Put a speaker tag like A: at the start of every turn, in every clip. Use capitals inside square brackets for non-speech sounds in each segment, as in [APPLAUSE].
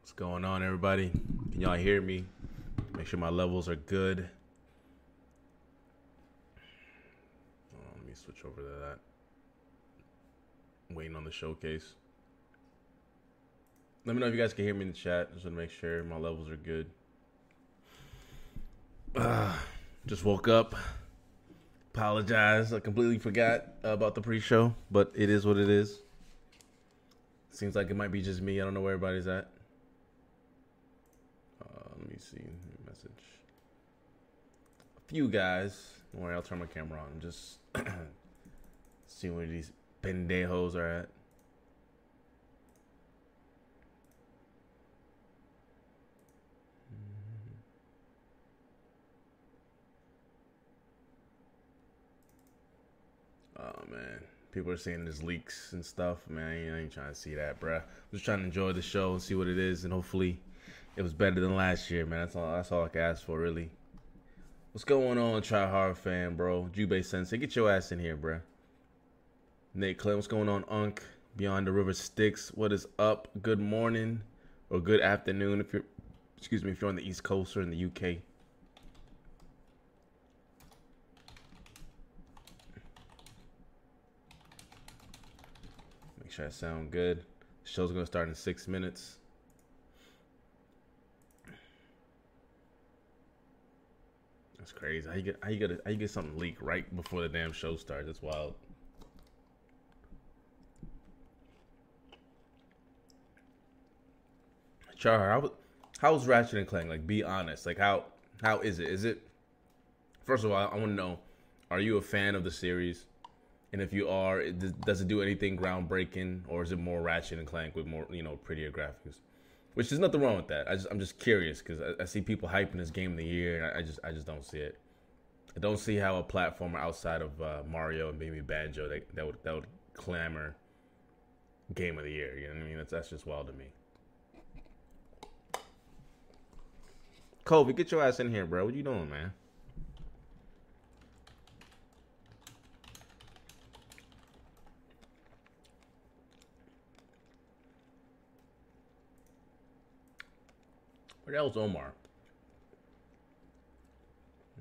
A: What's going on, everybody? Can y'all hear me? Make sure my levels are good. Hold on, Oh, let me switch over to that. waiting on the showcase. Let me know if you guys can hear me in the chat. Just want to make sure my levels are good. Ah, just woke up. Apologize. I completely forgot about the pre show, but it is what it is. Seems like it might be just me. I don't know where everybody's at. Uh, let me see. Message. A few guys. Don't worry, I'll turn my camera on. Just [CLEARS THROAT] see where these pendejos are at. Oh man, people are saying there's leaks and stuff. Man, I ain't, I ain't trying to see that, bruh. I'm just trying to enjoy the show and see what it is, and hopefully, it was better than last year, man. That's all. That's all I can ask for, really. What's going on, Try Hard fan, bro? Jubei Sensei, get your ass in here, bruh. Nate Clem, what's going on, Unk? Beyond the River Styx, what is up? Good morning or good afternoon if you're, excuse me, if you're on the East Coast or in the UK. Make sure I sound good. The show's gonna start in six minutes. That's crazy. How you get how you get a, how you get something leaked right before the damn show starts? That's wild. Char, how was how was Ratchet and Clank? Like, be honest. Like, how how is it? Is it first of all? I want to know: Are you a fan of the series? And if you are, it, does- does it do anything groundbreaking, or is it more Ratchet and Clank with more, you know, prettier graphics? Which is nothing wrong with that. I just, I'm just curious because I, I see people hyping this game of the year, and I, I just, I just don't see it. I don't see how a platformer outside of uh, Mario and maybe Banjo that, that would that would clamor game of the year. You know what I mean? That's that's just wild to me. Kobe, get your ass in here, bro. What you doing, man? Where the hell's Omar?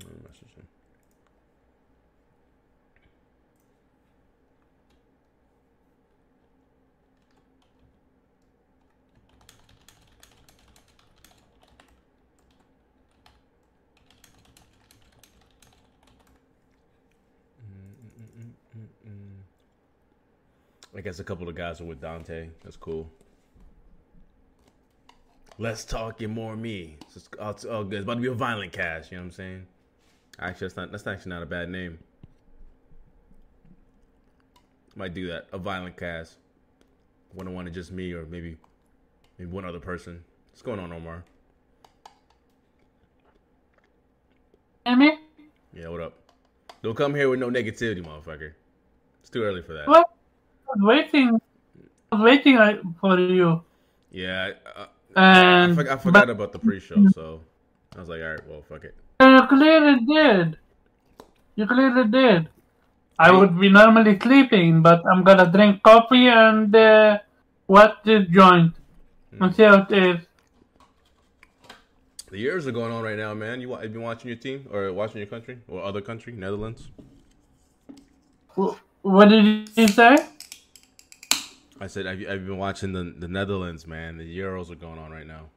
A: Let me message him. Mm, I guess a couple of guys are with Dante. That's cool. Let's talk and more me. It's, just- oh, it's all good. It's about to be a violent cast. You know what I'm saying? Actually, that's not that's actually not a bad name. Might do that. A violent cast. One on one to just me or maybe maybe one other person. What's going on, Omar?
B: Damn it.
A: Yeah, what up? Don't come here with no negativity, motherfucker. It's too early for that.
B: What? I was waiting. I was waiting uh, for you.
A: Yeah, I, I, I,
B: And
A: forg- I forgot about the pre-show, so I was like, all right, well, fuck it.
B: but you clearly did. You clearly did. I
A: Hey.
B: would be normally sleeping, but I'm gonna drink coffee and uh, watch this joint
A: Hmm.
B: and see how it is.
A: The years are going on right now, man. You wa- you been watching your team or watching your country or other country, Netherlands?
B: Wh- What did you say?
A: I said, have you, have you been watching the the Netherlands, man? The Euros are going on right now.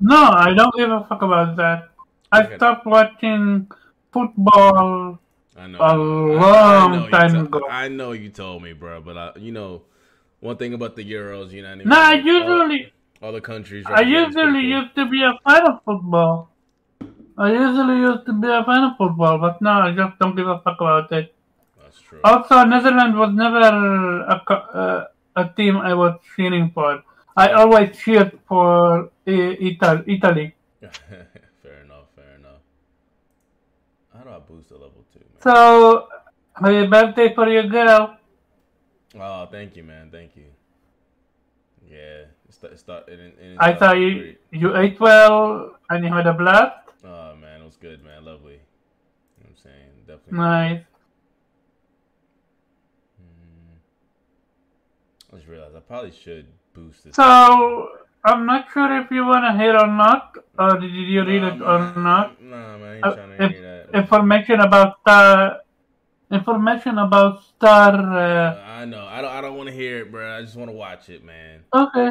B: No, I don't give a fuck about that. I
A: Okay.
B: stopped watching football.
A: I know. I-
B: A
A: I
B: long
A: know you
B: time
A: to-
B: ago.
A: I know you told me, bro, but I, you know, one thing about the Euros, you know what I mean?
B: No, I
A: All-
B: usually.
A: all, the countries.
B: I
A: represented is pretty
B: usually
A: cool.
B: used to be a fan of football. I usually used to be a fan of football, but now I just don't give a fuck about it.
A: That's true.
B: Also, Netherlands was never a, co- uh, a team I was cheering for. I always cheered for uh, Ital- Italy.
A: [LAUGHS] fair enough. Fair enough. How do I boost the level two, man?
B: So, happy birthday for your girl.
A: Oh, thank you, man. Thank you. Yeah, it sta- it start, it, it, it started
B: I saw
A: off
B: you,
A: great.
B: you ate well and you had a blast.
A: Oh man, it was good, man. Lovely. You know what I'm saying? Definitely.
B: Nice.
A: I just realized I probably should boost this.
B: So, I'm not sure if you wanna hear or not, or did you read it or not.
A: Nah, man, I ain't
B: Uh,
A: trying to hear that.
B: Information about uh, information about Star. Uh,
A: I know. I don't. I don't want to hear it, bro. I just want to watch it, man.
B: okay,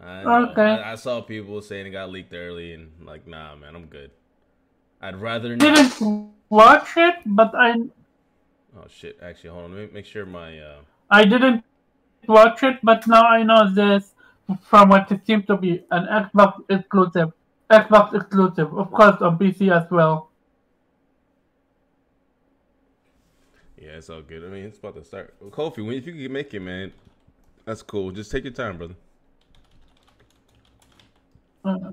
A: I know.
B: Oh, Okay.
A: I, I saw people saying it got leaked early, and like, nah, man, I'm good. I'd rather not.
B: didn't watch it, but I
A: Oh shit! Actually, hold on. Let me make sure my. Uh...
B: I didn't watch it, but now I know this from what it seemed to be an Xbox exclusive. Xbox exclusive, of course, on PC as well.
A: Yeah, it's all good. I mean, it's about to start. Kofi, when- if you can make it, man, that's cool. Just take your time, brother.
B: Uh,
A: All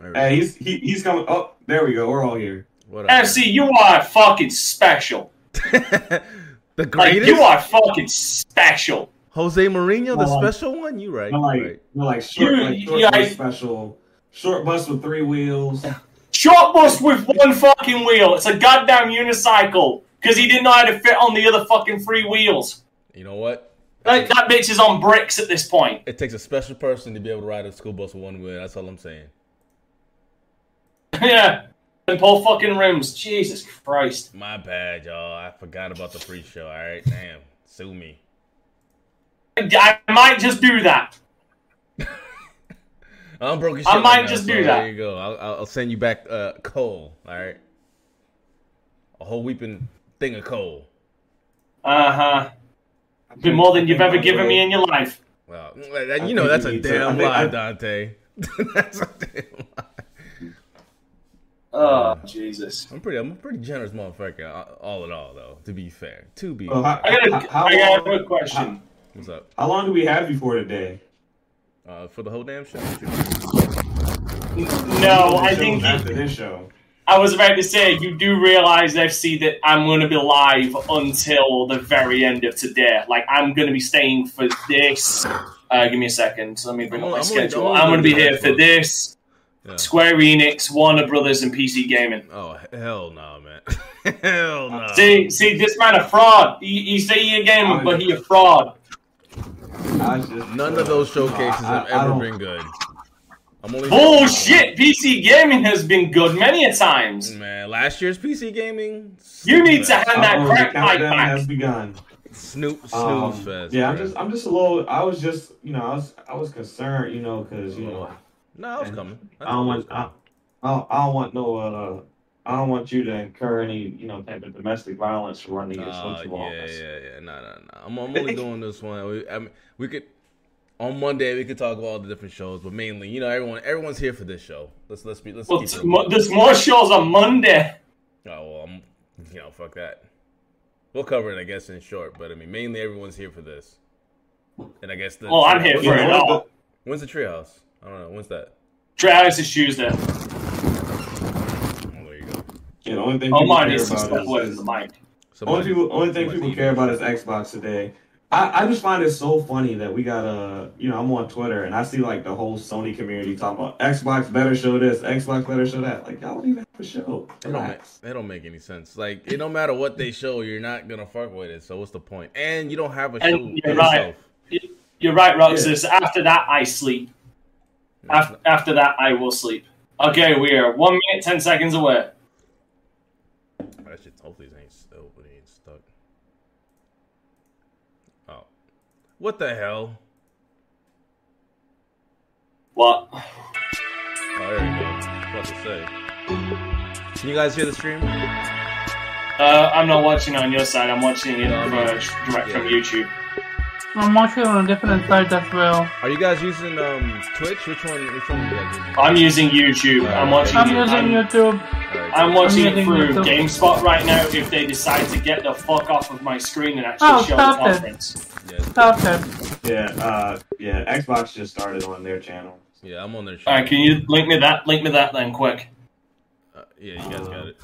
A: right.
C: Hey, he's he, he's coming. Oh, there we go. We're all here.
A: What up?
D: FC, you are fucking special.
A: the
D: Like,
A: greatest
D: you are fucking special.
A: Jose Mourinho, the
C: Oh, I-
A: special one. You right?
C: We're like
A: you right.
C: we're like short,
D: You-
C: like short
D: yeah,
C: bus
D: I-
C: special, short bus with three wheels.
D: Short bus with one fucking wheel. It's a goddamn unicycle. Because he didn't know how to fit on the other fucking three wheels.
A: You know what?
D: That, that bitch is on bricks at this point.
A: It takes a special person to be able to ride a school bus with one wheel. That's all I'm saying.
D: [LAUGHS] yeah. And pull fucking rims. Jesus Christ.
A: My bad, y'all. I forgot about the pre-show. All right, damn. Sue me.
D: I I might just do that.
A: I'm broke as
D: I
A: shit right
D: might
A: now,
D: just
A: so
D: do
A: There
D: that.
A: you go. I'll, I'll- I'll send you back uh, coal. All right. A whole weeping thing of coal.
D: Uh huh. Be more than you've ever given me in your life.
A: Wow. That-
C: I
A: You know
C: think
A: that's
C: we
A: a
C: need to-
A: damn
C: I think-
A: lie,
C: I-
A: Dante. [LAUGHS] that's a damn lie.
D: Oh,
C: Uh,
D: Jesus.
A: I'm pretty. I'm a pretty generous motherfucker. uh, All in all, though, to be fair. To be.
C: Well,
A: fair.
D: Oh, I got a,
C: How-
D: I got a
C: how long-
D: quick question.
A: What's up?
C: How long do we have you for today?
A: Uh, for the whole damn show.
D: No, I
C: Show's
D: think you-
C: after this show.
D: I was about to say, you do realize, FC, that I'm going to be live until the very end of today. Like, I'm going to be staying for this. Uh, give me a second. Let me bring
A: I'm only-
D: up
A: I'm
D: my
A: only-
D: schedule.
A: I'm only
D: I'm going to be
A: gonna do
D: here
A: that
D: for
A: for-
D: this,
A: Yeah.
D: Square Enix, Warner Brothers, and PC Gaming.
A: Oh hell no, man. [LAUGHS] hell no.
D: See, see, this man a fraud. He, he say he a gamer, but he a fraud.
C: I just-
A: None of those showcases
C: I- I-
A: have
C: I
A: ever
C: don't-
A: been good. I'm only
D: Bullshit! PC Gaming has been good many a times.
A: Man, last yere's PC gaming.
D: You
A: snooze
D: need to
A: fest.
D: hand that
C: Uh-oh, the
D: crack pipe
C: countdown
D: back.
C: has begun.
A: Snoop snooze
C: Um,
A: fest.
C: yeah, I'm
A: bro.
C: just, I'm just a little. I was just, you know, I was, I was concerned, you know, because you know,
A: No, I was coming.
C: I don't
A: knew it was
C: want, I, I don't, I don't want no, uh, I don't want you to incur any, you know, type of domestic violence for running your
A: coming.
C: social
A: Uh, yeah,
C: office.
A: yeah, yeah. No, no, no. I'm, I'm only doing this one. We, I mean, we could on Monday we could talk about all the different shows, but mainly, you know, everyone everyone's here for this show. Let's let's be let's
D: Well,
A: keep
D: t-
A: it.
D: mo-
A: real.
D: there's more shows on Monday.
A: Oh well, I'm, you know, fuck that. We'll cover it, I guess, in short. But I mean, mainly everyone's here for this. And I guess the.
D: Well, Oh, I'm here for it
C: Yeah.
D: all.
A: When's the treehouse? I don't know. When's that?
D: Travis is Tuesday.
A: Oh, there you go.
C: Yeah, the only thing
D: Oh,
C: people
D: mine
C: care
D: is some stuff
C: about
D: away from
C: is,
D: the mic.
C: only
A: Somebody-
C: people, only thing
A: somebody-
C: people care about is Xbox today. I, I just find it so funny that we got a, you know, I'm on Twitter and I see like the whole Sony community talking about Xbox better show this, Xbox better show that. Like y'all don't even have a show.
A: It don't, make,
C: Relax.
A: it don't make any sense. Like it don't matter what they show, you're not gonna fuck with it. So what's the point? And you don't have a show
D: And
A: yourself.
D: you're right. You're right, Roxas. After that, I sleep. After, after that, I will sleep. Okay, we are one minute, ten seconds away.
A: I should hopefully these ain't still, but it ain't stuck. Oh, what the hell?
D: What?
A: Oh, there we go. What to say? Can you guys hear the stream?
D: Uh, I'm not watching on your side. I'm watching it uh, direct from YouTube.
B: I'm watching on a different side as well.
A: Are you guys using um Twitch? Which one? Which one are you guys using?
D: I'm using YouTube. I'm watching.
B: I'm
D: it-
B: using
D: I'm-
B: YouTube.
A: Alright,
D: I'm watching
B: I'm
D: it
B: using
D: through
B: YouTube.
D: GameSpot right now. If they decide to get the fuck off of my screen and actually
B: Oh,
D: show the
B: stop it.
D: conference,
A: yeah,
B: Stop it.
C: Yeah, uh, yeah, Xbox just started on their channel.
A: yeah, I'm on their.
D: all right,
A: channel.
D: can you link me that? Link me that then, quick.
A: Uh, yeah, you guys got it.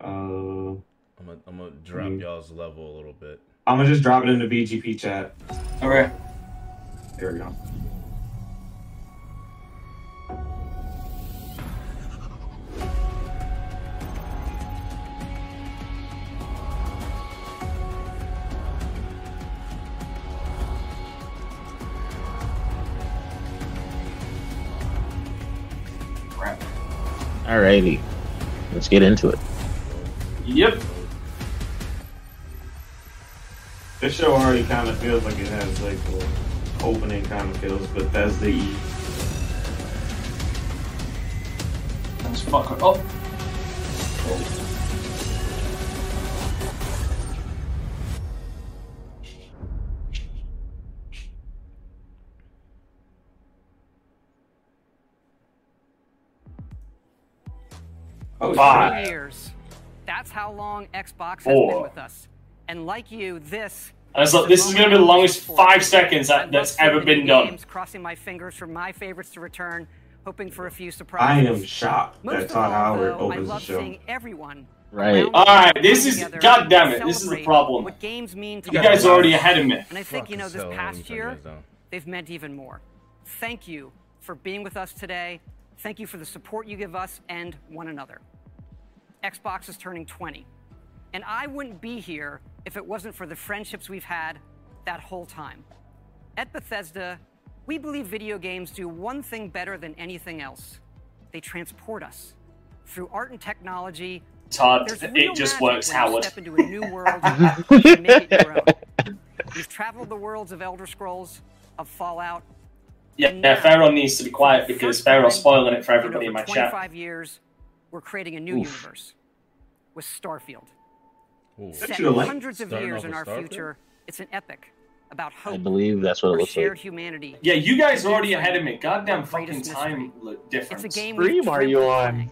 C: Uh,
A: I'm gonna I'm gonna drop
C: Mhm.
A: y'all's level a little bit.
C: I'm gonna just drop it in the BGP chat.
D: All right.
C: There we go.
E: Alrighty. Let's get into it.
D: Yep.
C: This show already kind of feels like it has like an opening kind of feels, but that's the E
D: Let's fuck her up.
C: oh,
D: Five.
F: years. That's how long Xbox has
D: Four.
F: been with us. And like you, this.
D: And it's like, this is going to be the longest five seconds that, that's ever been done.
F: Games, crossing my fingers for my favorites to return, hoping for a few
C: I
F: surprises.
C: am shocked
F: Most
C: that
F: of all,
C: Todd Howard
F: though, I
C: opens the
F: love
C: show.
F: seeing everyone.
E: Right.
F: around
D: All right,
F: the
D: this
F: table
D: is-
F: together
D: God damn
F: to
D: it, this is the
F: celebrate
D: problem.
F: What games mean to
A: You
D: You
F: all
D: guys
F: of us.
D: are already ahead of me.
F: And I think you know this past year they've meant even more. Thank you for being with us today. Thank you for the support you give us and one another. Xbox is turning 20. And I wouldn't be here if it wasn't for the friendships we've had that whole time. At Bethesda, we believe video games do one thing better than anything else they transport us. Through art and technology,
D: Todd,
F: there's real
D: it just
F: magic
D: works,
F: when you
D: Howard.
F: Step into a new world and make it your own. You've traveled the worlds of Elder Scrolls, of Fallout.
D: Yeah, yeah, Pharaoh needs to be quiet because Pharaoh's spoiling it for everybody in my
F: over
D: chat.
F: 25 years, we're creating a new universe with Starfield. Set
C: you like
F: hundreds of
A: starting
F: years
A: off
F: in
A: with
F: our
A: Starfield?
F: future, it's an epic about
E: I
F: hope,
E: believe that's what it
F: for
E: looks
F: shared
E: like.
F: humanity.
D: Yeah, you guys are already ahead of me. Goddamn fucking
F: Greatest
D: time li- difference.
F: It's a game
E: Stream
F: we've
E: are
F: dreamt
E: you
F: of
E: on?
F: playing,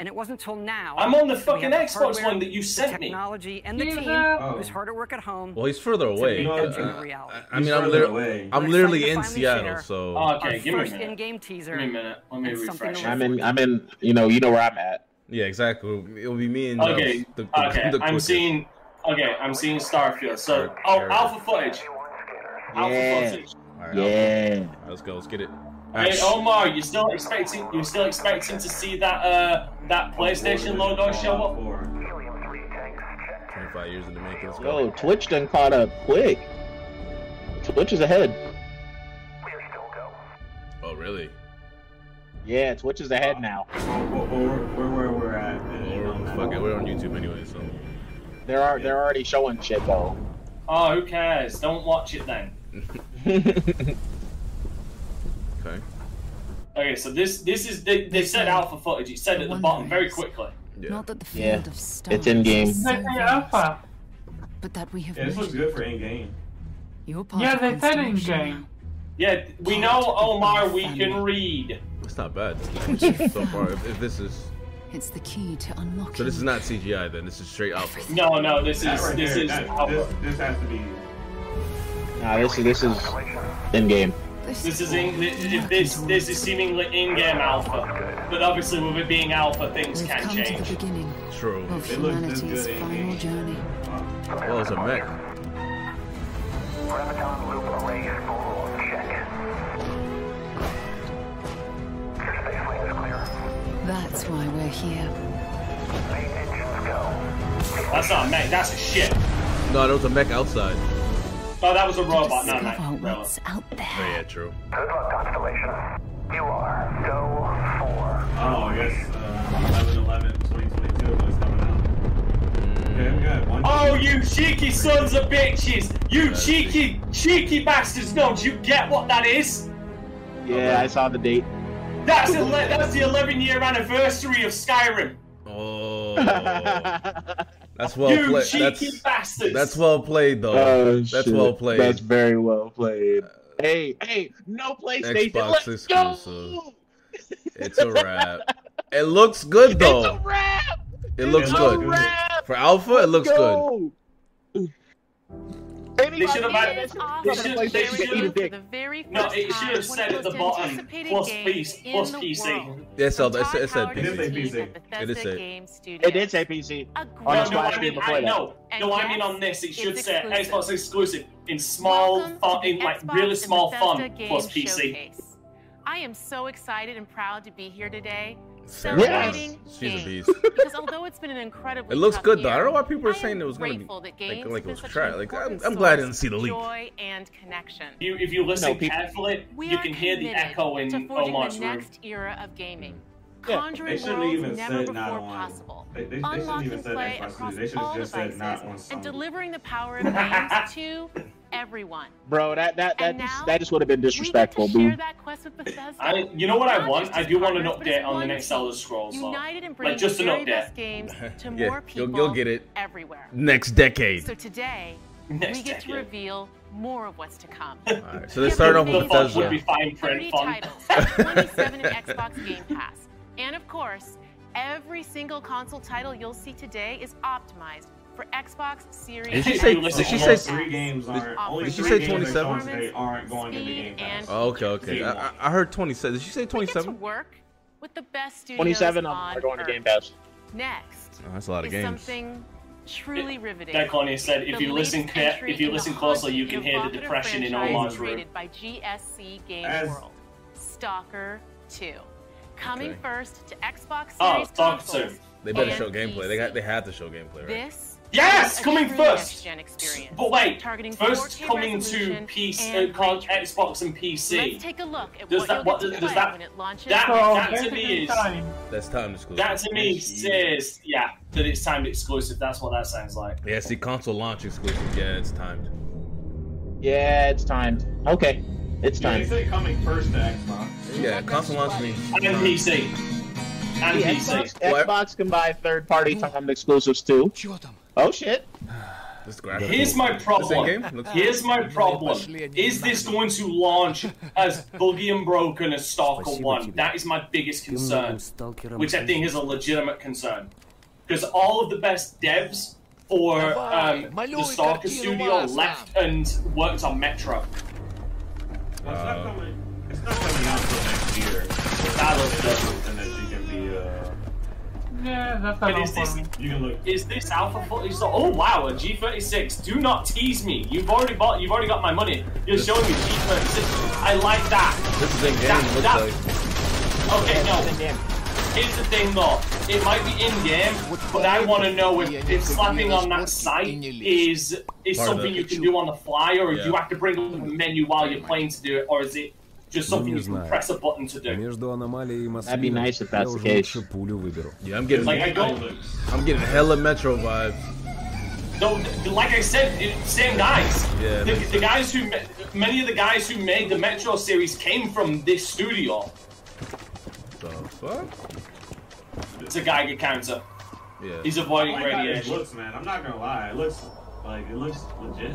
F: And it wasn't till now.
D: I'm on the
F: that we
D: fucking
F: have
D: Xbox
F: hardware,
D: one that you
F: the
D: sent me.
F: Technology and the team
G: Yeah.
C: Oh.
F: who's hard at work at home.
A: Well, he's further away.
F: make
A: Uh,
C: that dream
A: I-
F: reality.
A: I mean,
C: He's
A: I'm
C: further
A: literally,
C: away.
A: I'm
F: We're
A: literally
F: excited to
A: in
F: finally
A: Seattle,
F: share.
A: so
D: Oh,
F: our
D: okay, give me a
F: first
D: minute.
F: in-game teaser.
D: Give me a minute. Let me
F: and something
D: refresh.
F: to
E: I'm in. I'm in. You know. You know where I'm at.
A: yeah, exactly. It'll be me and Jobs,
D: Okay,
A: the- the-
D: okay.
A: [LAUGHS] the
D: I'm
A: quickest.
D: seeing. Okay, I'm seeing Starfield. So,
A: Alright,
D: oh,
A: alright.
D: alpha footage. Alpha
E: Yeah.
D: footage.
A: All right,
E: Yeah. oh
A: I'll- let's go. Let's get it.
D: Hey Omar, you still expecting? You still expecting to see that uh that PlayStation logo show up?
C: Four.
A: 25 years in the making. Let's
E: Yo,
A: go.
E: Twitch done caught up quick. Twitch is ahead.
A: Oh, really?
E: Yeah, Twitch is ahead now.
C: Well, well, well, we're- we're where we're at. and, you know,
A: Well,
C: now-
A: fuck it. We're on YouTube anyway, so
E: There are. They're already showing shit [LAUGHS] though.
D: Oh, who cares? Don't watch it then.
A: okay.
D: Okay, so this this is they, they said alpha footage. It said at the bottom very quickly.
A: Yeah.
B: Not that the
E: Yeah.
B: field of stars
E: It's in-game.
B: is so
G: They say
B: vast,
G: alpha.
B: But that we have
C: Yeah, this looks
B: measured.
C: good for in game.
B: You're part
G: Yeah,
B: of
G: they said in
B: constellation
G: game.
D: Yeah, we know Omar. We can read.
A: It's not bad so far. If, if this is
B: now. It's the key to unlocking.
A: so, this is not CGI. Then this is straight alpha.
D: No, Oh, no, this
C: That
D: is
C: right
D: this
C: there,
D: is
C: that, this,
D: alpha.
C: this has to be.
E: Nah, this is this is in game.
D: This is in, this this this is seemingly in-game alpha, but obviously with it being alpha, things
B: We've
D: can
B: come to the
D: change.
B: beginning
A: True.
B: of
C: It looks
B: humanity's
C: this good in
B: final
C: game.
B: journey.
A: Well, it's a mech.
H: Graviton loop array full check. Your space lane is clear.
F: Oh,
B: That's why we're here.
H: Main engines go.
D: That's not a mech. That's a ship.
A: No, there was a mech outside.
D: Oh, that was a
B: To
D: robot, not a
B: discover
D: mech. Really.
B: what's out
A: Oh
B: there.
A: yeah, true.
H: Good luck, Constellation. You are go for.
C: Oh, I guess uh, 11 11 2022 is coming out.
A: Hmm.
C: Okay, we got one.
D: Oh, you cheeky sons of bitches! You
A: That's
D: cheeky, cheeky bastards! Don't you get what that is?
E: Yeah, I saw the date.
D: That's ele- that's the 11 year anniversary of Skyrim.
I: [LAUGHS]
A: Oh,
E: oh
A: that's well
D: you
A: played.
D: cheeky
A: That's,
D: bastards!
A: that's well played though. that's
E: Oh, shit.
A: well played. Uh,
E: That's very well played. Hey, hey, no PlayStation.
A: Xbox
E: Let's
A: exclusive.
E: go.
A: It's a wrap. It looks good
E: It's a
A: though.
E: wrap.
A: It looks
E: it's
A: good
E: A wrap.
A: for alpha. It looks good.
E: good.
D: They should've had-
I: It is
D: they
I: awesome.
D: should've- they
I: There we
D: should've-
I: go for the very first
D: no, it
I: time,
D: should have
I: one
D: said
I: of
D: at the
I: the most
D: bottom
I: anticipated
D: plus
I: games
D: PC,
I: in
D: plus
I: the
D: PC.
I: world.
A: Yeah, so
I: Todd
A: it's, it's said
I: Howard
C: It
A: PC.
C: is a
I: and the
C: PC.
I: team at
A: It is
I: Bethesda
A: a-
I: Game Studios.
E: It did say PC.
I: Agreed.
E: On
D: No,
E: a
D: no, I
E: splash
D: mean,
E: screen
D: I
E: before that.
D: know. No, I mean on this, it
I: It's
D: should say
I: exclusive.
D: Xbox exclusive in small
I: Welcome
D: font,
I: to the
D: uh, in like
I: Xbox
D: really
I: and
D: small
I: Bethesda
D: font
I: Game
D: plus PC.
I: Showcase. I am so excited and proud to be here today.
A: Sarah
E: Yes.
I: celebrating
A: She's a
I: games.
A: beast.
I: Because although it's been an incredibly
A: It looks
I: tough
A: good though. I
I: year,
A: don't know why people are
I: I
A: saying
I: am
A: it was gonna be
I: grateful that
A: like, like
I: games
A: it
I: have
A: was
I: been such an
A: trash. Like I'm,
I: important
A: I'm glad I didn't
I: source
A: see the
I: of
A: leak.
I: Joy and connection.
D: If you, if you listen
E: No, people-
D: carefully,
I: We
D: you
I: are
D: can hear the
I: committed
D: echo in
I: to forging
D: Omar's
I: the
D: room.
I: next era of gaming.
E: Yeah.
C: They
I: conjuring
C: shouldn't have
I: worlds
C: even
I: never
C: said
I: before
C: not on.
I: possible.
C: They, they, they shouldn't
I: Unlocking
C: even said
I: play
C: Xbox
I: across
C: News. They should
I: all
C: have just said not on
I: devices
C: Sony.
I: and delivering the power
C: [LAUGHS]
I: of games to everyone.
E: Bro, that that that
I: And
E: just,
I: now,
E: that just would have been
I: We get
E: disrespectful,
I: to share
E: dude.
I: that quest with Bethesda.
D: I, you know what I
I: Not
D: want?
I: just
D: I
I: as
D: do want an
I: partners, but as
D: update on the
I: one
D: next
I: team.
D: Elder Scrolls. though.
I: United in bringing
D: Like just
I: the
D: an
I: very
D: update.
A: [LAUGHS]
I: best games to
A: Yeah,
I: more
A: you'll-
I: people
A: you'll get it.
I: everywhere.
A: Next decade.
I: So today,
D: Next
I: we get to
D: decade.
I: reveal more of what's to come.
A: All right, so let's start off
D: the
A: with
I: Amazing.
D: font
A: Bethesda.
D: would be fine
I: 30
D: print font.
I: titles,
D: [LAUGHS]
I: 27 in Xbox Game Pass. And of course, every single console title you'll see today is optimized for Xbox Series
A: Did she
I: X.
A: say-
D: did she
A: say-
C: three games aren't? only
A: did she
C: three
A: say
C: games are
A: 27?
C: showing They aren't going to the Game
I: Speed
C: Pass.
I: and-
A: Oh, okay, okay. I, I- I heard 27. Did you say
I: We get to
A: 27?
I: work with the best studios
E: 27
I: on
E: are going to
I: Earth.
E: Game Pass.
I: Next
A: Oh, that's a lot of
I: is
A: games.
I: something truly riveting.
D: That Connie said, if
I: The
D: you listen,
I: latest
D: ca-
I: entry
D: if you
I: in the
D: listen closely, you can
I: haunting
D: hear the
I: evocative
D: depression in
I: franchise
D: Omar's room.
I: created by GSC Games
C: As-
I: World. Stalker 2. Coming
A: Okay.
I: first to Xbox Series
D: Oh, Stalker
I: consoles.
D: 2.
A: They better
I: and
A: show gameplay. They got.
I: PC.
A: They have to show gameplay, right?
I: This
D: Yes,
I: is a
D: coming
I: true
D: first.
I: next-gen experience,
D: But wait,
I: targeting
D: first
I: 4K
D: coming to
I: resolution
D: PC, uh,
I: and
D: called
I: frame rate.
D: Xbox and PC.
I: Let's take a look at
D: Does
I: what
D: that-
I: you'll
D: what
I: get to
D: does- does
I: play
D: that-
I: when it launches.
D: that-
B: So
I: Oh,
D: that to
B: basically
D: me is-
B: time.
A: That's time exclusive.
D: that to me
A: Jeez.
D: says, yeah, that it's timed exclusive. That's what that sounds like.
A: Yeah, see, console launch exclusive. Yeah, it's timed.
E: Yeah, it's timed. Okay, it's
C: Yeah, they
E: timed.
C: say coming first to Xbox.
A: Yeah, console launch means.
D: And PC. And
E: Yeah,
D: PC.
E: Xbox,
A: What?
E: Xbox can buy third-party timed exclusives too. Oh shit!
A: This graphic.
D: Here's my
A: game?
D: problem.
A: Looks-
D: Here's my problem. Is this going to launch as buggy and broken as Stalker 1? That is my biggest concern, which I think is a legitimate concern. Because all of the best devs for um, the Stalker studio left and worked on Metro.
C: Well, it's not coming. It's not Uh, coming out till next year.
D: That looks good.
C: And that you can be. Uh,
B: Yeah, that's a
D: But
B: lot
D: is
B: for
D: this,
B: me.
C: you can look.
D: is this alpha footage? Is- Oh wow, a G36. Do not tease me. You've already bought. You've already got my money. You're showing me G36. I like that.
A: This is in game.
D: That-
A: looks
D: that-
A: like.
D: Okay, no.
E: Damn.
D: Here's the thing though, it might be in game, but I want to know if, if slapping on that site is
A: Part
D: is
A: of
D: something
A: it.
D: you can do on the fly, or
A: Yeah.
D: you have to bring up the menu while you're playing to do it, or is it just something you can press a button to do?
H: Между аномалией и
E: That'd be nice if that's the case.
H: пулю выберу.
A: Yeah, I'm getting.
D: Like I
C: It
D: don't,
C: looks.
A: I'm getting hella Metro vibes.
D: no, like I said, it, same guys.
A: Yeah,
D: the,
A: that's-
D: the guys who ma- many of the guys who made the Metro series came from this studio.
A: So fuck.
D: It's a Geiger counter.
A: Yeah.
D: He's avoiding
C: Like how it
D: radiation.
C: looks, man. I'm not gonna lie. It looks like it looks legit.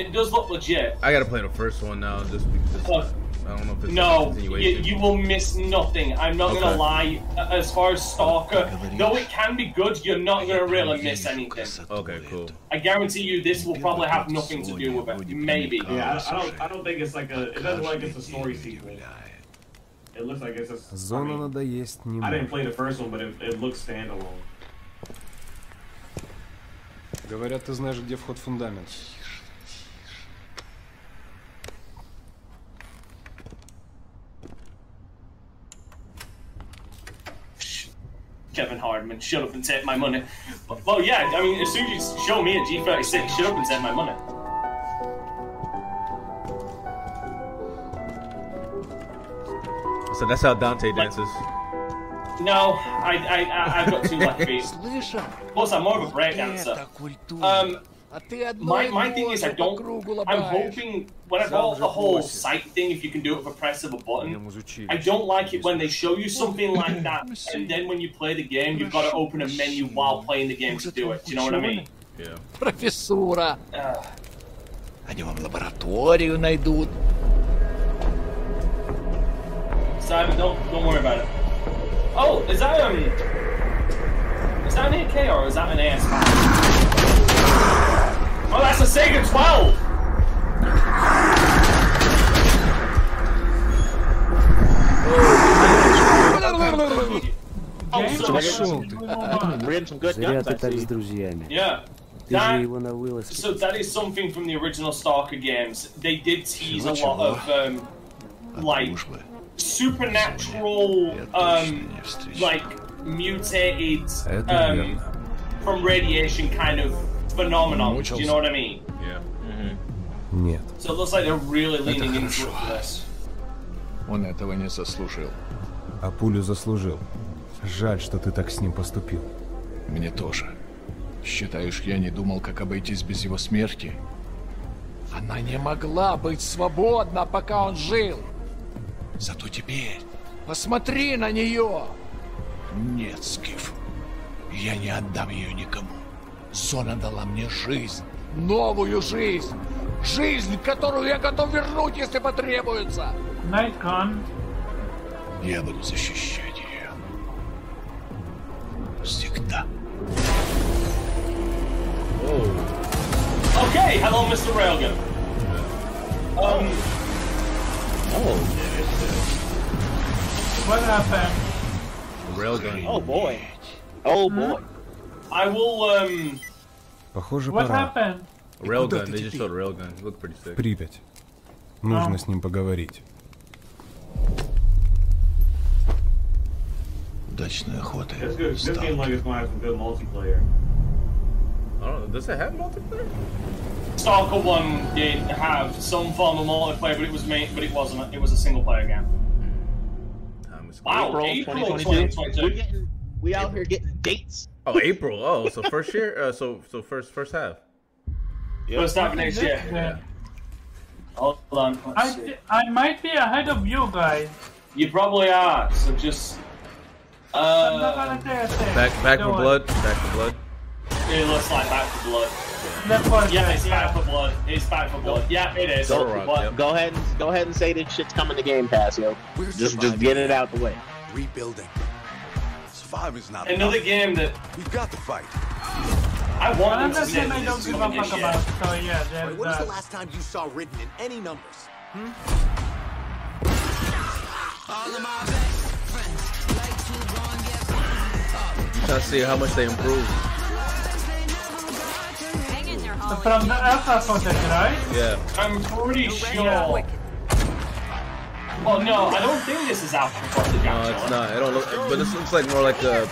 D: It does look legit.
A: I gotta play the first one now, just because
D: Look.
A: I don't know if it's a
D: No, you,
A: continuation.
D: you will miss nothing. I'm not
A: Okay.
D: gonna lie. A- As far as Stalker, though it can be good, you're not gonna really miss anything.
A: okay, cool.
D: I guarantee you, this will probably have nothing to do with it. Maybe.
C: Yeah, I, I don't. I don't think it's like a. It doesn't look like it's a story sequel. It looks like it's a. I,
H: Зона
C: mean,
H: надоест не
C: I didn't
H: может.
C: play the first one, but it, it looks standalone.
H: Говорят, ты знаешь, где вход в фундамент.
D: Kevin Hardman, shut up and take my money. But, well, yeah, I mean, as soon as you show me a G36, shut up and take my money.
A: So that's how Dante dances.
D: No, I, I, I, I've got two left feet. Plus, I'm more of a breakdancer. Um, my, my thing is, I don't. I'm hoping when I bought the whole sight thing, if you can do it with a press of a button,
H: Нем из
D: I
H: училища.
D: don't like it when they show you something like that, and then when you play the game, you've got to open a menu while playing the game to do it. Do you know what I mean?
A: Yeah.
J: Профессура.
D: Ugh. Uh.
J: Они вам лабораторию найдут.
D: Simon, don't don't worry about it. Oh, is that um, is that an AK or is that an AS? Oh, that's a Sega 12. Oh,
B: Game
D: so-
H: Пошел ты.
E: We're some good
J: Зря
E: guns,
J: ты
E: I
J: так с
E: see.
J: друзьями.
D: yeah.
J: Ты же
D: That
J: его на вылазке.
D: So that is something from the original Stalker games. They did tease a lot of um, like supernatural, um, like mutated
H: Это
D: um,
H: верно.
D: from radiation kind of phenomenon. Do you know what I mean? Mm-hmm.
A: Yeah.
H: Нет.
D: So it looks like they're really leaning into it for this.
J: Он этого не заслужил.
H: а пулю заслужил. Жаль, что ты так с ним поступил.
J: Мне тоже. Считаешь, я не думал, как обойтись без его смерти? Она не могла быть свободна, пока он жил. Зато теперь посмотри на нее. Нет, Скиф, я не отдам ее никому. Зона дала мне жизнь, новую жизнь. Жизнь, которую я готов вернуть, если потребуется.
B: Найткан.
J: Я буду защищать ее. Всегда.
D: Okay, hello, Mr. Railgun. Um.
B: What happened? Hmm?
A: Railgun.
E: Oh boy. Oh boy.
D: I will, um.
H: Похоже,
B: What
H: пора.
B: happened?
A: Railgun. They just showed railgun. It looked pretty sick.
H: Припять.
B: А.
H: Нужно с ним поговорить.
J: Удачной охоты.
C: It's good. This
J: Сталкер.
C: game like it's gonna have some good multiplayer.
A: I don't know. Does it have multiplayer?
D: Stalker One did have some form of multiplayer, but it was me, but it wasn't. It was a single player game. Wow, April,
E: April
D: 2022.
E: We're getting, we out here getting dates.
A: Oh, April. Oh, so first year. Uh, so so first first half.
D: First half of next year.
B: Yeah.
D: Hold on. let's
B: I,
D: see.
B: thi- I might be ahead of you guys.
D: You probably are. So just. Uh,
B: I'm not gonna say a thing.
A: Back back
B: Don't
A: for
B: worry.
A: blood. Back for blood.
D: It looks like Back for Blood.
B: That's what
D: Yeah,
B: I
D: it's
B: said,
D: Back for Blood. It's Back for Blood. Yeah, it is.
A: Go-
D: Back for Blood.
A: yep.
E: Go ahead and go ahead and say this shit's coming to Game Pass, yo.
K: We're
E: Just just
K: surviving.
E: get it out the way.
K: Rebuilding. Surviving's not
D: Another
K: enough.
D: game that
K: We've got to fight.
D: I want them
B: Another
D: to
B: game I
D: make
B: don't
D: this
B: give a fuck
D: year.
B: about. So yeah,
K: Wait,
B: there's
K: when was the
B: that.
K: last time you saw written in any numbers?
A: I'm trying to see how much they improved.
L: Hang in there, Holly.
B: From the alpha project, right?
A: Yeah.
D: I'm pretty
B: Yeah.
D: sure. Oh no, I don't think this is Alpha for the
A: No, it's not. It don't look. But this looks like more like a. It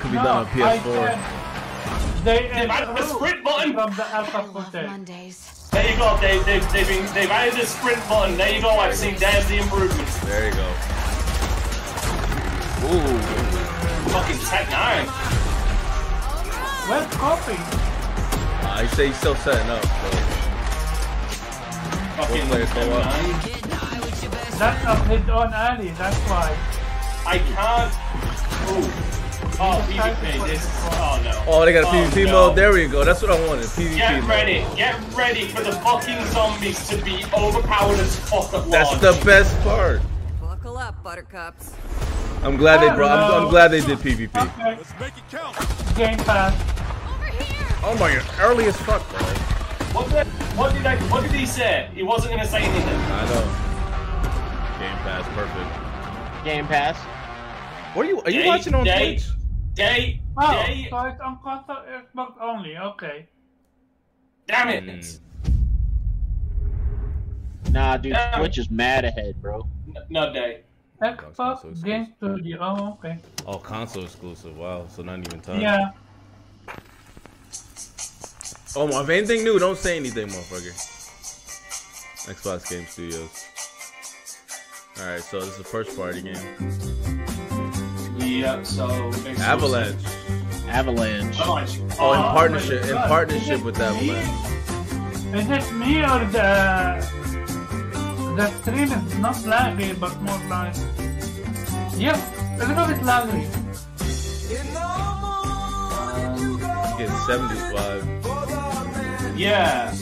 A: could be
B: No,
A: done on
B: I
A: PS4.
B: said They
D: added the sprint button.
B: from the alpha project.
L: Mondays.
D: There you go. They, they, they've, been, they've added the sprint button. There you go. I've seen there's the improvements.
A: There you go.
D: Fucking Tech 9.
B: Where's copy?
A: I say he's still setting up. So.
D: Fucking
A: One player co-op.
D: Tech 9.
B: That's up his own alley. That's why.
D: I can't. Ooh. Oh, PvP. This. Oh no.
A: Oh, they got a PvP
D: no.
A: mode. There we go. That's what I wanted. PvP
D: Get
A: mode.
D: ready, get ready for the fucking zombies to be overpowered as fuck at
A: That's
D: launch.
A: the best part.
M: Buckle up, buttercups.
A: I'm glad they
B: I
A: brought.
B: don't
A: I'm,
B: know.
A: I'm glad they did PvP.
B: Okay.
K: Make it count.
B: Game Pass.
A: Oh my god, early as fuck, bro.
D: What did, what did I, what did he say? He wasn't gonna say anything.
A: I know. Game Pass, perfect.
E: Game Pass.
A: What are you? Are you
D: Day,
A: watching on
D: day,
A: Twitch?
D: Day,
B: Oh,
D: day,
B: so it's on console Xbox only. Okay.
D: damn it.
A: Mm.
E: Nah, dude,
D: Yeah.
E: Twitch is mad ahead, bro.
D: N- No day.
A: console
B: Xbox
A: exclusive.
B: Game Studio. Oh, okay.
A: Oh, console exclusive. Wow. So not even time.
B: Yeah.
A: Oh my! If anything new, don't say anything, motherfucker. Xbox Game Studios. All right, so this is the first party game.
D: Yep, so.
A: Avalanche.
E: Avalanche.
D: Avalanche.
A: Oh, in
B: my
A: partnership. In
B: God.
A: partnership with Avalanche.
B: Is it me or the the stream is not laggy but more like yeah, a little bit laggy.
A: Get 70s vibe.
D: Yeah.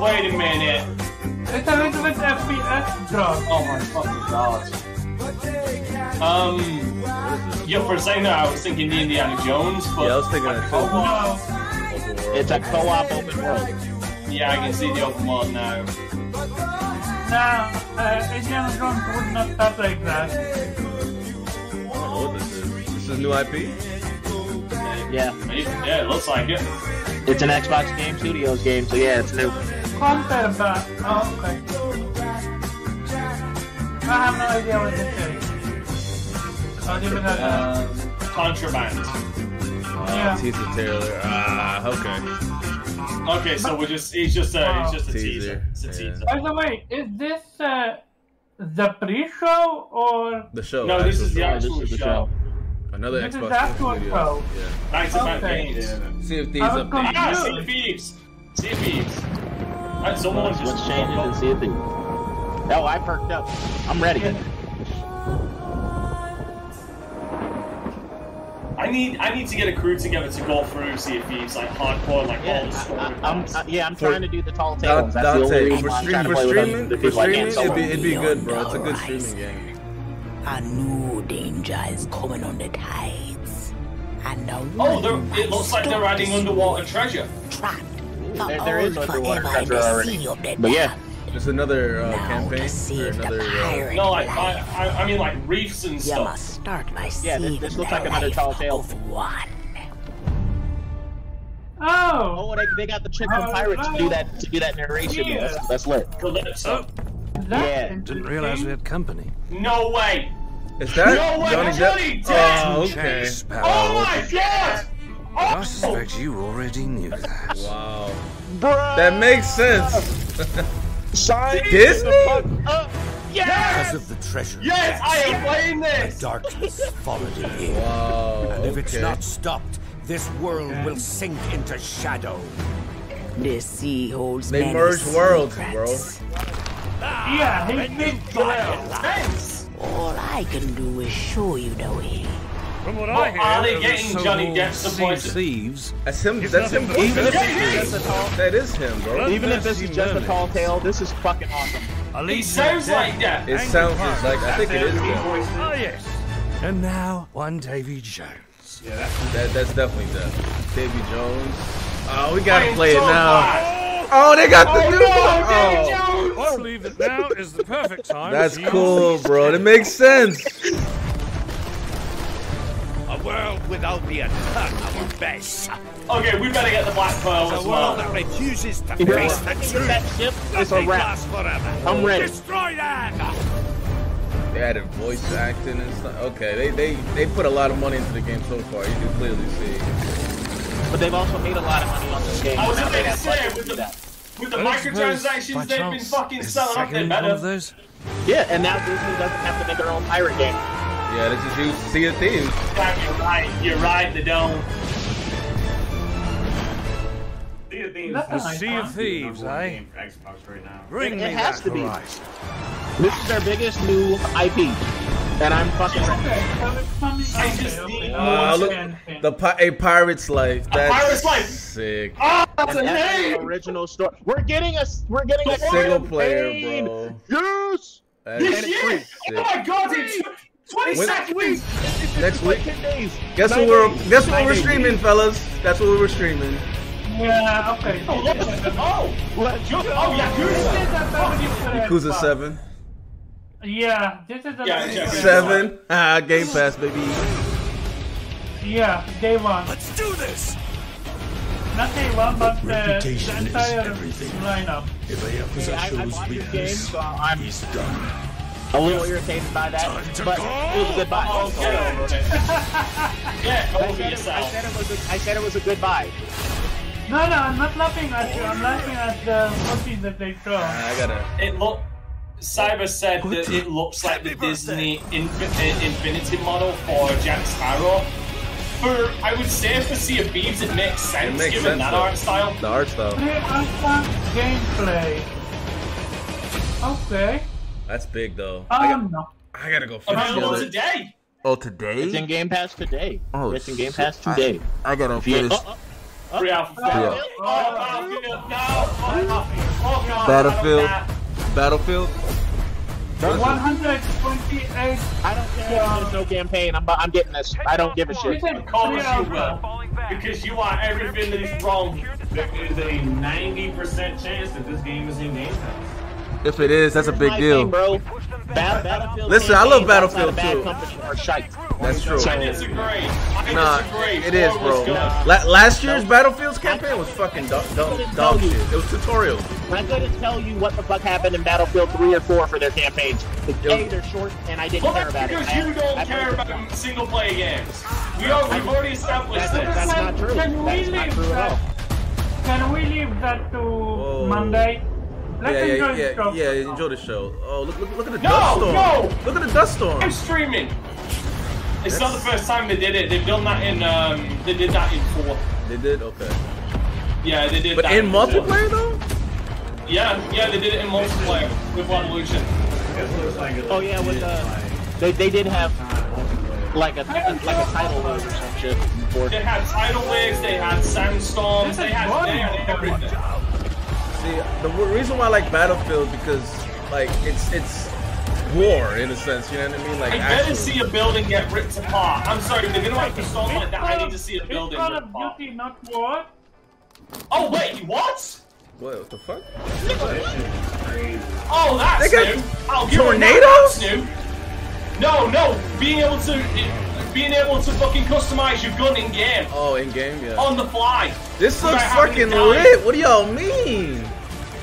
D: Wait a minute.
B: It's a little bit FPS drop.
D: Oh my fucking god. Um. Yeah, for a second there, I was thinking the Indiana Jones, but.
A: Yeah, I was thinking that too.
D: Oh, wow.
B: No,
A: Open world.
E: It's a co-op open world.
D: Yeah, I can see the open world now.
B: no, uh, Indiana Jones would not start like that.
A: I don't know what this is. This is new IP.
E: Yeah,
D: Yeah, it looks like it.
E: it's an Xbox Game Studios game, so yeah, it's new.
B: Counter back. Oh, okay. I have no idea what this is. I don't even know.
D: Um, contraband.
A: Oh,
B: Yeah.
A: teaser trailer. Ah, okay.
D: Okay, so we're just—he's just a—he's just a
A: Teaser,
D: teaser. It's a
A: yeah.
D: teaser.
B: By the way, is this uh, the pre-show or
A: The show.
D: No, this is the
A: Actual
D: actual show.
A: Another
B: This is
A: Xbox
B: the actual
A: Studios.
B: show.
A: Yeah.
D: Knights of Mad
B: Okay. Uh-huh.
D: Games.
A: See if these
B: I was
A: updates.
D: Ah, Sea of Thieves. Sea of Thieves. That's someone
E: Let's,
D: just
E: let's change it and see if they. Oh, I perked up. I'm ready.
D: [LAUGHS] I need I need to get a crew together to go through Sea of Thieves like hardcore like all the story.
E: I'm, uh, yeah, I'm
A: For-
E: trying to do the tall
A: Da-
E: tables. That's the only
A: Dante,
E: reason
A: for
E: why I'm
A: stream-
E: trying to
A: for
E: play with
A: streaming,
E: other
A: for
E: people I can't
A: streaming, it'd
E: solo.
A: be, it'd be good, bro. It's a good streaming game.
N: A new danger is coming on the tides. And a
D: Oh,
N: woman
D: they're, it looks like they're adding underwater treasure.
N: for
E: There- there
N: all
E: is underwater
N: forever in
E: treasure
N: the
E: already.
N: sea of the
E: But yeah,
A: It's another uh, campaign. Or another, uh,
D: No, like I, I, I mean like reefs and
N: You
D: stuff.
N: must start by
E: yeah,
N: seeing
E: this, this looks
N: the
E: like another
N: life
E: tall tale.
N: of one.
B: Oh,
E: Oh, they, they got the chick from
B: Oh,
E: Pirates to
B: no.
E: do that to do that narration.
B: Yeah.
E: That's, that's lit.
D: Calypso.
E: Yeah.
B: that's
O: Didn't realize we had company.
D: No way.
A: is that
D: No way,
A: Johnny
D: Johnny
A: Depp?
D: Depp!
A: Oh,
O: Jack
A: okay.
O: Sparrow.
D: Oh my god! Oh.
O: I suspect you already knew that.
A: Wow.
E: Bruh!
A: That makes sense. [LAUGHS]
E: Sign
A: Disney?
E: the fuck up.
D: Oh.
O: Because
D: Yes!
O: of the treasure.
D: Yes, I am playing this!
O: Darkness followed it here.
A: Wow.
O: And if it's
A: okay.
O: not stopped, this world will sink into shadow.
N: The sea holds
A: They
N: many
A: merged worlds, bro.
N: secrets.
B: yeah, he did well.
D: Thanks!
N: All I can do is show you the way.
O: From what
D: What are they getting Johnny Depp's appointment?
O: thieves.
A: That's him. That's him.
O: nothing but
A: Even if
D: treasure.
A: that's a tall- that is him, bro.
E: Even if this is just a tall tale, this is fucking awesome.
D: He sounds like that.
A: It sounds just like I think it is him.
O: Oh yes. And now one Davy Jones.
A: That, that's definitely Depp. Davy Jones. Oh, we
D: I
A: gotta
D: am
A: play it
D: so
A: now.
D: glad.
A: Oh, they got the
D: Oh,
A: new
D: no,
A: one.
D: Davy
A: Oh,
D: Jones!
O: I believe that now is the perfect time.
A: that's cool, bro. That makes sense.
O: A world without the eternal base.
D: Okay, we better get the black pearl as well.
O: refuses to
E: Yeah. That ship is a wrap.
O: forever.
E: I'm ready.
O: Destroy them.
A: They added voice acting and stuff. Okay, they they they put a lot of money into the game so far. You can clearly see.
E: But they've also made a lot of money on this game.
D: I was
E: Now
D: about
E: they
D: to
E: have
D: say,
E: budget to
D: with
E: do
D: the,
E: that.
D: with the microtransactions they've been fucking selling up, they better.
O: those?
E: Yeah, and now Disney doesn't have to make their own pirate game.
A: Yeah, they just use Sea of Thieves.
D: Damn, you're right, you're right, they don't.
C: Sea of Thieves.
B: That's
C: is
B: nice.
C: the
B: Sea of
C: number
O: Thieves,
C: one
O: eh?
C: game for Xbox right now.
O: Bring
E: It-
O: me
E: it has
O: that
E: to be.
O: horizon.
E: This is their biggest new IP, and I'm fucking ready.
B: Okay, so it's coming out there, okay.
A: Wow, look, the pi- a pirate's life. That's
D: pirate's life.
A: Sick.
D: Ah, that's a
E: An actual
D: name!
E: original story. We're getting a we're getting a
A: Single
E: campaign!
A: player, bro.
E: Yes.
A: That's
D: This year!
A: sick.
D: Oh my god, it's 20
A: When-
D: seconds!
A: Next
E: Like
A: week.
E: 10 days.
A: Guess
E: Nine
A: what we're
E: days.
A: guess what
E: Nine
A: we're
E: days.
A: streaming, fellas. That's what we were streaming.
B: Yeah, okay.
D: Oh, look at that. Oh!
E: Let's
D: Yo-
E: go.
D: Oh, Yakuza!
A: Yakuza Seven.
B: Yeah, this is a
D: Yeah, check it.
A: Seven. [LAUGHS] Ah, Game Pass, baby.
B: Yeah, day one.
O: Let's do this.
B: Not day one, but uh, the, the
O: Reputation is
B: entire
O: everything.
B: lineup.
O: If Ayakusa
E: I, I bought this game, so I'm
O: he's done.
E: a little irritated by that,
O: Time to
E: but
O: go.
E: it was a good buy.
D: Oh, get over [LAUGHS] it. Get
E: I
D: over
E: said, it, I said
D: yourself.
E: it was a, I said it was a good buy.
B: No, no, I'm not laughing at you. I'm laughing at the movies that they show.
A: I gotta.
D: It look. Cyber said that it looks like the Disney Infin- Infinity model for Jack Sparrow. For I would say for Sea of Thieves, it makes sense
A: makes
D: given
A: sense,
D: that
A: though.
D: art style.
A: The art style.
B: Pre-alpha gameplay. Okay.
A: That's big though. I, got,
B: Um, no.
A: I gotta go finish the
D: Available
A: other.
D: today.
A: Oh,
E: It's in
A: today?
E: Game Pass today.
A: Oh,
E: it's in Game
A: shit.
E: Pass today.
A: I gotta
E: If you-
A: finish.
E: oh, oh, oh.
D: Free alpha.
A: Yeah.
D: Oh, Battlefield. No. Oh, God.
A: Battlefield.
D: I don't care.
A: Battlefield. Listen,
B: 128.
E: I don't care. if There's no campaign. I'm, bu- I'm getting this. I don't give a shit.
B: Listen,
D: Of course you
B: pre-alpha.
D: will. Because you are everything that is wrong.
C: There is a 90% chance that this game is in Game Pass.
A: If it is, that's a big
E: My thing,
A: deal.
E: bro. Ba- Battlefield
A: Listen, I love
E: campaigns outside of
A: Battlefield
E: Bad Company are shite.
A: That's true.
D: I disagree. I
A: Nah,
D: disagree.
A: it is,
D: Four was
A: bro.
D: good.
A: La- last year's Battlefield's campaign was fucking dog, dog, dog shit. It was tutorials.
E: I couldn't tell you what the fuck happened in Battlefield 3 or 4 for their campaigns. A, they're short, and I didn't
D: Well,
E: care
D: that's
E: about
D: because
E: it. I-
D: you don't
E: I-
D: care about single player games. We are, we've already
E: That's,
D: established this.
E: that's not true.
B: Can we
E: That's not
B: leave
E: true at all.
B: that? Can we leave that to Monday?
A: yeah, yeah,
B: enjoy the
A: yeah,
B: show.
A: yeah, Enjoy the show. Oh, look, look, look at the
D: No,
A: dust storm.
D: no!
A: Look at the dust storm.
D: I'm streaming. It's not the first time they did it. They've done that in um, they did that in four.
A: They did okay.
D: Yeah, they did.
A: But
D: that
A: in
D: four.
A: multiplayer though.
D: Yeah, yeah, they did it in multiplayer with one Lucian.
E: Oh yeah, with uh, they they did have like a like a title load or some shit. For
D: They had tidal waves. They had sandstorms. They had, they had everything.
A: See, the w- reason why I like Battlefield because like it's it's war in a sense. You know what I mean? Like
D: I better
A: actual-
D: see a building get ripped apart. I'm sorry, they're gonna make a song like that. I need to see a building
B: Call
D: ripped
B: of
D: apart.
B: Duty, not war.
D: Oh wait, what?
A: What, what the fuck?
D: Oh, that's
A: They got
D: new. Oh, you're
A: tornadoes?
D: That's new. No, no, being able to, being able to fucking customize your gun in game
A: Oh, in game, yeah.
D: on the fly.
A: This looks
D: Without having
A: fucking
D: to die.
A: lit. What do y'all mean?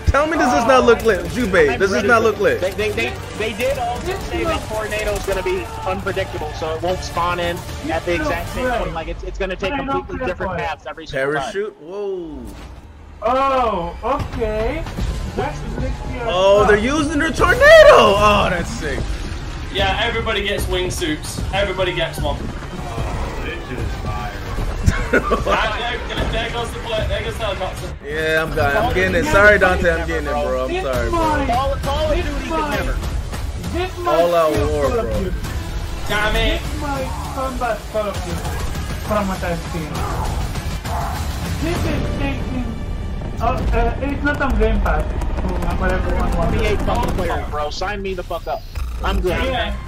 A: Tell me does this not look lit, Jubei? Does this not look lit?
E: They they they, they did also say that tornado's gonna be unpredictable, so it won't spawn in at the exact same point. Like it's it's gonna take completely different paths every single time.
A: Parachute? Whoa.
B: Oh, okay. That's
A: Oh, they're
E: uh,
A: using their tornado. Oh, that's sick.
D: Yeah, everybody gets wingsuits. Everybody gets
A: [LAUGHS]
D: one. Ah, there, there- there goes the play, there goes the helicopter.
A: Yeah, I'm dying. I'm getting it. Sorry, Dante. I'm getting it, bro. I'm sorry, bro.
E: Call, Call of Duty could never.
A: All out war, bro.
D: Damn it!
B: This might combat Call of Duty, from what I've seen. This is taking. Uh, uh, it's not on Game Pass. so Whatever one wants.
E: 28 fucking player, bro. Sign me the fuck up. I'm good.
D: Damn it!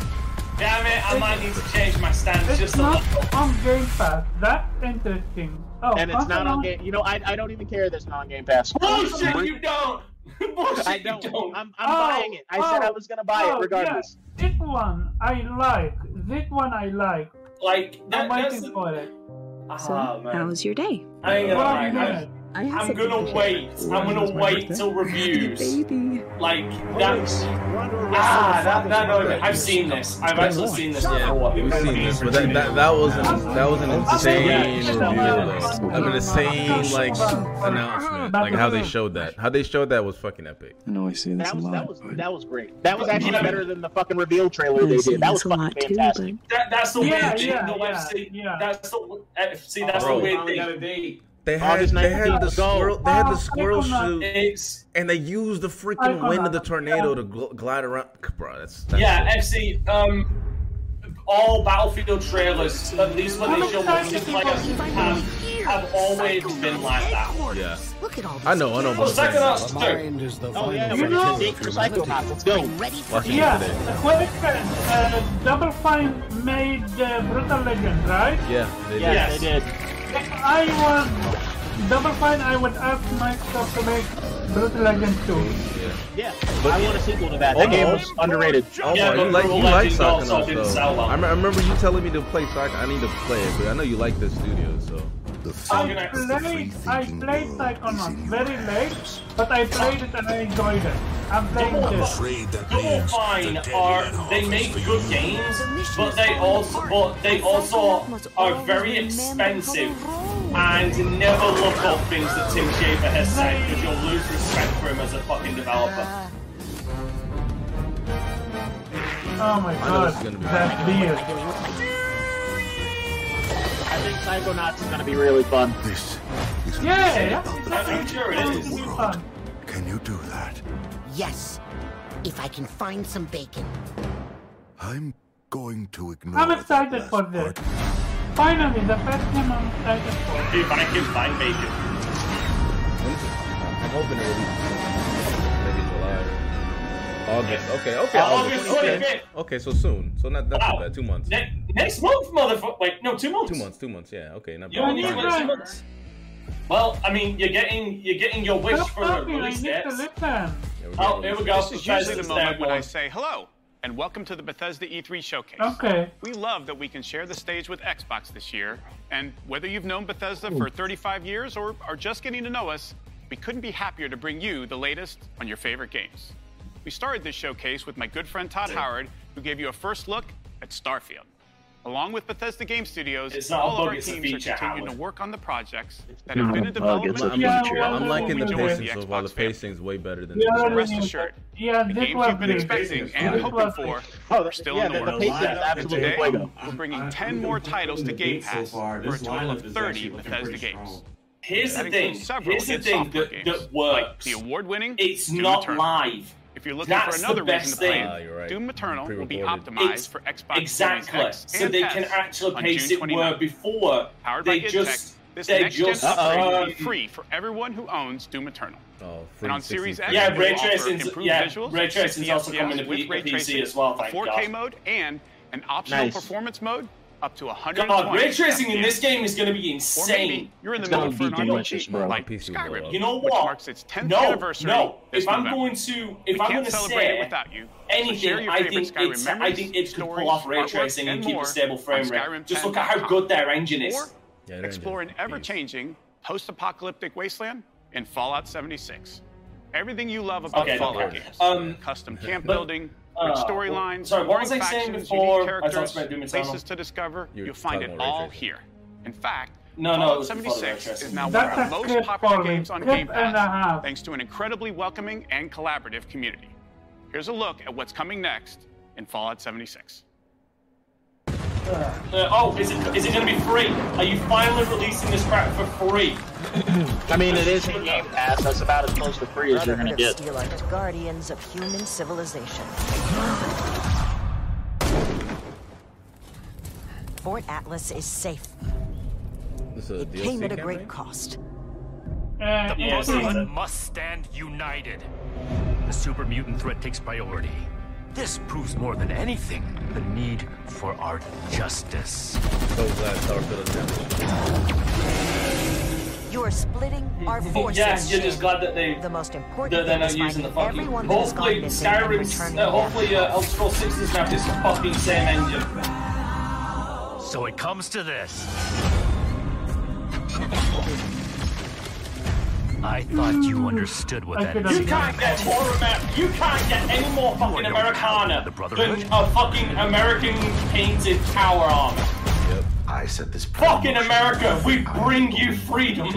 D: Damn it! I might need to change my stance
B: It's
D: just a
B: not
D: little.
B: on Game Pass. That's interesting. Oh,
E: and it's not on
B: Game.
E: game. You know, I, I don't even care that it's not on Game Pass.
D: Bullshit! You don't. [LAUGHS] Bullshit!
E: I
D: You don't.
E: I'm, I'm buying it. I said I was gonna buy
B: oh,
E: it regardless.
B: yeah. This one I like. This one I like.
D: Like
B: I'm
D: that, that's
B: waiting
D: the,
B: for it.
P: So, how was your day?
D: I ain't gonna
B: Well,
D: lie,
B: you
D: I-
P: I had
D: I'm
P: something
D: gonna
P: to
D: wait. I'm gonna wait till reviews. Like that's ah, that, that, that, I've seen this. I've actually seen this before.
A: We've seen this, but that, that, that was an, that was an insane review. though. I mean, the same like announcement, like how they showed that. How they showed that was fucking epic.
Q: I know I say this
E: That
Q: a
E: was
Q: lot.
E: that was that was great. That was actually
Q: Yeah.
E: better than the fucking reveal trailer they did. That was fucking fantastic.
D: That, that's the
B: Yeah,
D: weird thing.
B: yeah,
D: the
B: yeah,
D: website. That's the uh, see. That's
A: Bro.
D: the weird
A: Finally
D: thing.
A: got
D: date.
A: They had
E: August
A: they had the
E: 19th, go.
A: squirrel they had
D: Oh,
A: the squirrel
D: Icona.
A: suit, and they used the freaking wind of the tornado to gl- glide around. Bro, that's, that's
D: Yeah, FC. Um, all Battlefield trailers, at least when they show multiplayer, have, have always been like that.
A: Yeah.
D: Look at all.
A: I know, I know.
D: Well, Psychonauts
A: Watch
D: too.
E: Oh yeah,
A: You
E: we're
A: know-
E: gonna date for Psychonauts. Let's go.
A: it
B: Yeah,
A: today.
B: a quick uh, Double Fine made uh, Brutal Legend, right?
A: Yeah, they
E: Yeah,
A: did.
E: they did.
B: If I was Double Fine, I would ask myself to make Brutal Legend 2.
E: Yeah, I want a sequel to that. That
B: Oh,
E: game was underrated.
A: Oh, yeah, you like you like Psychonauts though. I, me- I remember you telling me to play Psych. I need to play it, but I know you like the studio, so.
B: I played, I played Psychonauts very late, but I played it and I enjoyed it. I'm playing this.
D: Double Fine are uh, they make good games, but they also but they also are very expensive and never look up things that Tim Schafer has said because you'll lose respect for him as a fucking developer.
B: Oh my god, that beard.
E: I think Psychonauts is gonna be really fun.
K: This is
B: Yeah,
D: I'm sure it is.
K: Can you do that?
P: Yes, if I can find some bacon.
K: I'm going to ignore.
B: I'm excited for this. Finally, the first game I'm excited for.
D: If I can find bacon.
A: I'm hoping it will be maybe July. August. Okay, okay.
D: Oh, August
A: okay.
D: 25th.
A: okay, so soon. So not, not
D: Wow.
A: too bad. Two months.
D: Ne- next month, motherfucker. Wait, no, two months.
A: Two months, two months. Yeah, okay. Not
D: You only
A: bad.
D: need like two months. Well, I mean, you're getting you're getting your wish for a
B: Fucking, I
D: release
B: need
D: date.
B: to listen.
D: Oh, here we go.
R: This is usually the
D: Bethesda's
R: moment when
D: there.
R: I say hello and welcome to the Bethesda E3 showcase.
B: Okay.
R: We love that we can share the stage with Xbox this year, and whether you've known Bethesda for 35 years or are just getting to know us, we couldn't be happier to bring you the latest on your favorite games. We started this showcase with my good friend Todd Howard, who gave you a first look at Starfield. Along with Bethesda Game Studios,
D: It's not a
R: all of
D: bug,
R: our
D: it's a
R: teams
D: feature,
R: are continuing
D: Howard.
R: to work on the projects that
D: Not
R: have been
D: a
R: in
D: bug,
R: development.
D: it's a
R: for
A: I'm,
R: years.
A: I'm, I'm liking the
R: We joined
A: pacing so far. The pacing's way better than the
R: Rest assured,
B: Yeah,
R: the
B: this
R: games
B: was
R: you've been
B: big.
R: expecting
B: This
R: and
B: was
R: hoping
B: big.
R: for
B: Oh,
R: are still
B: yeah,
R: in the,
B: the- the
R: works.
B: pacing is absolutely
R: Today,
B: fuego.
R: we're bringing 10 more titles to Game Pass for a total of 30 Bethesda games.
D: Here's the
R: That
D: thing.
R: includes several
D: Here's the
R: hit
D: thing
R: software
D: that,
R: games,
D: that works.
R: the award-winning
D: It's
R: Doom
D: not
R: Eternal.
D: live.
R: If you're looking
D: That's
R: for another
D: the
R: reason
D: best
R: to play,
D: thing.
R: it,
A: Ah,
R: Doom Eternal will be
D: Pre-recorded.
R: optimized
D: It's-
R: for Xbox
D: exactly.
R: Series X
D: so
R: and
D: they
R: S
D: can actually
R: on
D: pace
R: June
D: it where
R: 29th.
D: before
R: Powered
D: they
R: by Intech,
D: just
R: this
D: they
R: next-gen
D: just
R: upgrade will be
D: uh,
R: free for everyone who owns Doom Eternal.
A: Oh, free
R: And on Series
A: 60.
R: X,
D: Yeah,
R: they
D: ray
R: will offer
D: tracing's-
R: improved
D: yeah,
R: visuals,
D: ray tracing's
R: 60
D: also coming to
R: FPS with
D: P-
R: ray
D: PC
R: tracing,
D: as well,
R: a
D: thank
R: 4K
D: God.
R: mode and an optional
D: Nice.
R: performance mode up to 120.
D: God, ray tracing in this
R: FPS.
D: game is going to be
R: Or
D: insane.
R: maybe you're in the middle for an RPG, like Skyrim,
D: You know
R: which
D: what?
R: marks its 10th
D: no,
R: anniversary
D: No,
R: this
D: if I'm
R: November.
D: going to,
R: We
D: if I'm
R: can't
D: going to
R: celebrate
D: say
R: it without you, so share
D: anything,
R: your
D: I
R: favorite
D: think
R: Skyrim
D: it's, I
R: memories,
D: think it could
R: stories,
D: pull off ray
R: artwork,
D: tracing and,
R: and
D: keep
R: more
D: a stable frame
R: on
D: rate.
R: Skyrim
D: Just look at how
R: 10.com.
D: good their engine is.
R: Or
A: Yeah, they're
R: explore an ever-changing post-apocalyptic wasteland in Fallout 76. Everything you love about
D: Okay, don't
R: Fallout
D: care.
R: games,
D: Um, [LAUGHS]
R: custom camp
D: but,
R: building,
D: uh,
R: rich storylines,
D: sorry, what was
R: warring
D: I saying
R: factions,
D: before I
R: unique
D: talked
R: characters,
D: about Doom Eternal?
R: places to discover,
D: You were
R: you'll find
D: talking
R: it
D: about ray
R: all
D: tracing.
R: here. In fact,
D: No, no, it
R: Fallout
D: was before the
R: 76
D: ray tracing.
R: is now one
D: That's
R: of the
D: a
R: most
D: script
R: popular
D: for me.
R: games on
D: Script
R: Game
D: and a
R: Pass,
D: half.
R: thanks to an incredibly welcoming and collaborative community. Here's a look at what's coming next in Fallout 76.
D: Uh, oh, is it is it going to be free? Are you finally releasing this crap for free?
E: [CLEARS THROAT] I mean, it is in Game Pass. That's about as close to free as you're gonna
Q: Brotherhood of
E: get.
Q: Steelite, guardians of human civilization. Fort Atlas is safe.
A: This is a
Q: It came
A: DLC
Q: at a
A: campaign?
Q: great cost.
B: uh,
F: The
Q: yeah,
F: Brotherhood
Q: it's-
F: must stand united. The super mutant threat takes priority. This proves more than anything the need for our justice.
A: So glad Starfield doesn't have one.
Q: You are
D: [LAUGHS]
Q: splitting our forces.
D: yes, you're just glad that they
Q: the most important
D: that they're
Q: thing
D: not
Q: is finding
D: using the fucking.
Q: everyone that has gone
D: Hopefully,
Q: missing and
D: Skyrim,
Q: returning
D: uh,
Q: them.
D: hopefully, uh, Elder Scrolls Six doesn't have this fucking same engine.
F: So it comes to this. I thought you understood what that
D: You can't
F: is.
D: get more Amer- You can't get any more fucking Americana than a fucking American painted tower armor.
S: I set this plan.
D: Fucking America, we bring you freedom.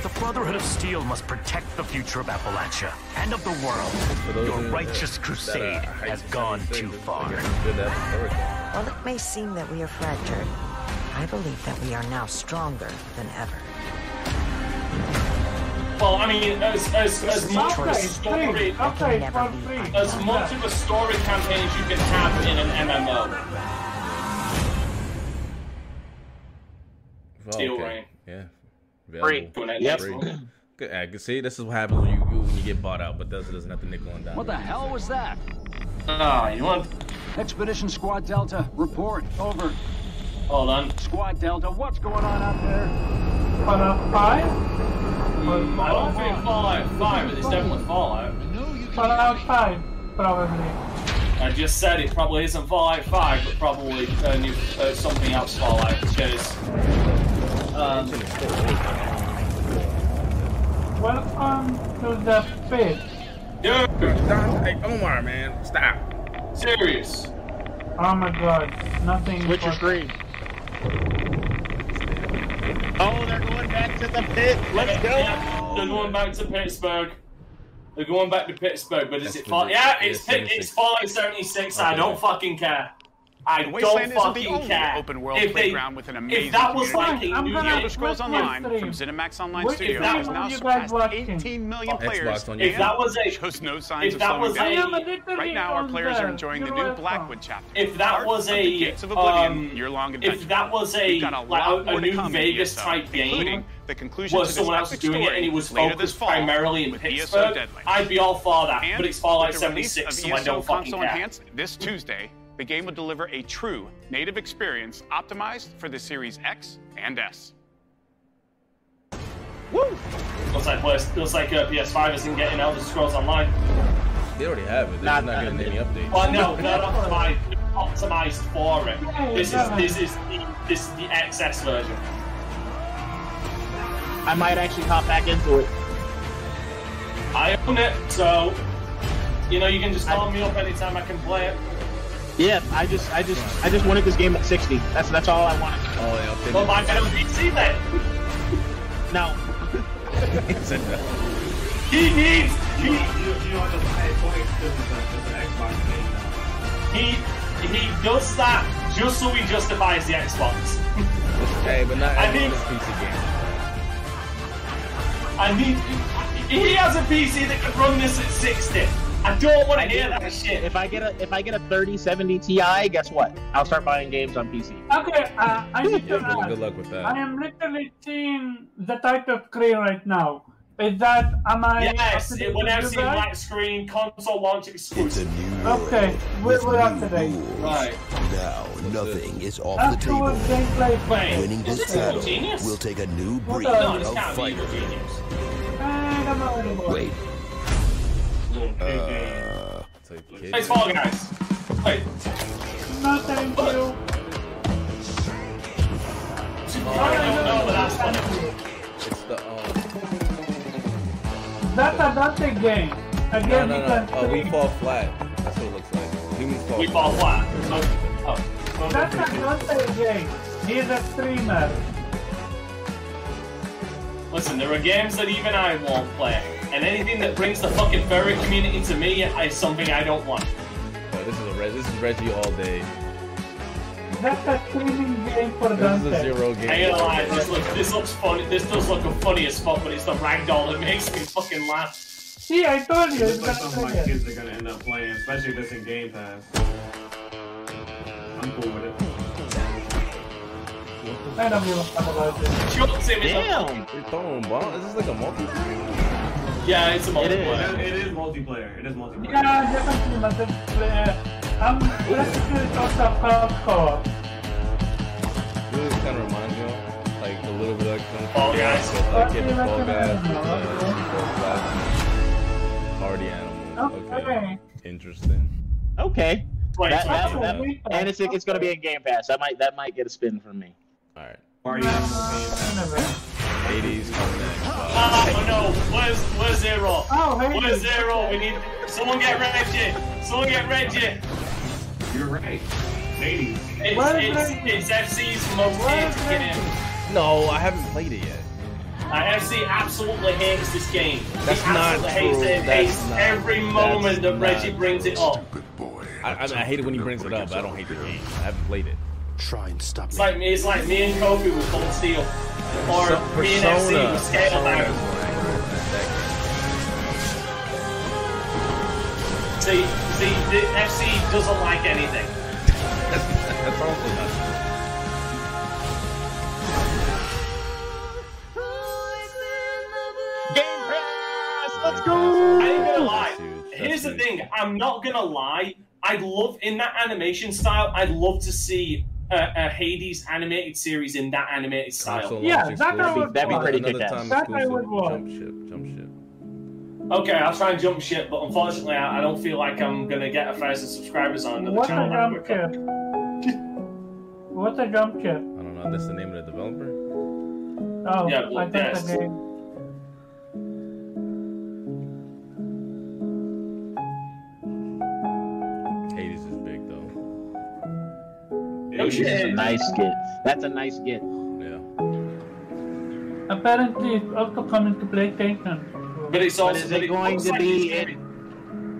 F: The Brotherhood of Steel must protect the future of Appalachia and of the world. Your righteous crusade has gone too far.
Q: While it may seem that we are fractured, I believe that we are now stronger than ever.
D: Well, I mean, as as as much of a
Q: Okay,
D: story,
Q: okay,
D: as much of a story campaign as you can have in an MMO.
A: Oh,
D: Steel
A: okay.
D: Rain.
A: Yeah.
D: Free.
A: Available.
D: Doing that next
A: Free.
D: month.
A: Good. yeah, good. See, this is what happens when you, you when you get bought out, but Bethesda doesn't have to nickel and dime.
T: What the hell was that?
D: Ah, you want?
T: Expedition Squad Delta, report. Over.
D: Hold on.
T: Squad Delta, what's going on out there?
B: But uh, five?
D: Hmm, I don't think Fallout Five, but it's definitely Fallout.
B: But uh, five, probably.
D: I just said it probably isn't Fallout 5, but probably uh, new, uh, something else Fallout because. Um,
B: Welcome um, to the pit.
D: Dude,
A: stop. Hey, Omar, man, stop.
D: Serious.
B: Oh my god, nothing. Which is green.
E: Oh, they're going back to the pit. Let's go.
D: yeah, they're going back to Pittsburgh. They're going back to Pittsburgh, but is it Fallout?
R: legit.
D: Yeah,
R: Yeah,
D: it's, Pit- it's
R: 76.
D: Fallout 76. I
R: Okay.
D: don't fucking care. I
R: And
D: don't
R: Wasteland isn't the
D: fucking
R: only
D: care.
R: open world
D: if they-
R: playground with an amazing
D: If that was
R: community.
D: fucking
R: I'm
D: New
R: gonna-
D: Game-
R: Elder Scrolls Online from ZeniMax Online
D: What- if
R: Studios
D: that
R: has
D: was
R: now
D: you guys
R: surpassed
D: watching?
R: 18 million
D: Xbox
R: players.
D: on your If that phone. was a-
R: shows no signs
D: if
R: of
D: that
R: slowing
D: was a- I am
R: down.
D: literally
R: Right now, our
D: on
R: players
D: there.
R: are enjoying the
D: You're
R: new
D: welcome.
R: Blackwood chapter.
D: If that
R: Part
D: was
R: of
D: a,
R: the Gates of Oblivion
D: um,
R: year-long
D: if
R: adventure.
D: that was a-
R: We've got a,
D: like,
R: lot
D: a-
R: more
D: a
R: to
D: New
R: come in
D: Vegas
R: ESO,
D: type game
R: including the conclusion
D: where
R: to this
D: someone else
R: epic
D: doing it
R: story
D: and it was
R: later this
D: focused
R: fall
D: primarily in
R: with ESO
D: Pittsburgh,
R: Deadlands.
D: I'd be all for that,
R: And
D: but it's Fallout
R: with the release
D: 76,
R: of
D: so I
R: ESO
D: don't fucking
R: console
D: care.
R: Enhanced this Tuesday, the game will deliver a true native experience optimized for the Series X and S.
D: Looks like, PS- looks like uh, PS5 isn't getting Elder Scrolls Online.
A: They already have it. They're just not getting any updates.
D: Well, no, they're not optimized, optimized for it. This is this is the, this is the XS version.
E: I might actually hop back into it.
A: Oh,
D: I own it, so you know you can just call me up anytime I can play it.
E: Yeah, I just, I just, I just wanted this game at 60. That's that's all I wanted.
A: Oh, yeah.
D: Well, my better PC then.
A: [LAUGHS]
E: No,
D: He needs.
C: You, you, you don't just pay points because it's an Xbox game now.
D: He he does that just so he justifies the Xbox.
A: Hey, but not
D: I
A: everyone
D: mean-
A: is PC game.
D: I mean, he has a PC that could run this at 60. I don't want to
E: I
D: hear
E: do.
D: that shit.
E: If I get a if I get a 3070 Ti, guess what? I'll start buying games on PC.
B: Okay, uh, I need to
A: Yeah,
B: add.
A: good luck with
B: I
A: that.
B: am literally seeing the title screen right now. Is that am I?
D: Yes,
B: up to
D: it will now
B: date with
D: see
B: that? Oh.
D: black screen, console launch exclusive.
B: Okay, we're, we're up today.
D: Right.
U: Now nothing is off the
B: Actual
U: table.
B: gameplay.
U: Winning
D: is
U: this
D: this evil
U: battle
D: genius?
U: will take a new
B: What
U: breed
B: the-
D: No, this
U: of
D: can't be evil
U: fighter.
D: genius.
B: And I'm out of the
U: Wait. Uh,
D: Hey, Fall Guys. Wait,
B: No, thank you.
D: I don't know, but that's funny.
A: It's the um.
B: That's a Dante game. A
A: No,
B: game
A: no,
B: you
A: no.
B: can
A: Oh, we
B: play.
A: fall flat. That's what it looks like. Humans fall.
D: We
A: flat.
D: fall flat. Oh, oh.
B: That's a Dante game. He's a streamer.
D: Listen, there are games that even I won't play, and anything that brings the fucking furry community to me is something I don't want.
A: Oh, this is a Reg- this is Reggie all day.
B: That's a streaming game for
A: This is
B: Dante.
A: a zero game.
D: I ain't gonna lie,
A: all
D: this
A: day.
D: looks this looks funny. This does look funny as fuck, but it's the ragdoll that [LAUGHS] makes me fucking laugh.
B: See, I told you.
C: It's
B: It's
C: like something
B: Dante
C: my
B: game.
C: kids are gonna end up playing, especially if it's in Game Pass. I'm cool with it.
B: I don't give a fuck about this.
D: Chuck's him in the-
E: Damn.
A: You're throwing bombs. Is this like a multi?
D: Yeah, it's a
C: It
D: multiplayer.
C: it is multiplayer. It is multiplayer.
B: Yeah, definitely mustn't play. I'm practically out of hardcore.
A: Really kind of reminds me of like a little bit like some
D: Fall Guys.
A: Like, yeah,
B: Fucking
A: Fall
B: like
A: Guys.
B: an animal.
A: yeah, Fall Flat. Party animal.
B: Okay.
A: Okay. Interesting.
E: Okay.
D: Wait,
E: That-
D: wait,
E: that-
D: wait.
E: that- And it's it's gonna be in Game Pass. That might that might get a spin from me.
A: All right.
C: Party
A: Eighties coming in.
D: Oh no, where's where's Zero?
B: Oh, hey.
D: Where's Zero? We need someone get Reggie. Someone get Reggie.
C: You're right. Ladies.
D: It's
B: Where's
D: it's, it's FC's most
B: Where's
D: hated game.
A: No, I haven't played it yet.
D: Uh, FC absolutely hates this game.
A: That's
D: he
A: not
D: absolutely hates
A: true.
D: it.
A: That's
D: hates
A: not-
D: every moment that
A: that's
D: Reggie
A: not
D: brings it up.
K: Boy.
A: I, I, mean, I hate it when he brings it up, but I don't hate the game. I haven't played it.
O: Try and stop
D: It's
O: me.
D: like me. It's like me and Kobe with Cold Steel, or me and FC with Scalebound. See, see, the FC doesn't like anything.
A: That's also not.
E: Game Pass. Let's
D: I ain't
E: go.
D: gonna lie.
A: That's huge. That's
D: Here's the
A: huge.
D: thing. I'm not gonna lie. I'd love in that animation style. I'd love to see a, a Hades animated series in that animated style.
A: Console
B: Yeah,
A: launch
B: that I
A: exclusive.
B: would That'd be want.
E: pretty kick-ass.
A: time
B: That I would
A: exclusive.
B: want.
A: Jump ship, jump ship.
D: Okay, I'll try and jump ship, but unfortunately, I, I don't feel like I'm gonna get a thousand subscribers on another
B: What a
D: channel.
B: jump ship. What a jump ship.
A: I don't know. That's the name of the developer.
B: Oh,
D: Yeah, well,
B: I think
D: yes.
B: the game.
A: Hades is big though.
D: No shit.
E: Nice get. That's a nice get.
A: Yeah.
B: Apparently, it's also coming to PlayStation.
D: But it's
E: But
D: also
E: is
D: but
E: it going
D: looks
E: to
D: like
E: be
D: it's-
E: in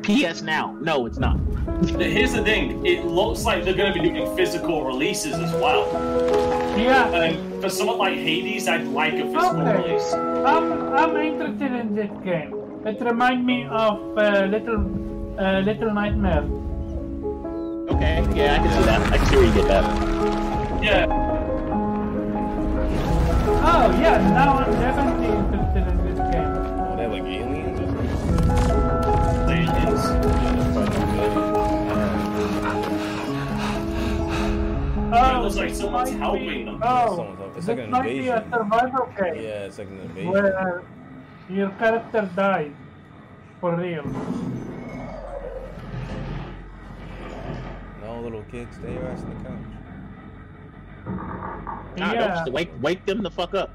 E: PS Now? No, it's not.
D: Here's the thing. It looks like they're going to be doing physical releases as well.
B: Yeah,
D: And for someone like Hades, I'd like a physical
B: Okay. Um,
D: release.
B: I'm I'm interested in this game. It reminds me of uh, Little uh, Little Nightmare.
E: Okay. Yeah, I can see that. I can see where you get that.
D: Yeah.
B: Oh yeah, now I'm definitely interested in this game.
A: Oh, they have like aliens or something.
D: Aliens.
B: Oh,
D: looks like someone's
B: might
D: helping them.
B: Oh,
A: Someone's helping-
B: this
A: it's like an
B: might be a
A: invasion.
B: survival game
A: Yeah, it's like an invasion.
B: where your character dies for real.
A: No little kids, stay your ass on the couch.
E: Nah,
B: yeah.
E: don't, wake wake them the fuck up.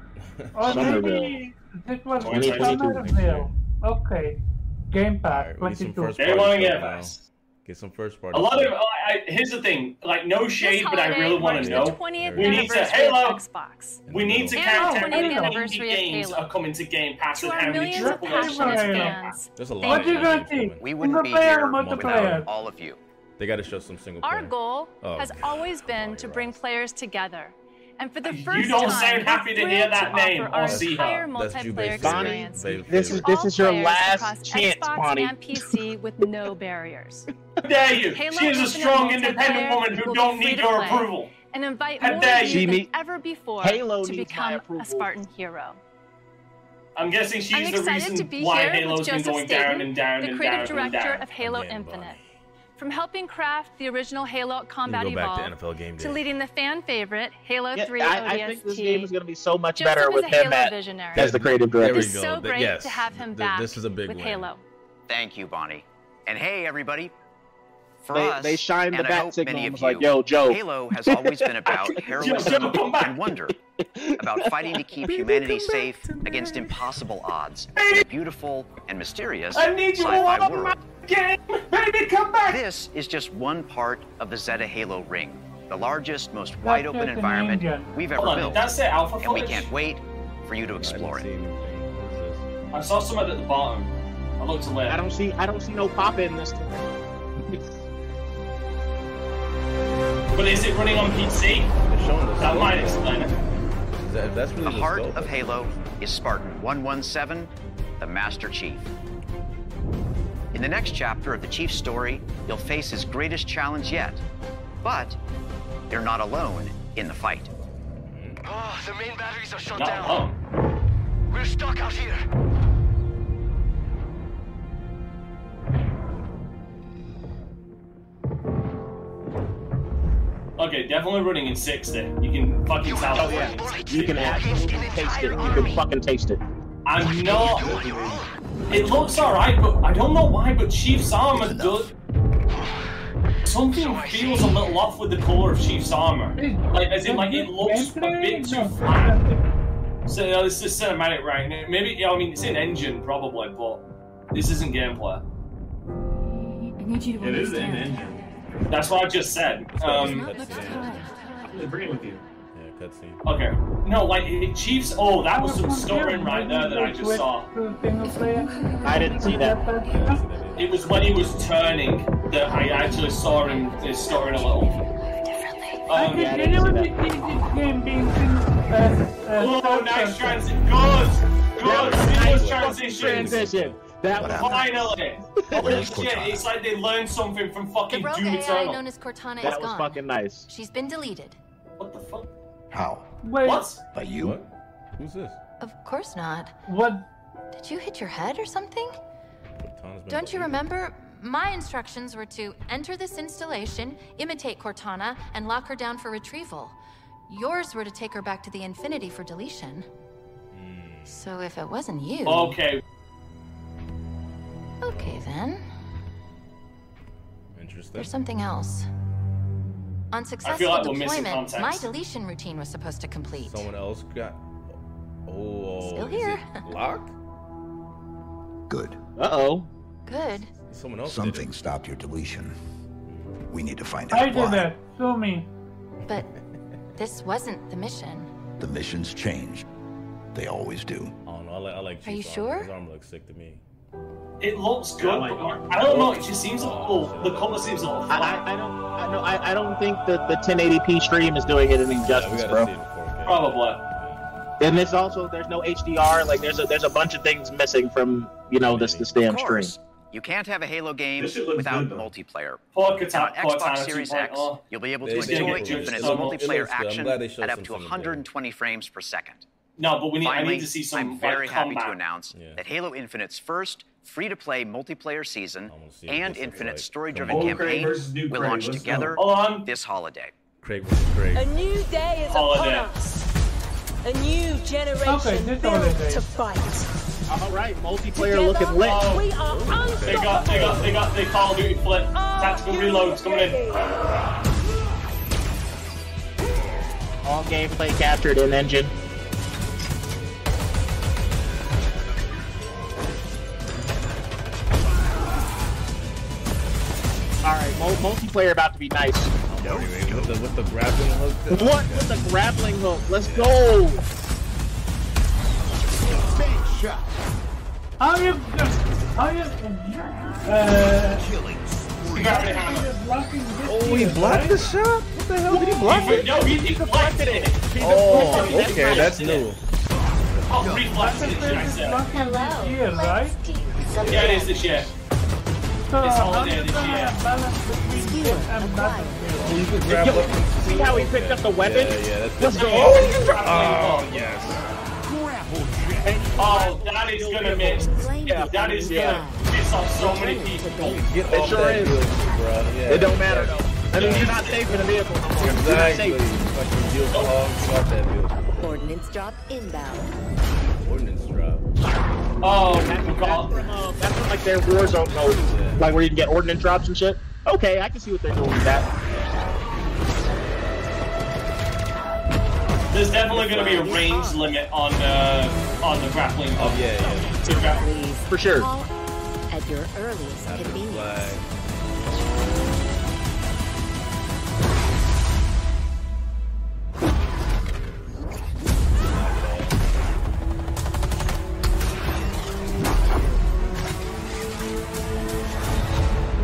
V: Oh,
B: Or
E: Somerville.
B: maybe this was
D: Or it's like-
B: Somerville. Okay. Game Pass
A: Alright, we need some
B: 22.
A: first-
D: They want to get us.
A: Get some first party.
D: A lot
A: stuff.
D: of oh, I, I, here's the thing, like no shade, but I
V: holiday
D: really want
V: marks
D: to
V: the
D: know.
V: 20th
D: we need to
V: anniversary of
D: Halo.
V: Xbox.
D: We need to
V: And
D: count
V: the
D: how
V: 20th
D: many indie
V: anniversary of
D: games
V: Halo.
D: are coming to Game Pass
V: To
D: and
V: our
D: how many
V: millions of
D: triple A
V: passionate
D: games.
V: fans.
A: There's a lot. of indie games coming.
V: We
B: wouldn't be here
V: multiplayer.
A: all of you. They got to show some single player.
V: Our goal
A: Oh,
V: has always been to bring players together. And for the first time,
D: don't sound
V: we're
D: happy to
V: thrilled
D: hear that
V: offer
D: name,
V: our
D: or see how.
V: entire
A: That's Jube's
V: multiplayer
A: favorite.
V: experience.
A: Babe
E: This is
A: favorite.
E: this is your
V: players
E: last
V: across
E: chance,
V: Xbox
E: Bonnie.
V: and PC with
E: [LAUGHS]
V: no barriers.
D: How dare you?
V: Halo
D: She is a
V: Infinite
D: strong, independent
V: multiplayer
D: woman who
V: will be
D: don't
V: free
D: need
V: to
D: your
V: play
D: approval.
V: And invite
D: How
V: more
D: dare
V: of
D: you.
V: you than
D: Need-
V: ever before
D: Halo
V: to
D: needs my
V: become a
D: approval.
V: Spartan hero.
D: I'm guessing she's
V: I'm
D: the
V: excited
D: reason
V: to be
D: why
V: here
D: Halo's
V: with
D: been
V: Joseph
D: going
V: Staten,
D: down and down
V: the
D: and
V: creative
D: down and
V: director
D: down.
V: of Halo Infinite. From helping craft the original Halo Combat
A: go back to
V: Evolved
A: NFL Game Day.
V: leading the fan favorite Halo 3
E: I, I
V: ODST.
E: think this game is going to be so much
V: Joseph
E: better
V: is
E: with
V: a
E: him
V: Halo
E: at,
V: visionary.
E: as the creative
A: There
E: director.
A: we
V: it's
A: go.
V: so
A: Th-
V: great
A: yes.
V: to have him
A: Th-
V: back
A: This is a big
V: with
A: win.
V: Halo.
W: Thank you, Bonnie. And hey, everybody. For
E: They-
W: us,
E: they shined the
W: and I
E: bat
W: hope
E: signal
W: many
E: and
W: of
E: was like,
W: you,
E: "Yo, Joe."
W: Halo has always
D: [LAUGHS]
W: been about heroism and wonder, about fighting to
D: [LAUGHS]
W: keep humanity safe against impossible odds, in a beautiful and mysterious
D: I need you
W: sci-fi
D: all
W: world.
D: my game. Baby, come back.
W: This is just one part of the Zeta Halo ring, the largest, most wide-open
D: just an
W: environment
D: engine.
W: we've
D: Hold
W: ever
D: on,
W: built,
D: that's the alpha
W: and we
D: footage?
W: can't wait for you to explore it.
D: I saw someone at the bottom. I looked to left.
E: I don't see I don't see no pop in this. Thing.
D: But is it running on PC? That might explain it.
W: the heart of Halo is Spartan 117, the Master Chief. In the next chapter of the Chief's story, you'll face his greatest challenge yet. But you're not alone in the fight.
X: Oh, the main batteries are shut
W: Not
X: down.
W: alone.
X: We're stuck out here.
D: Okay, definitely running in 60. You can fucking tell.
E: Oh yeah, you can absolutely taste it. You can fucking taste it.
D: I'm not. It looks alright, but I don't know why, but Chief's armor does. Something feels a little off with the color of Chief's armor. Like, as in, like, it looks a bit too flat. So, you know, this is cinematic right now. Maybe, yeah, I mean, it's in engine, probably, but this isn't gameplay.
C: It is in engine.
D: That's what I just said. Um,
C: Bring it with you.
A: Yeah, cutscene.
D: okay. No, like, it, Chief's. Oh, that was some storing right there that I just saw.
E: I didn't see that.
D: It was when he was turning that I actually saw him uh, stuttering a little.
B: I
D: Um,
B: can genuinely see this game being uh, uh,
D: oh, nice transition. Good! Good! Seamless transition!
E: Transition. That was
D: Finally! Holy shit, it's like they learned something from
Y: The
D: fucking
Y: rogue
D: Doom
Y: AI
D: Eternal.
Y: known as Cortana is
E: that was
Y: gone.
E: fucking nice.
Y: She's been deleted.
D: What the fuck?
Y: How?
B: Wait.
D: What?
Y: By
A: you? Who's this?
Y: Of course not.
B: What?
Y: Did you hit your head or something?
A: Cortana's been
Y: Don't you remember? My instructions were to enter this installation, imitate Cortana, and lock her down for retrieval. Yours were to take her back to the Infinity for deletion.
A: Hmm.
Y: So if it wasn't you.
D: Okay.
Y: Okay then.
A: Interesting.
Y: There's something else. On successful
A: like we're missing
Y: deployment, my
A: context.
Y: deletion routine was supposed to complete.
A: Someone else got. Oh.
Y: Still
A: is
Y: here. [LAUGHS]
A: it Lock?
U: Good.
E: Uh oh.
Y: Good.
A: Someone else. did it.
U: Something stopped your deletion. We need to find out
B: I did
U: why.
B: that. Sue me.
Y: But this wasn't the mission.
U: The missions changed. They always do.
A: I don't know. I like. I like
Y: Are you
A: Chief's
Y: sure?
A: Armor. His armor looks sick to me.
D: It looks good, but like, I don't know, it just seems a little. The color seems a little
E: I, I, I don't. I, no, I, I don't think that the 1080p stream is doing it any justice, bro.
D: Probably.
E: And there's also there's no HDR. Like there's a there's a bunch of things missing from you know this this damn
W: Of
E: stream.
W: course, you can't have a Halo game
E: This shit looks
W: without
E: good, though.
W: multiplayer.
D: Fuck,
W: And
D: it's
W: on
D: out- fuck,
W: Xbox
D: it's out
W: Series
D: 2.0.
W: X, you'll be able to
D: They- they
W: enjoy
D: get juiced
W: infinite
D: up. It looks
W: multiplayer
D: good. I'm
W: action
D: glad they showed
W: at up
A: some
W: to
A: single player.
W: 120 frames per second.
D: No, but we need.
W: Finally,
D: I need to see some.
W: I'm
D: like,
W: very happy to
D: combat.
W: announce that Halo Infinite's first free-to-play multiplayer season and Infinite's story-driven
D: Old Craig
W: campaign
D: versus new
W: will
D: Craig,
W: launch
D: let's go.
W: together
D: Hold on.
W: this holiday.
A: Craig versus Craig.
Z: A new day is upon
W: Holiday.
Z: us. A new
E: Okay,
Z: generation
E: this
Z: built
E: holiday.
Z: to fight.
E: All right, multiplayer
Z: Together,
E: looking lit.
Z: We are
D: They got, they got, they got, they Call of Duty flip. Tactical reloads coming in.
E: All gameplay captured in engine. All right, Mul- multiplayer about to be nice.
A: Anyway, with the, with the grappling hook.
E: What with the grappling hook? Let's go.
B: How you? How you? Uh, oh,
A: he blocked the shot? What the hell? Did he block it?
D: No, he, he blocked it. He
A: Oh,
D: deflected it.
A: okay,
D: right.
A: that's new.
D: Oh, reflected it, should I say.
B: Hello. Yeah, right.
D: Yeah, it is this year.
B: So
D: It's
B: how
D: holiday
B: you
D: this
B: gonna
D: year.
B: have balance between good and bad?
E: Yo, see how he picked up the weapon?
A: Yeah, yeah, that's-
E: Let's go.
A: Oh,
E: he just dropped
A: Oh, yes.
D: Oh, that is gonna miss. Yeah, that is gonna piss off so many people.
A: Get off
E: sure
A: that
E: is.
A: deal, bro. Yeah,
E: It don't matter though. I mean,
A: Yeah.
E: you're not safe in the vehicle. no more. You're not
A: Exactly.
E: safe.
A: Fucking deal clog. Fuck that deal.
N: Ordnance drop inbound.
A: Ordnance drop.
D: Oh, that's God.
E: Um, that's from like their Warzone mode, like where you can get ordnance drops and shit. Okay, I can see what they're doing with that.
D: There's definitely gonna be a range limit on the on the grappling.
A: Oh, yeah, yeah.
D: To grapple.
N: Please
E: For sure.
N: call at your earliest convenience.
A: Flag.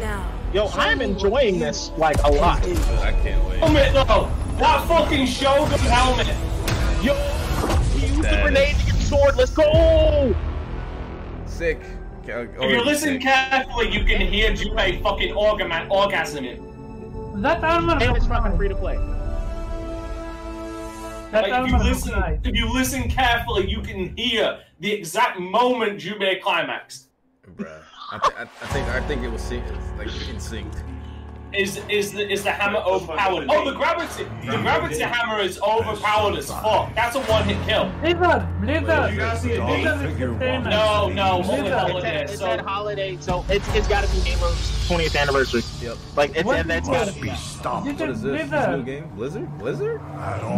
N: Now,
E: Yo, I'm enjoying this like a lot.
A: I can't wait.
D: Helmet though. That fucking Shogun helmet.
E: Yo, he used the
A: That
E: grenade
A: is-
E: to get the sword. Let's go.
A: Sick. Cal-
D: If you
A: Ordnance
D: listen
A: sick.
D: carefully, you can hear Jubei fucking orgama- orgasming.
B: That armor
E: And it's
B: looks
E: fucking free
B: nice.
E: to play.
B: That
D: Like, if you
B: armor looks
D: listen,
B: nice.
D: if you listen carefully, you can hear the exact moment Jubei climaxed.
A: Bruh. I, th- I, I think I think it was sync. it's, Like in sync.
D: Is is the is the hammer overpowered? Oh, the gravity, the gravity hammer is overpowered as fuck. That's a one hit kill.
B: Blizzard, Blizzard.
C: You guys see a
B: Blizzard
C: date?
B: is the same
D: No, no, holy
B: Blizzard.
D: holiday.
E: It's
D: So
E: that holiday, so it's it's got to be Halo's 20th anniversary.
A: Yep.
E: Like it's,
B: What?
E: and that's got to
B: Must
E: be. that.
B: Blizzard,
A: What is this? This new
B: Blizzard,
A: game? Blizzard? Blizzard?
B: Blizzard.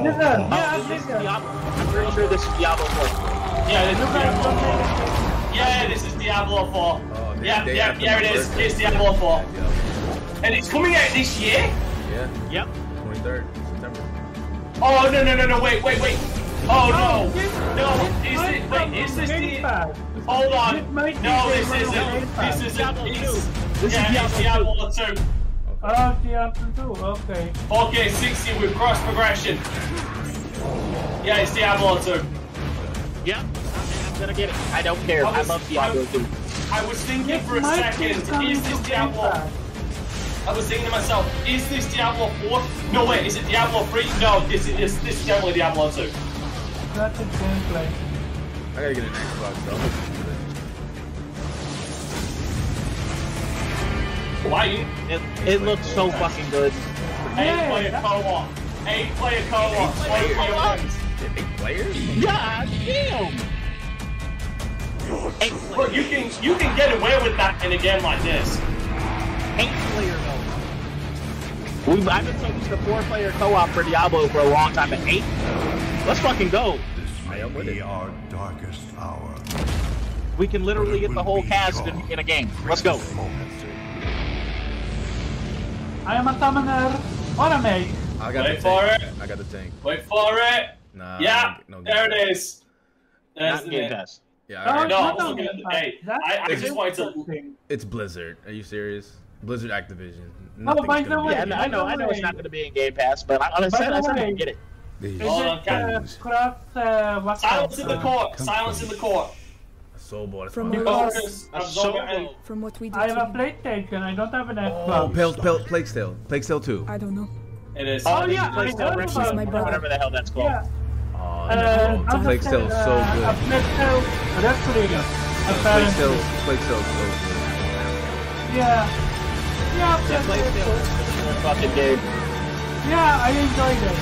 B: Yeah,
E: This is
B: Blizzard.
E: Diablo. I'm pretty sure this is Diablo 4.
D: yeah, this is Diablo. 4. Yeah, this is Diablo 4.
A: Oh, they-
D: Yeah,
A: they
D: yeah,
A: have to
D: yeah, it is.
A: convert
D: It's Diablo 4,
A: Yeah.
D: and it's coming out this year.
A: Yeah.
E: Yep.
A: 23rd September.
D: Oh no no no no wait wait wait! Oh no no is it wait is this
B: Game
D: the
B: Pass.
D: hold
B: It
D: on
B: might be
D: no this
B: Diablo
D: isn't
B: Pass.
D: this isn't
E: Diablo
D: it's,
E: 2. This is
D: yeah it's
E: Diablo
D: Diablo two
B: Oh, Diablo 2, okay.
D: okay sixty with cross progression yeah it's Diablo two
E: Yep. I'm gonna get it. I don't care. I love Diablo 2.
D: I was thinking for
B: It
D: a
B: might be
D: second
B: coming
D: is this
B: to
D: Diablo
B: Pass.
D: I was thinking to myself is this Diablo four no wait is it Diablo three no this is this, this is definitely Diablo two
B: That's a gameplay.
A: I gotta get an Xbox though.
D: why you
E: It, it looks so fucking good.
D: eight player co-op eight player co-op play player wins.
A: Eight players?
E: God damn. Eight
D: Bro,
E: player,
D: you can you can get away with that in a game like this.
E: eight player though. We, I've been so used to four player co-op for Diablo for a long time, but eight. Let's fucking go.
K: This
A: I am with
K: may be
A: it.
K: our darkest hour.
E: We can literally get the whole cast in, in a game. Let's go.
B: I am a summoner or a mage.
A: I got
D: Wait
A: the
D: for
A: tank.
D: it.
A: I got the tank.
D: Wait for it.
A: Nah.
D: yeah,
A: no, no
D: there
A: game.
D: it is. There's
E: Not
D: the
E: Game
D: name.
E: Pass.
A: Yeah,
B: Oh,
A: I
B: it's
A: already-
D: No,
B: not
D: I'm
B: on
D: looking at
B: Game
D: the-
B: Pass.
D: hey,
B: That's
D: I- I just
B: interesting.
D: wanted to-
A: It's Blizzard. Are you serious? Blizzard Activision.
B: No, by
A: Nothing's
B: the
A: gonna be
B: way-
E: Yeah, I
A: in
E: know,
A: it.
E: I know, I know it's not gonna be in Game Pass, but I, I said I said I get it.
K: These
B: Is
D: Hold on,
B: it uh,
K: things
B: cross uh, what's
D: Silence in the
B: uh,
D: court. Silence in the court.
A: Soul Ball. That's
N: From
A: my-
N: the-
D: Focus.
E: A
D: absorb,
E: solo.
D: and-
N: from what we do
B: I have a
N: to
B: PlayStation. I don't have an
A: Oh,
B: Xbox.
A: Pale, Pale, Plague's Tale. Plague's Tale 2.
N: I don't know.
D: It is.
E: Oh,
B: yeah, I
E: this is
B: heard
E: Plague Tale
B: about
E: Requiem,
N: it.
E: or whatever the hell that's called.
B: yeah.
A: Oh,
B: Uh,
A: no. Plague's Tale is so
B: uh, A
A: good.
B: PlayStation
E: Oh,
B: referee.
A: Plague's
B: Apparently,
A: Tale, Plague's Tale is so
B: yeah, yeah,
E: Yeah, Plague Tale
B: PlayStation.
E: is a fucking game.
B: Yeah, I enjoyed it.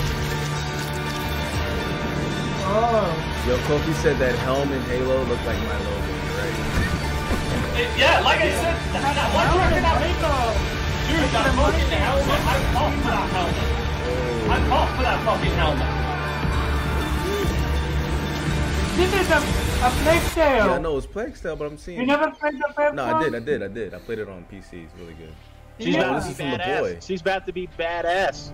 B: Oh,
A: good. Yo, Kofi said that Helm and Halo look like my logo. You're right?
D: It- yeah, like I said, that, that one track in that Dude, that fucking helmet. I'm off for that helmet. I'm off for that fucking helmet.
B: this is a a PlayStation.
A: Yeah, I know it's Plague's Tale, but I'm seeing.
B: You never played the first
A: No,
B: one?
A: I did, I did, I did. I played it on PC. It's really good.
E: She's
A: Yeah.
E: about
A: This
E: to
A: is
E: be
A: from the boy.
E: badass. She's about to be badass.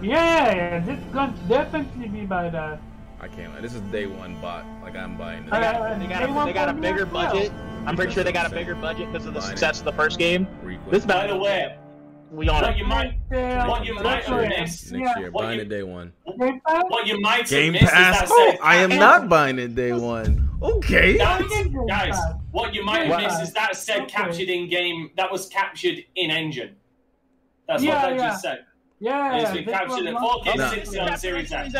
B: Yeah, this is going to uh, definitely be by that.
A: I can't lie. This is day one bot. Like I'm buying
E: They
A: this.
E: got, they got a, they got a bigger budget. I'm pretty sure they got a bigger budget because of the success of the first game. This
A: By
E: about
D: the way,
E: we on
D: what
E: it.
D: you might, what you might have missed,
A: Next year,
D: what
A: buying
D: you,
A: it day one.
D: what you might have
A: Game
D: missed is
A: Pass.
D: that
A: Oh,
D: second-
A: I am not buying it day one. Okay.
D: Guys, guys, what you might have
A: What?
D: missed is that said captured in game. That was captured in engine. That's
E: Yeah,
D: what that
E: yeah.
D: just said.
E: Yeah,
D: it's
E: yeah,
D: been
E: this
D: captured in
E: was-
D: 4K
E: No.
D: 60 on Series X.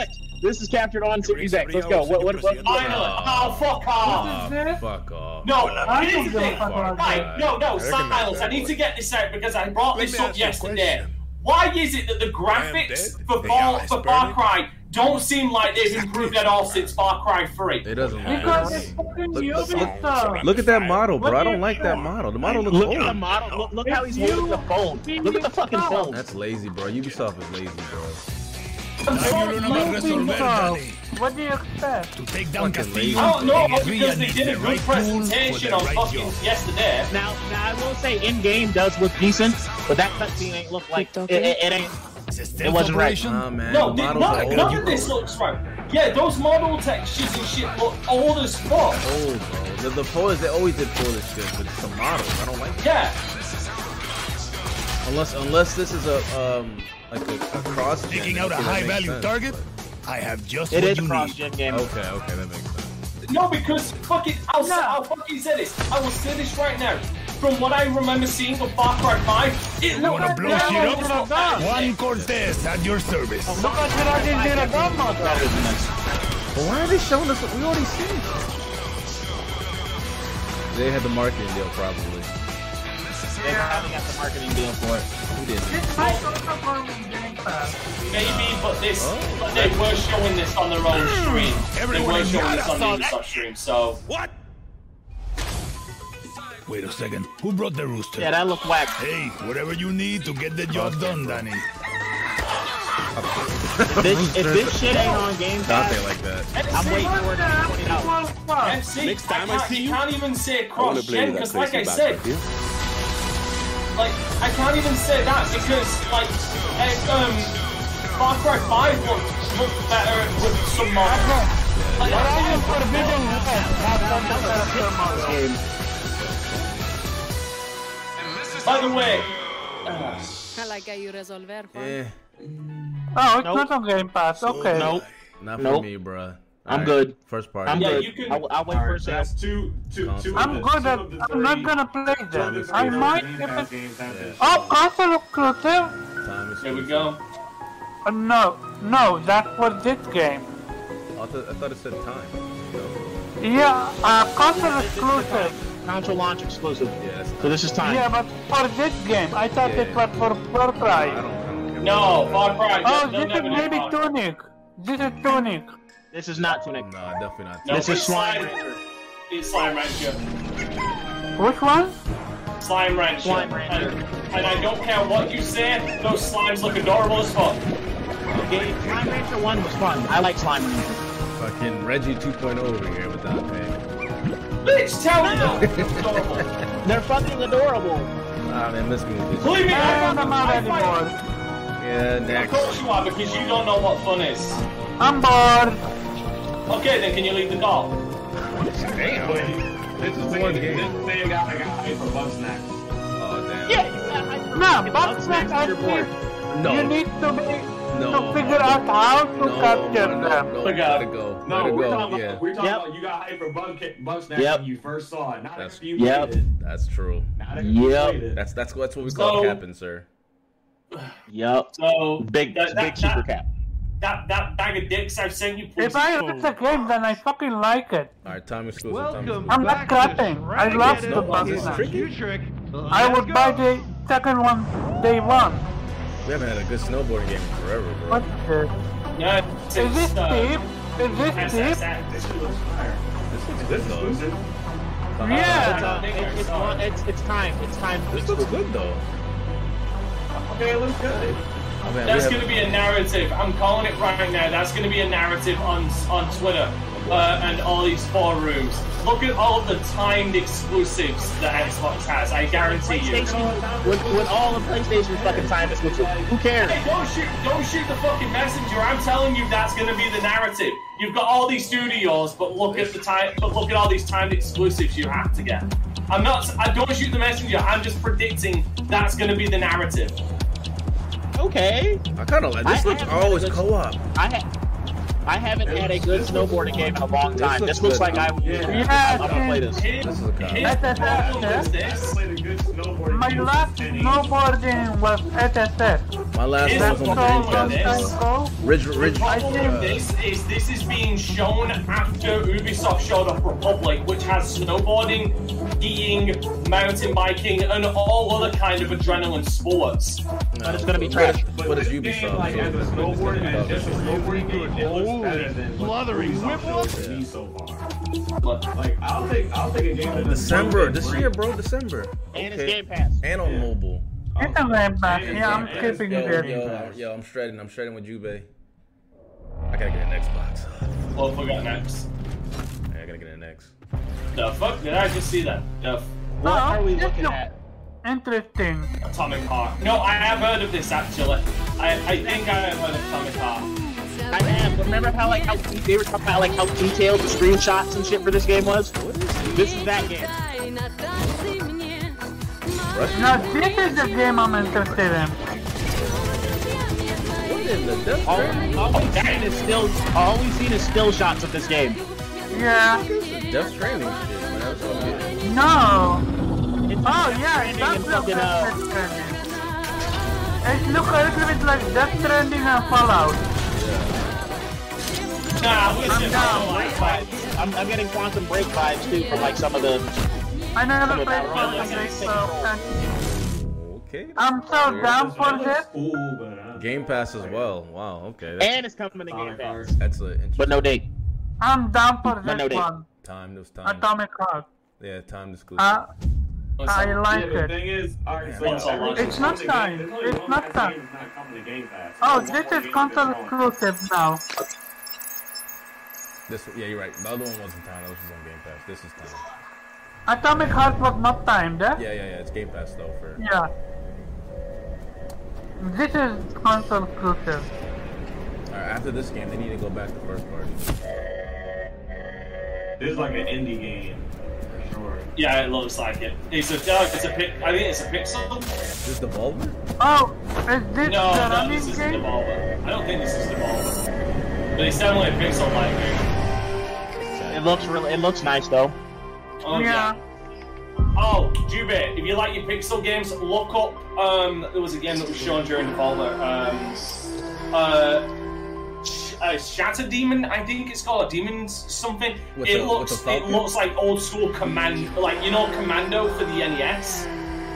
E: This is captured on Series X. Let's go. What? What? what
D: Finally. Oh, fuck off.
A: Fuck off.
D: No,
A: I
D: here's
A: don't
D: the
A: give a
D: thing.
A: fuck about
D: Right,
A: that.
D: no,
A: I
D: no,
A: recognize
D: silence. I
A: that
D: need to
A: voice.
D: get this out because I brought
A: Let
D: this
A: me
D: up
A: ask you a
D: yesterday. Why is it that the graphics for Far, for Far Cry don't seem like they've improved at all since Far Cry 3?
A: It doesn't
B: Because
A: matter.
B: it's fucking
A: Look,
B: Ubisoft.
A: look, look at that model, bro. I don't like that model. The model looks
E: Look
A: old.
E: at the model. Look, look how he's holding the phone. Look at the fucking phone.
A: That's lazy, bro. Ubisoft is lazy, bro.
B: What do you expect?
F: To take down
A: Fucking
F: Castile.
A: lazy. I
D: don't know,
F: they agree
D: because
F: and
D: they
F: it's
D: did a
F: the
D: good
F: right tool for
D: presentation
F: the
D: on
F: right
D: fucking
F: job.
D: yesterday.
E: Now, now I will say in game does look decent, but that cutscene ain't look like it, it, it ain't. It wasn't right.
A: Nah, man.
D: No,
A: the
D: th-
A: models are
D: none,
A: old,
D: none
A: bro.
D: of this looks right. Yeah, those model textures and shit look old as fuck.
A: Old, bro. The, the fours, they always did four this shit, but it's the models. I don't like that.
D: Yeah.
A: Unless, unless this is a, um, like a, a cross.
O: Taking out a high value target? I have just
E: It
O: what
E: is a
O: you
E: cross
O: need.
E: gen game.
A: Okay, okay, that makes sense.
D: No, because fucking, I'll, say- I'll fucking say this. I will say this right now. From what I remember seeing of Far Cry 5, it looked
O: Wanna
D: like
O: blow
D: that
O: shit
D: was
O: up?
D: not bad.
O: Juan Cortez at your service.
A: But why are they showing us what we already seen? They had the marketing deal, probably.
E: They probably got the marketing deal for it.
A: We didn't.
B: This might also go in Game Pass.
D: Maybe, but this, but they were showing this on their own stream. They
O: Oh. Hmm. Everyone
D: were
O: in
D: showing
O: Yara
D: this on the
O: saw that
D: Ubisoft stream, so.
O: What? Wait a second. Who brought the rooster?
E: Yeah, that looked whack.
O: Hey, whatever you need to get the job done, Danny.
E: If this, if this shit ain't on Game
A: Not
E: Pass,
A: they like that.
E: I'm waiting for it to be pointed out.
D: FC, Next time I, can't, you can't even say cross gen because, like I said, like I can't even say that because, like, eh, um, Far Cry 5 looked, looked better with some mods. Like, By the way,
A: Eh,
B: Oh,
E: Nope.
B: it's not on Game Pass. Okay.
E: Nope.
A: not for
E: Nope.
A: me, bruh.
E: I'm
A: Alright,
E: good.
A: First party.
E: I'm
D: Yeah,
E: good.
D: you can-
E: I'll, I'll wait
C: All
E: for a
C: right,
E: sale.
C: that's two, two,
A: Awesome.
C: two. of
B: I'm
C: the-
B: good
C: two
B: at.
C: of the
B: I'm not
C: three-
B: gonna play
C: two of the
B: that.
C: three
B: I
C: Game
B: might
C: Pass
B: even.
C: games have this.
B: Oh, console exclusive?
A: Time is
D: there we go.
B: Uh, no, no, that was this game.
A: I thought, I thought it said time. No.
B: Yeah, uh, console exclusive.
E: Console launch exclusive.
A: Yeah, that's
E: So this is time.
B: Yeah, but for this game, I thought
A: Yeah.
B: it was for Far
A: I don't,
B: Cry.
A: I don't care.
D: No, Far Cry.
B: Oh,
D: they'll
B: this is
D: never do
B: maybe
D: Far Cry.
B: Tunic. This is Tunic.
E: This is not Tunic.
A: Nah, definitely not.
D: No,
E: This is
D: it's
E: Slime
D: Slime-
E: Rancher.
D: It's Slime Rancher.
B: Which one?
D: Slime Rancher.
E: Slime Rancher.
D: And, and I don't care what you say, those slimes look adorable as fuck.
E: Game- Slime Rancher 1 was fun. I like Slime Rancher.
A: Fucking Reggie 2.0 over here with Dante.
D: Bitch, tell me they're adorable.
E: [LAUGHS] They're fucking adorable.
A: Ah, man, miss me with this.
D: Believe me,
B: I
D: I,
B: don't know about
D: I, fight-
B: anymore.
A: Yeah,
D: Of
A: next.
D: course you are, because you don't know what fun is.
B: I'm bored.
D: Okay, then can you leave the doll?
A: Damn.
C: This is
A: One
C: the
A: game.
C: This is the guy that got paid for Bugsnax.
A: Oh, damn.
B: No,
E: Bugs
B: Bugsnax,
E: Max
B: I
E: is your
B: think
E: board.
A: No.
B: you need to be
A: No.
B: to figure out how to
A: no,
B: capture
A: no,
B: them.
A: No,
D: Look
A: let
D: out.
A: it go.
C: No,
A: let it
C: we're
A: go.
C: talking,
A: yeah,
C: about, we're talking
E: Yep.
C: about you got hype for Bug, Bugsnax
E: Yep.
C: when you first saw it. Not
A: That's-
C: after you
E: Yep.
C: played it.
A: that's true.
C: Not after you
E: Yep.
C: played it.
A: That's that's that's what we call
D: So-
A: capping, sir.
E: Yup.
D: So
E: Big,
D: that,
E: big
D: that,
E: cheaper
D: that,
E: cap.
D: that, that bag of dicks I've sent you. Please.
B: If I like the game, then I fucking like it.
A: All right, time exclusive.
M: Welcome
A: Time
B: I'm
M: back
B: not
M: to
B: crapping. I love the
M: Ragged
A: Bugs Max.
B: Bugsnax.
M: Futrick.
B: I would buy the second one day one.
A: exclusive. We haven't had a good snowboarding game in forever, bro.
B: What the?
D: No,
B: Is
D: since,
B: this
D: uh,
B: cheap? Is this cheap?
D: SSX.
A: This looks good though.
C: Exclusive.
B: Yeah.
E: It's, uh, it- it's, on- it's, it's time. It's time.
A: This looks good though.
C: Okay, it looks good.
A: I mean,
D: That's
A: we
D: going
A: have,
D: to be a narrative. I'm calling it right now. That's going to be a narrative on on Twitter. uh, and all these four rooms. Look at all the timed exclusives that Xbox has. I guarantee you.
E: PlayStation, with, with all the PlayStation fucking time exclusive. Who cares?
D: Hey, don't shoot, don't shoot the fucking messenger. I'm telling you, that's going to be the narrative. You've got all these studios, but look at the time, but look at all these timed exclusives you have to get. I'm not. I don't shoot the messenger. I'm just predicting that's going to be the narrative.
E: Okay.
A: I kind of like this.
E: I- I
A: looks
E: haven't had a
A: always
E: good-
A: Oh, co-op.
E: I ha- I haven't had a good snowboarding game in a long time. This looks, like I would.
B: Yeah.
E: I'm gonna play this.
D: This is
B: SSF. My last snowboard game was SSF.
A: My last
D: Here's
A: was
D: the
A: on
D: problem
A: Dreamcast. uh,
D: with this.
A: Ridge, Ridge.
D: The problem with this is this is being shown after Ubisoft showed off Republic, which has snowboarding, skiing, mountain biking, and all other kind of adrenaline sports.
E: But it's gonna be trash.
A: What is Ubisoft?
C: Like, as a snowboard, as just a snowboarding game, it looks better than what
F: Blithering
C: Ubisoft
F: whiplock?
C: showed to me so far. Like, I'll take, I'll take a game that does
A: December
C: one
A: this
C: thing
A: year,
C: great.
A: bro. December. And
E: it's Game Pass.
A: And on mobile.
B: It's a lamp back. Yeah, I'm skipping
A: Yo,
B: it.
A: yo, yo, I'm shredding. I'm shredding with Jube. I gotta get an Xbox.
C: Oh,
D: Well, we got next.
A: I gotta get an X.
D: The fuck did I just see that? The f-
E: What are we
B: it's
E: looking
B: not-
E: at?
B: Interesting.
D: Atomic Heart. No, I have heard of this actually. I, I think I have heard of Atomic Heart.
E: I have. Remember how like how they were talking about like how detailed the screenshots and shit for this game was? This is that game.
B: Now this is the game I'm interested in.
E: All, all we've gotten is still all we've seen is still shots of this game.
B: Yeah.
A: Death Stranding shit, man. That's all good.
B: No.
E: It's
B: Oh yeah, it
E: Stranding
B: does
E: and
B: look like
E: fucking, uh,
B: Death Stranding. It looks a little bit like Death Stranding and Fallout.
D: Nah, listen, I don't like fights.
E: I'm, I'm getting Quantum Break vibes too from like some of the.
B: I
E: Some
B: never
E: of
B: played
E: that
B: Quantum
E: really
B: Break,
E: nice
B: so can't-
A: Okay.
B: I'm so down for this.
C: Cool, but uh,
A: Game Pass as well. Wow. Okay. That's,
E: And it's coming to Game
C: Sonic
E: Pass,
C: Heart.
A: that's an interesting
E: but no date.
B: I'm down for
E: No, no,
B: this
E: they-
B: one.
A: time. Those time.
B: Atomic Heart.
A: Yeah, time exclusive.
B: Uh,
D: Listen,
B: I like
C: Yeah, the
B: it.
C: thing is, alright, so
D: It's not
C: everything
B: time.
C: that's coming to Game-
B: It's
C: there's only
B: not
C: one
B: time.
C: game that's not coming to Game Pass.
B: Oh,
C: There's
B: this
C: one
B: is
C: game
B: console
C: that's coming.
B: exclusive now.
A: This. Yeah, you're right. The other one wasn't time. This was on Game Pass. This is time.
B: Atomic Heart was not timed, eh?
A: Yeah, yeah, yeah. It's Game Pass though for.
B: Yeah. This is console exclusive.
A: All right, after this game, they need to go back to first party.
C: This is like an indie game, for sure.
D: Yeah, it looks like it. It's a, uh, it's a pic. I think it's a pixel.
A: Is this Devolver?
B: Oh, is this the
D: No, no,
B: running
D: this isn't
B: game?
D: Devolver. I don't think this is Devolver. But it's definitely a pixel-like game.
E: It looks really, it looks nice though.
D: Oh yeah. Oh, Jube, if you like your pixel games, look up. Um, there was a game that was shown during Devolver. Um, uh, Sh- uh, Shatter Demon, I think it's called Demons something.
A: With
D: it
A: the- with
D: looks,
A: the
D: it
A: falcon?
D: looks like old school command, like you know, Commando for the NES.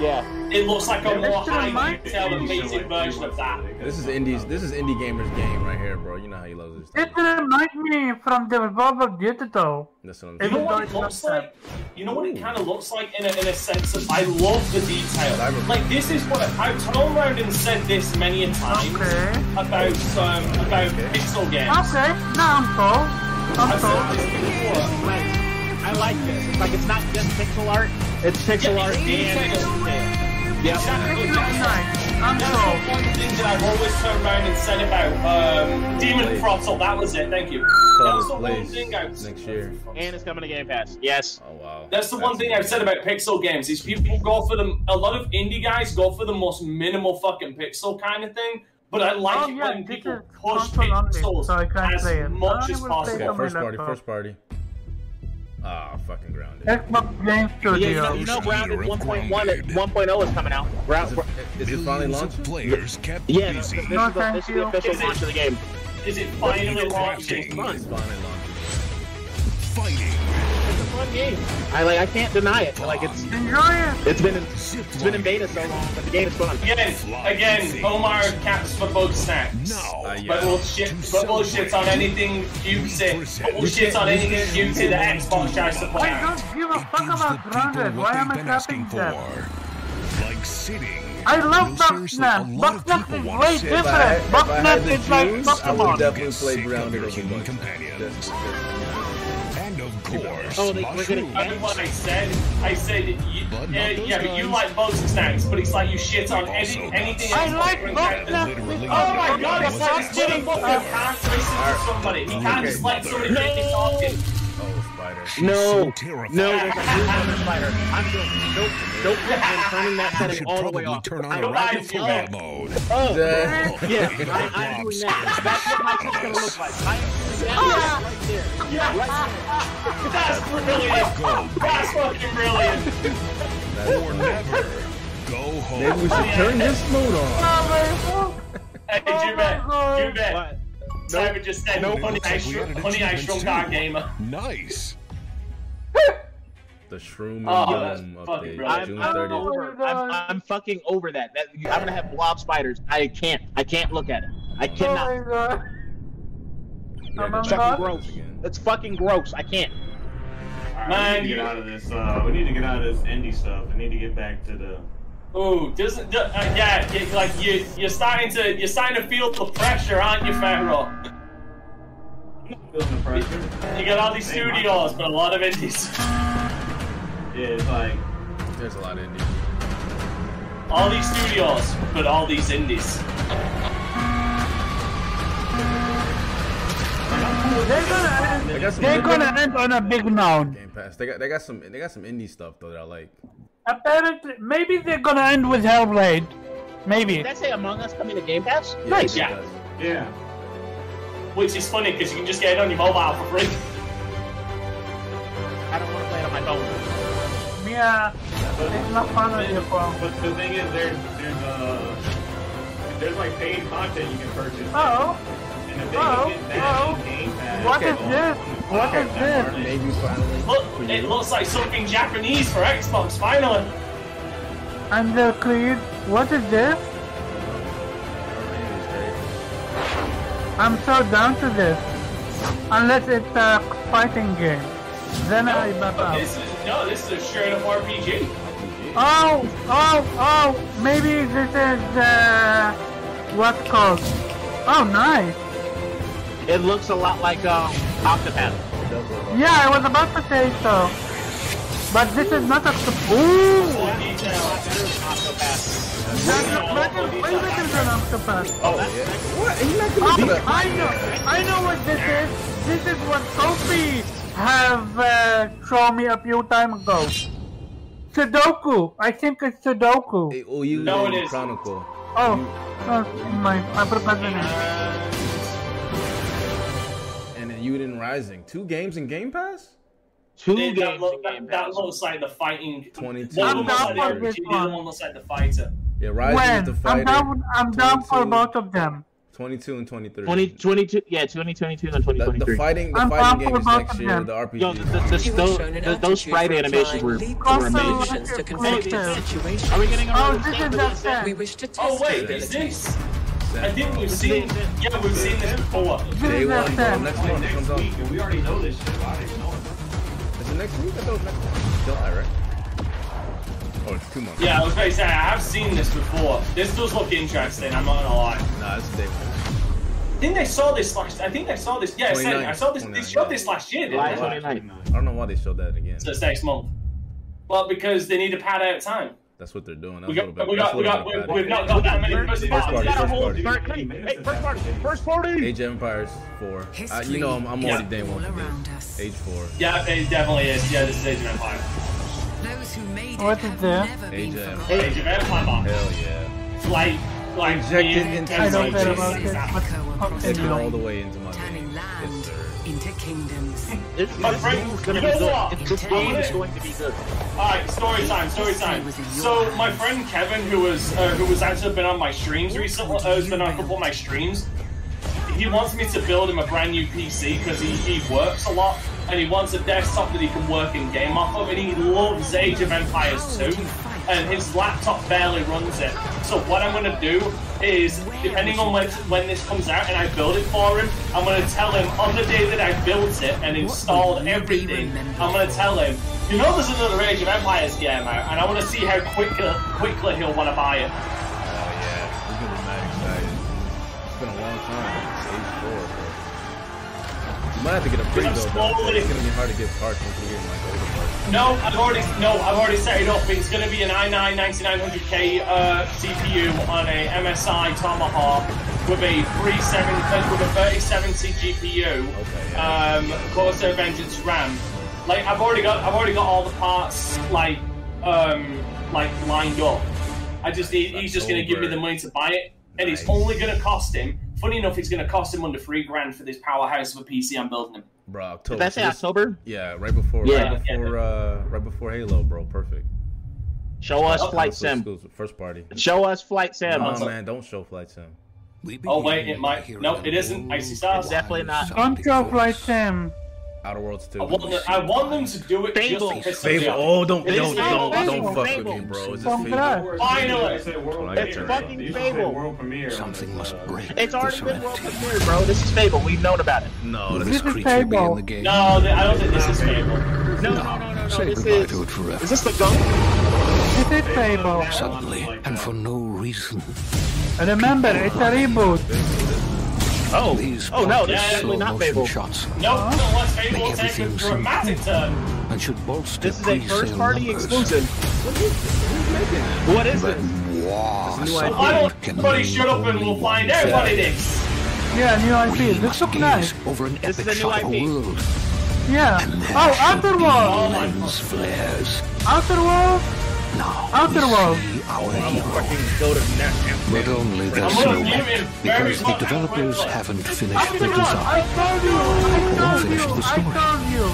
E: Yeah.
D: It looks like a more
B: to the
D: high
B: mic.
D: detail, amazing version of that.
A: This is indies. This is indie gamers game right here, bro. You know how you love this.
B: It
A: Stuff.
B: reminds me from the Revolver Digital.
A: That's what I'm
D: You
A: saying.
D: know
B: Even
D: what
B: though
D: it
B: it's
D: looks
B: not
D: like? You know what it kind of looks like in a, in a sense of I love the detail. Like this is what I, I've turned around and said this many a time
B: Okay.
D: about um, about pixel games.
B: Okay, now I'm sold. I'm
D: I've said
B: sold.
D: this before.
E: Nice. I like this. It's like it's not just pixel art. It's pixel
D: Yeah,
E: art
D: it's
E: and
D: pixel.
E: it's- yeah.
B: It
D: Exactly.
B: looks
D: That's,
B: nice. I'm
D: that's
B: sold.
D: the one thing that I've always turned around and said about um, Demon Throttle. That was it. Thank you. That was the one
A: Plays
D: thing I was.
A: next year.
E: And it's coming to Game Pass. Yes.
A: Oh wow.
D: That's the one thing I've said about pixel games is people go for the a lot of indie guys go for the most minimal fucking pixel kind of thing. But I like
B: Oh,
D: it
B: yeah,
D: when
B: this
D: people
B: is
D: push
B: console only,
D: pixels
B: so I can't play
D: as
B: it.
D: much
B: I
D: as
B: will play
A: Okay,
D: possible.
B: on my
A: first party.
B: laptop.
A: First party. Ah, fucking grounded.
B: Xbox Game Studio.
E: Yeah, you know, you know Grounded 1.1 at 1.0 is coming out.
A: Is
E: Ground,
A: it, is it finally launching?
K: Players kept
E: yeah, this,
K: busy.
E: this,
B: No,
E: is the, this is the
B: thank
E: official
B: you.
D: Is it-
E: launch of the game.
D: Is it finally launching?
A: It's finally launching.
K: Fighting.
E: It's a fun game. I like. I can't deny it. Like it's
B: Enjoy it.
E: it's been in, it's been in beta so long, but the game is fun.
D: Again, again, Omar caps for both snacks.
K: Now,
A: Uh, yeah.
D: But we'll shit, but we'll shit on anything cutesy. But we'll shit on anything cutesy that Xbox tries to put
B: I
D: out.
B: don't give a
K: it
B: fuck
K: gives the
B: about Grounded.
K: people
B: Why
K: what
B: am
K: they've
B: I
K: been
B: capping
K: asking
B: that?
K: for. Like sitting.
B: I love
K: No, seriously,
B: Bugsnax.
K: a lot of
B: Bugsnax
K: people
B: is
K: wanna
B: way
K: sit
A: If I,
B: different.
A: if I had
B: Bugsnax
A: the
B: is like
A: choose, I would
B: Pokemon.
A: definitely play Grounded over
K: human
A: Bugsnax.
K: companions.
A: That's- that's-
D: course. Oh, they, we're gonna I mean, what I said, I said, you, uh, yeah, but you like most snacks, but it's like you shit on any, anything
E: I
D: else.
E: like
D: Oh
E: most snacks.
D: my god, it's like this little fucking ass racist to somebody. He can't just let somebody make it talking.
E: No, no, there's a blue mother spider. I'm doing nope, nope. I'm turning that setting all the way off.
K: Turn
E: I
K: on
E: don't
K: rapid
E: like
K: fire
E: it.
K: mode.
E: Oh,
K: Yeah.
E: yeah, I, I'm doing that. That's what my shit's gonna look like. I,
D: Ah.
E: right there.
D: Yeah. That's brilliant. That's fucking brilliant.
K: Or never. Go home.
D: Maybe we should turn this
K: mode
D: Hey, you bet. You bet. Simon just said,
K: Nope.
D: honey, I, shrunk, honey, I shrunk our gamer.
K: Nice.
A: The Shroom
E: Oh,
A: and
E: that's
A: Doom
E: fucking
A: update,
E: brilliant.
A: June
E: I'm, I'm,
A: 30th.
E: over- I'm, I'm fucking over that. that. I'm gonna have blob spiders. I can't. I can't look at it. I
B: Oh
E: cannot.
A: I'm
E: It's fucking gross. It's fucking gross. I can't.
C: Alright, we need to get out of this. Uh, we need to get out of this indie stuff. We need to get back to the.
D: Ooh, doesn't do- uh, yeah, you, like you, you're starting to you're starting to feel the pressure, aren't you, Pharaoh?
C: Feeling the pressure.
D: You got all these studios, but a lot of indies.
C: Yeah, it's like
A: there's a lot of indies.
D: All these studios, but all these indies.
A: They got some
B: They're
A: good-
B: gonna end on a big noun.
A: Game Pass. They got they got some they got some indie stuff though that I like.
B: Apparently, maybe they're gonna end with Hellblade. Maybe.
E: Did that say Among Us coming to Game Pass?
A: Yeah,
E: nice.
A: it
D: Yeah.
A: does.
C: Yeah.
D: Which is funny because you can just get it on your mobile for free.
E: I don't want to play it on my phone.
B: Yeah. It's not fun on your phone.
C: But the thing is, there's there's uh there's like paid content you can purchase.
B: Oh.
C: And the thing
B: Oh.
C: is
B: Oh.
C: that Game Pass.
B: What is this? What is this?
C: Maybe
D: finally. Look, it looks like something Japanese for Xbox. Finally.
B: Under Creed. What is this? I'm so down to this. Unless it's a fighting game, then I bop out.
D: This is no, this is a straight up RPG.
B: Oh, oh, oh! Maybe this is uh, what's called. Oh, nice.
E: It looks a lot like um, Octopath.
B: Yeah, I was about to say so. But this is not a. Ooh! That's not better. Wait, wait, there's an octopus.
E: Oh,
B: What? Oh, I know. I know what this is. This is what Sophie have uh, shown me a few time ago. Sudoku. I think it's Sudoku.
A: Oh, you
D: No, it is.
A: Chronicle.
B: Oh, oh my! I forgot the name.
A: And then Uden Rising. Two games in Game Pass?
E: Two
D: That- that,
E: games
D: look-
E: in
D: that-
E: Game
D: that
E: Pass.
D: looks like the fighting.
A: 22.
D: One
A: I'm
D: looks
A: down
D: like
A: for
D: the
A: this
D: RPG, the other one looks like the fighter.
A: Yeah, Rising is the
B: When?
A: fighter.
B: I'm down. I'm down for
A: 22.
B: both of them.
A: 22 and 23.
E: 20, 22, yeah, 2022 and
A: the,
E: 2023.
A: the fighting the
B: I'm down
A: fighting game
B: for
A: is
B: both
A: next
B: of
A: year,
B: them.
A: the RPG.
E: Yo, the, the, the, those, the, those sprite animations were, were amazing.
B: to
E: Are we getting a
B: Oh,
E: roller
B: this
E: skate?
B: is that set.
P: wish to test
D: Oh wait,
P: your
D: is
P: ability.
D: this? I think we've seen. Yeah, we've seen this before.
A: Day
B: This is
A: one, bro,
B: that set.
A: next month it comes out.
C: and we already know this shit. Why didn't know it?
A: Is it next week? I thought it was next month. July, right? Oh, it's two months.
D: Yeah, I was going to say I have seen this before. This does look interesting. I'm not gonna lie.
A: Nah, it's day one.
D: I think they saw this last. I think they saw this. Yeah, I said- I
A: 29.
D: saw this. They
A: 29,
D: showed
A: yeah.
D: this last year.
E: July
D: Didn't they?
E: 29th.
A: I don't know why they showed that again.
D: So it's next month. Well, because they need to pad out time.
A: That's what they're doing. That was a
D: We got,
A: little bit.
D: we
A: that's
D: got,
A: a
D: we
A: little
D: got,
A: bit
D: we-
A: bad.
D: we've not got that many first parties.
A: party,
D: We gotta
A: first
D: hold
A: party.
D: these.
E: First party, hey, first party, first party!
A: Age of Empires 4. I, Uh, you know, I'm, I'm already day one. for this. Age 4.
D: Yeah, it definitely is. Yeah, this is Age of Empire.
N: Those who made it
B: What is
N: have
B: there?
N: never
A: Age
N: been
A: of
N: forgotten.
D: Age of Empire.
A: Hell yeah.
D: Like, like,
A: Injected
D: being-
A: into
B: I
A: my
B: don't
A: veins.
B: care about this. What
A: Injected all the
B: fucking
A: way into my
N: Turning
A: veins. Yes,
N: land
A: sir.
N: into kingdoms.
E: This,
D: My
E: this
D: friend,
E: game's gonna
D: you
E: be
D: know
E: good.
D: what?
E: This game is going to be good.
D: Alright, story time, story time. So my friend Kevin, who was uh, who was actually been on my streams recently, uh, has been on a couple of my streams. He wants me to build him a brand new PC because he, he works a lot and he wants a desktop that he can work in game off of, and he loves Age of Empires 2, and his laptop barely runs it. So what I'm gonna do is, depending on when when this comes out and I build it for him, I'm gonna tell him on the day that I built it and installed everything, I'm gonna tell him, you know, there's another Age of Empires game out, and I want to see how quicker quickly he'll want to buy it.
A: Oh, yeah. It's going to be mad exciting. It's been a long time. Age 4, bro. might have to get a free
D: I'm
A: though.
D: slowly-
A: though. It's gonna be hard to get parts once we get like older parts.
D: No, I've already no, I've already set it up. It's going to be an i9 9900K uh, CPU on a MSI Tomahawk with a 37 uh, with a 37C GPU, um, Corsair Vengeance RAM. Like I've already got, I've already got all the parts like um, like lined up. I just need, he's just going to give me the money to buy it, and it's only going to cost him. Funny enough, it's going to cost him under three grand for this powerhouse of a PC I'm building him.
A: Bro, October.
D: that say
A: So this-
D: October?
A: Yeah, right before,
D: Yeah.
A: right before, uh, right before Halo, bro. Perfect.
E: Show us
A: Oh,
E: Flight
A: exclusive,
E: Sim.
A: exclusive, First party.
E: Show us Flight Sim.
A: No, man, don't show Flight Sim.
D: Oh wait, it might. No, it isn't. Icy Stars.
E: definitely not.
B: Don't go fly Sam.
A: Outer Worlds 2.
D: I want, them, I want them to do it
A: Fable.
D: just because
A: Fable. Oh, don't,
D: It is
A: don't,
D: Fable.
A: don't,
D: Fable.
A: don't fuck with
D: Fable.
A: me, bro. Is this
D: From
A: Fable?
D: Finally.
A: It's fucking
E: Fable.
C: World premiere. Something must
D: uh,
C: break.
E: It's already been world premiere, bro. This is Fable. We've known about it.
A: No,
E: this,
U: this creature be in the game.
D: No, th- I don't think this is Fable.
E: No, no, no, no, no.
U: Say
E: This
U: goodbye
E: is.
U: to it forever.
E: Is this the gunk?
B: This is Fable.
U: Suddenly, and for no reason.
B: And remember, it's a reboot.
E: Oh,
U: these
B: oh, no,
U: pointless
B: that's definitely
U: slow
B: not
U: motion
B: Fable.
U: shots
D: No, no, let's Fable
U: Make
D: take a
U: everything
D: dramatic turn.
U: and should bolster
E: This is a
U: pre-sale
E: first party
U: numbers.
E: exclusive. What is it?
U: Wow,
D: Well,
U: something
D: I don't.
U: Ah, can
D: Everybody shut up and we'll find out what it is.
B: Yeah, new IP. This looks nice.
U: over an
E: This is
U: epic
E: a new
U: shot of
E: IP.
U: a world.
B: Yeah. Oh, Outer Worlds.
U: Lens flares.
B: Outer Worlds. Outer Worlds.
U: Our hero.
A: Go to next.
U: But only their I'm gonna silhouette, give him very because the much developers haven't finished the
B: Outer Worlds. I
U: design
B: told you. I told you. I told you.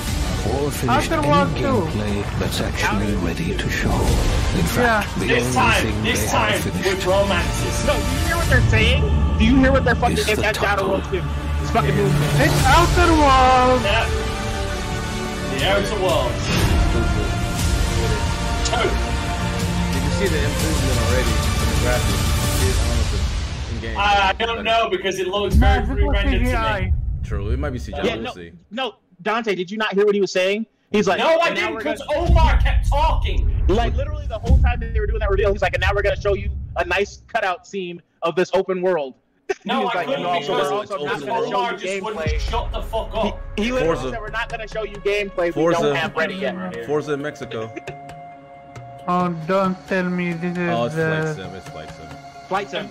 U: or finished
B: After
U: any
B: World Two.
U: gameplay that's actually ready to show. In fact, the
D: This
U: only
D: time,
U: thing
D: this
U: they
D: time
U: have finished
D: with romances.
E: No, do you hear what they're saying? Do you hear what they're fucking?
U: It's
E: It's
U: the
E: that's out of
U: title.
E: world too. It's fucking moving.
B: It's Outer Worlds.
D: The outer world. Two.
A: You can see the improvement already in the graphics. It is honestly in game.
D: I I don't know because it looks very pre-rendered to me.
A: True, it might be CGI.
E: Yeah,
A: we'll
E: no,
A: see.
E: no, Dante, did you not hear what he was saying? He's like,
D: No, I
E: "And now
D: didn't
E: we're
D: because
E: gonna-"
D: Omar kept talking.
E: like literally the whole time that they were doing that reveal, he's like, and now we're gonna show you a nice cutout scene of this open [LAUGHS] world.
D: No,
E: He's
D: I
E: like,
D: couldn't
E: "No,
D: because
E: we're also not gonna show
D: Omar
E: you
D: just
E: gameplay."
D: wouldn't shut the fuck up.
E: He literally
A: Forza.
E: said, we're not gonna show you gameplay. We don't
A: Forza,
E: have ready yet.
A: Forza in Mexico.
B: Oh, don't tell me this is
A: Oh, it's Flight
B: uh,
A: Sim. It's Flight Sim.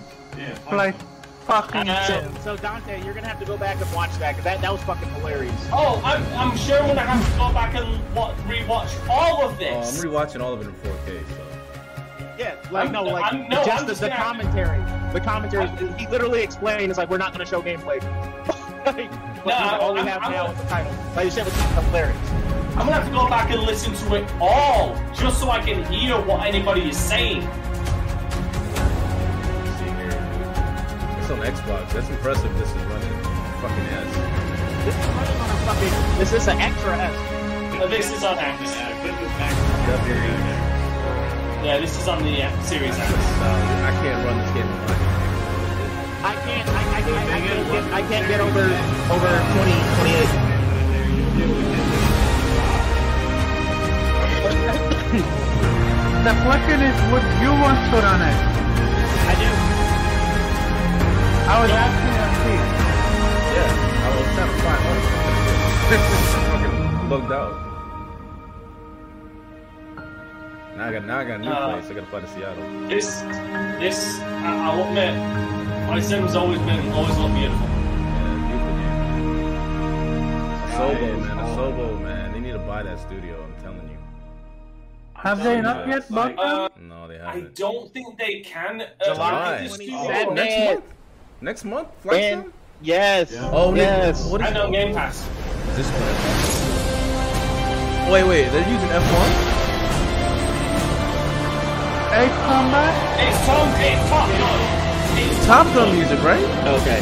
E: Flight sim.
B: flight fucking
E: So,
B: sim.
E: so Dante, you're gonna have to go back and watch that because that, that was fucking hilarious.
D: Oh, I'm, I'm sure when I have to go back and wa- rewatch all of
A: Oh, I'm
D: this.
A: rewatching all of it in 4K. So.
E: Yeah, like
D: I'm-
E: no, like
D: I'm- no,
E: just
D: I'm
E: the,
D: just
E: the
D: gonna-
E: commentary. The commentary. He literally explained, "It's like we're not going to show gameplay." like, but
D: No,
E: he's like, all we
D: I'm-
E: have
D: I'm-
E: now is the title. Like, this shit was hilarious.
D: I'm gonna have to go back and listen to it all just so I can hear what anybody is saying.
A: Let's see here. It's on Xbox. That's impressive. This is running fucking ass.
E: This is running on a fucking. This is an extra S.
D: But this is on X.
A: Definitely.
D: Yeah, this is on the uh, Series
A: No,
D: X.
A: I can't run this game. in my-
E: I can't. I, I can't. I can't get, I can't get over over 20, 28.
B: The question is, would you want to run it?
E: I do.
B: I was asking you.
A: Yeah, I was trying to find one. [LAUGHS] Fucking bugged out. Now I got now I got a new
D: Uh,
A: place. I gotta fly to Seattle.
D: This, this, I, I'll admit, my Sim's always been, always looked beautiful.
A: Yeah, beautiful game. Sobo, man. Sobo, man. They need to buy that studio. I'm telling you.
B: Have they not yet bought
D: uh,
B: them?
A: No, Oh, they
D: I
A: haven't.
D: don't think they can. Uh,
A: July.
D: this
A: July.
D: studio-
A: Next
E: Man.
A: month. Next month. Flight
E: And-
A: Sim?
E: Yes.
A: Oh, nigga,
E: yes.
A: What is
D: I know Game Pass.
A: this? Wait, wait. They're using F1.
B: Eight combat?
D: It's Tom. It's Top Gun. It's
A: Top Gun music, right?
E: Okay.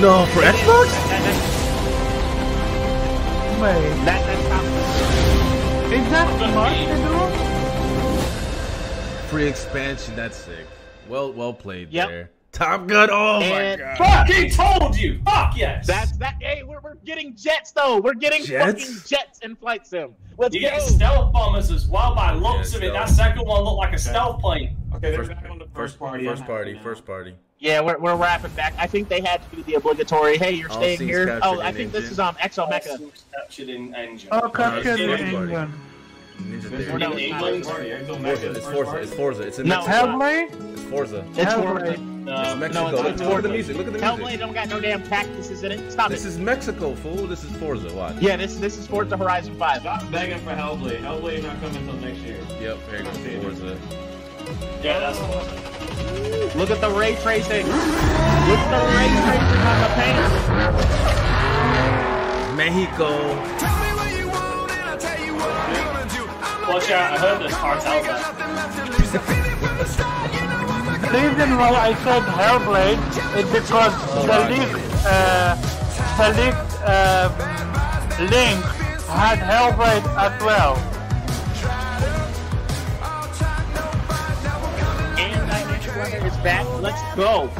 A: No, for Xbox.
B: Wait,
E: That, that's how.
B: is that smart to do?
A: Free expansion. That's sick. Well, well played
E: Yep.
A: there. Top Gun. Oh
E: And-
A: my god.
D: Fucking told you. Fuck yes.
E: That's that. Hey, we're, we're getting jets though. We're getting
A: Jets?
E: fucking jets in flight sim. Let's
D: You
E: go.
D: get stealth bombers as well by looks
A: Yeah,
D: of it. That
A: stealth.
D: second one looked like a stealth plane.
C: Okay, they're back on the first party.
A: First party, first party.
E: Yeah, we're, we're wrapping back. I think they had to do the obligatory. Hey, you're
A: All
E: staying
A: scenes
E: here.
A: captured
E: Oh, I
A: in
E: think this
A: engine.
E: is um Exo
D: All
E: Mecha.
D: scenes captured in engine.
B: Oh, captured
A: in
B: England.
A: Ninja
D: We're not in England.
A: Theory. Forza, It's Forza. It's Forza. It's in
E: No.
A: Mexico.
B: Hellblade?
A: It's Forza.
E: It's
B: Hellblade.
E: worth it.
A: It's Mexico.
E: no,
A: Look
E: it's
A: look at
E: not
A: the music. Look at the
E: Hellblade
A: music.
E: don't got no damn cactuses in it. Stop
A: This
E: it.
A: is Mexico, fool. This is Forza. Watch.
E: Yeah, this this is Forza Horizon Five.
C: Begging for Hellblade. Hellblade not coming until next year.
A: Yep. Here it goes. Forza.
D: Yeah, that's
E: Look at the ray tracing. Look at the ray tracing on the paint.
A: Mexico.
D: Watch out, I heard this part out there.
B: The reason why I said Hellblade is because
A: Oh,
B: the leaked, uh, the leaked uh, link had Hellblade as well.
E: And Dynamic Runner is back. Let's go.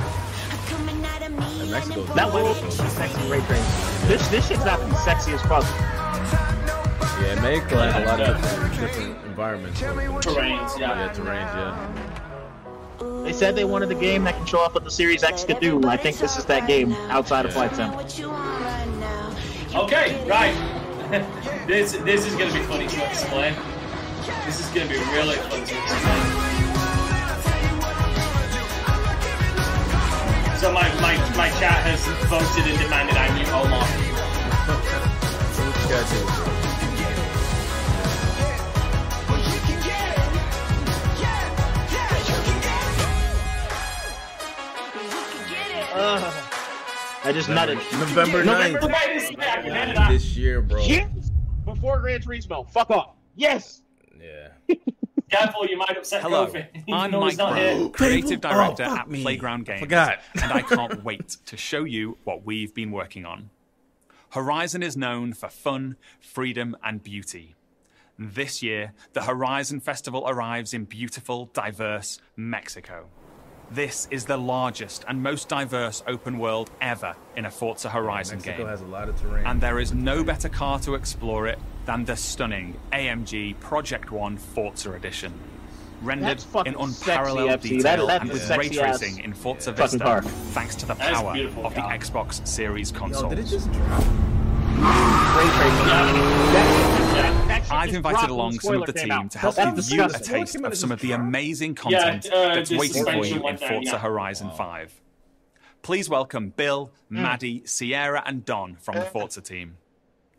A: Mexico.
E: That was sexy ray tracing. This this shit's not sexy as fuck.
A: Yeah, Mexico had a lot of different, different environments.
D: Terrains, yeah.
A: Yeah, terrains. Yeah.
E: They said they wanted the game that can show off what the Series X could do. I think this is that game outside of Flight Sim.
D: Okay, right. [LAUGHS] this this is gonna be funny to explain. This is gonna be really fun to explain. So my, my, my chat has voted and demanded I mute Omar.
E: Ugh. I just nutted.
A: November
E: November
A: 9th.
E: ninth.
A: Yeah, This year, bro.
E: Yes! Before Gran Turismo. Fuck off. Yes!
A: Yeah.
E: [LAUGHS]
D: Careful, you might
M: [LAUGHS]
D: upset
M: Hello,
D: Kofi. He [LAUGHS]
M: I'm
D: knows
M: Mike
D: he's not
M: Brown,
D: here.
M: creative
A: People-
M: director
A: oh, fuck
M: at
A: me.
M: Playground Games,
A: Forgot.
M: and
A: [LAUGHS]
M: I can't wait to show you what we've been working on. Horizon is known for fun, freedom, and beauty. This year, the Horizon Festival arrives in beautiful, diverse Mexico. This is the largest and most diverse open world ever in a Forza Horizon
A: Mexico
M: game.
A: has a lot of terrain.
M: And there is no better car to explore it than the stunning AMG Project One Forza Edition. Rendered
E: That's fucking
M: in unparalleled
E: sexy, FC. That-
M: detail
E: that's
M: and
E: a
M: with ray
E: sexy ass
M: tracing in Forza
E: fucking
M: Vista,
E: car.
M: thanks to the
D: That is a
M: power
D: beautiful
M: of the
D: car.
M: Xbox Series
A: Yo,
M: consoles.
A: did it just drop?
E: Ray tracing. [LAUGHS] That- that shit
M: I've
E: just
M: invited
E: dropped when
M: along some of
E: spoiler
M: the
E: came
M: team
E: out.
M: to help
E: That's
M: give you a
E: disgusting.
M: taste of some of the amazing
D: Yeah,
M: content
D: uh,
M: that's
D: the
M: waiting for
D: suspension
M: you in
D: went down,
M: Forza
D: yeah. Oh.
M: Horizon 5. Please welcome Bill,
D: Hmm.
M: Maddie, Sierra, and Don from the Forza team.
L: Uh,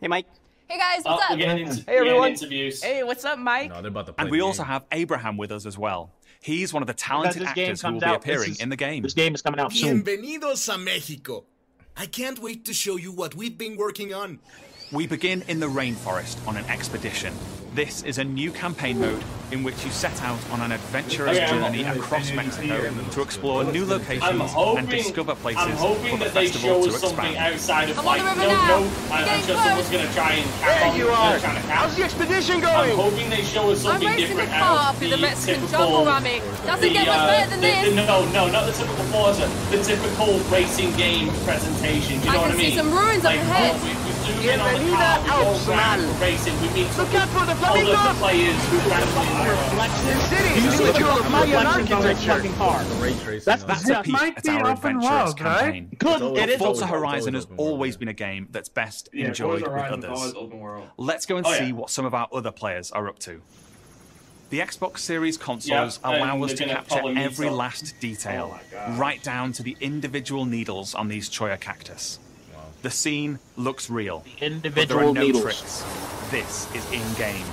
L: Hey, Mike.
V: Hey guys, what's
D: Oh,
V: up?
D: we're getting into,
L: Hey, everyone.
D: interviews.
L: Hey, what's up, Mike?
A: No, they're about to play
M: And we
A: the
M: also
A: game.
M: have Abraham with us as well. He's one of the talented
E: this game
M: actors who will
E: comes
M: be
E: out, this
M: appearing
E: is-
M: in the game.
E: This game is coming out soon.
I: Bienvenidos a Mexico. I can't wait to show you what we've been working on.
M: We begin in the rainforest on an expedition. This is a new campaign mode in which you set out on an adventurous
D: Okay, I'm-
M: journey across Mexico to explore new
D: I'm
M: locations
D: hoping,
M: and discover places
D: I'm
M: for
D: hoping
M: the
D: that they
M: festival
D: show
M: to
D: us something
M: expand.
D: outside of
I: I'm
D: like
I: on
D: no,
I: the river now.
D: no. I, I
I: Getting
D: just
I: close.
D: was gonna try and cap
I: There
D: on-
I: you
D: gonna
I: are.
D: try and cap.
I: How's the expedition
D: I'm
I: going?
D: hoping they show us
I: I'm
D: something
I: racing
D: different
I: a
D: out
I: car
D: of
I: through the Mexican
D: typical-
I: jungle, Rami. Doesn't
D: the,
I: get much
D: uh,
I: better than
D: the- the-
I: this.
D: no, no, not the typical Forza. The typical racing game presentation. Do you
I: I
D: know what I
I: can
D: mean?
I: see some ruins up
D: Like, oh,
I: ahead.
D: We, we zoom in on the
I: Bienvenida
D: car, we
I: al
D: go around,
I: Zonal.
D: we're racing. We meet
I: Look out for the
D: all of the
I: flamingos.
D: players who randomly
I: Cities, feature of Mayan architecture.
E: Fucking car.
A: Ray tracing.
E: That's
A: on
E: that's
A: it.
E: a piece.
M: It's our adventurous campaign.
E: Good. It is.
M: Forza
E: Forza
M: Horizon has always been a game that's best
C: Yeah,
M: enjoyed
C: Forza
M: with
C: Horizon's always
M: others.
C: open world.
M: Let's go and
C: Oh, yeah.
M: see what some of our other players are up to. The Xbox Series consoles
D: Yeah,
M: allow
D: and
M: us
D: they're
M: to
D: gonna
M: capture
D: follow me,
M: every
D: so-
M: last detail,
D: Oh my God.
M: right down to the individual needles on these choya cactus. The scene looks real. but there are
E: individual
M: no
E: needles.
M: tricks. This is in game.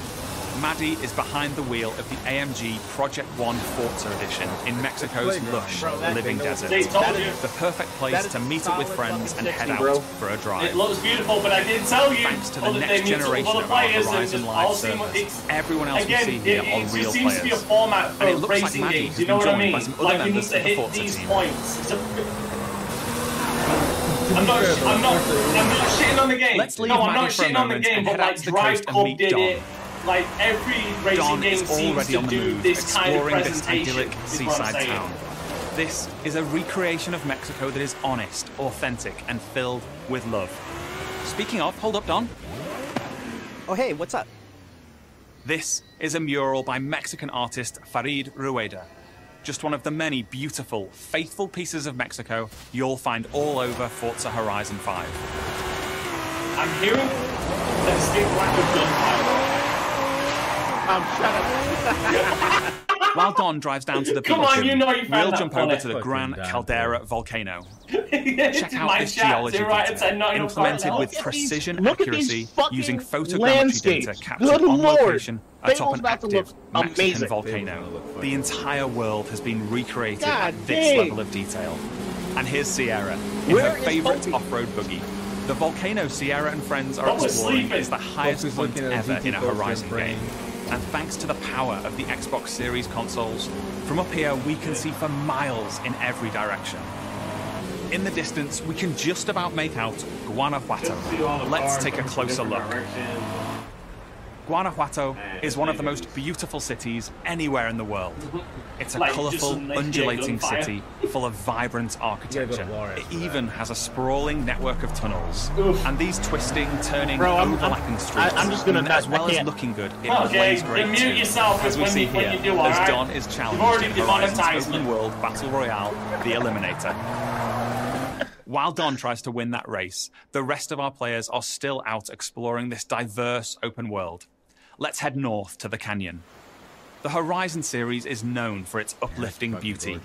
M: Maddie is behind the wheel of the AMG Project One Forza Edition in Mexico's
A: playground.
M: lush
A: Bro, that-
M: living
A: they know-
M: desert.
D: They told
M: That is
D: you.
M: the perfect place
D: That is
M: to meet up with
D: solid
M: friends and
D: fucking
M: head out
D: sexy, bro.
M: for a drive.
D: It looks beautiful, but I did tell you
M: Thanks to the
D: all that they
M: next
D: need to
M: generation
D: all the
M: of our
D: players and
M: Horizon
D: just
M: Live
D: all see what
M: servers,
D: it's-
M: everyone else we
D: Again,
M: see
D: it,
M: here
D: it
M: are
D: just
M: real
D: seems to be a
M: players.
D: format for
M: And it looks like
D: racing
M: Maddie
D: games.
M: has
D: You
M: been
D: know what I
M: joined by
D: mean?
M: some other
D: Like you need
M: members
D: to
M: of the
D: hit
M: Forza
D: these
M: team.
D: points. It's a- I'm not. I'm not. I'm not shitting on the game.
M: Let's leave
D: no, I'm
M: Maddie
D: not
M: for a
D: shitting on the
M: moment
D: game,
M: and
D: but
M: head out
D: like
M: to the
D: Drive
M: coast and
D: Club
M: meet
D: did
M: Don.
D: it. Like every racing
M: Don
D: game
M: is
D: seems
M: already
D: to
M: on the
D: do
M: move,
D: this kind of
M: exploring this
D: presentation.
M: idyllic
D: is what I'm
M: seaside
D: saying.
M: town. This is a recreation of Mexico that is honest, authentic, and filled with love. Speaking of, hold up, Don.
L: Oh, hey, what's up?
M: This is a mural by Mexican artist Farid Rueda. Just one of the many beautiful, faithful pieces of Mexico you'll find all over Forza Horizon 5.
D: I'm hearing that Skip lack of gunfire.
E: Um,
M: While Don drives down to the
D: Come
M: beach,
D: on, you know you found
M: we'll
D: that
M: jump
D: bullet.
M: over to the
D: Fucking
M: Gran
D: damn
M: Caldera volcano.
D: Check
M: out this geology data, implemented with precision accuracy using photogrammetry data
E: landscapes.
M: captured
E: Good
M: on
E: lord.
M: location atop
E: Fable's
M: an
E: about to
M: active
E: look
M: Mexican
E: amazing.
M: volcano. The entire world has been recreated
E: God
M: at this
E: dang.
M: level of detail. And here's Sierra in
E: Where
M: her
E: is
M: favorite off-road buggy. The volcano Sierra and friends are
E: Bubba's
M: exploring
E: sleeping.
M: is the highest
E: Bubba's
M: point
E: looking at a
M: ever
E: GT
M: in a
E: poster
M: Horizon
E: frame.
M: game. And thanks to the power of the Xbox Series consoles, from up here we can see for miles in every direction. In the distance, we can just about make out Guanajuato. Let's take a closer look. Guanajuato is one of the most beautiful cities anywhere in the world. It's a
D: Like, just
M: colourful,
D: some nice
M: undulating
D: big gunfire.
M: city full of vibrant architecture. It even has a sprawling network of tunnels. And these twisting, turning,
E: Bro, I'm-
M: overlapping
E: I'm-
M: streets,
E: I- I'm just gonna
M: mm,
E: nut.
M: as well
E: I
M: as
E: can't.
M: looking good, it
D: Okay,
M: plays great
D: then mute
M: too.
D: yourself
M: As we
D: when
M: see
D: you- when
M: here,
D: you do,
M: as
D: alright?
M: Don is
D: You've
M: challenged
D: already
M: in Horizon's
D: demonetised
M: open world battle royale, The Eliminator. While Don tries to win that race, the rest of our players are still out exploring this diverse open world. Let's head north to the canyon. The Horizon series is known for its uplifting beauty,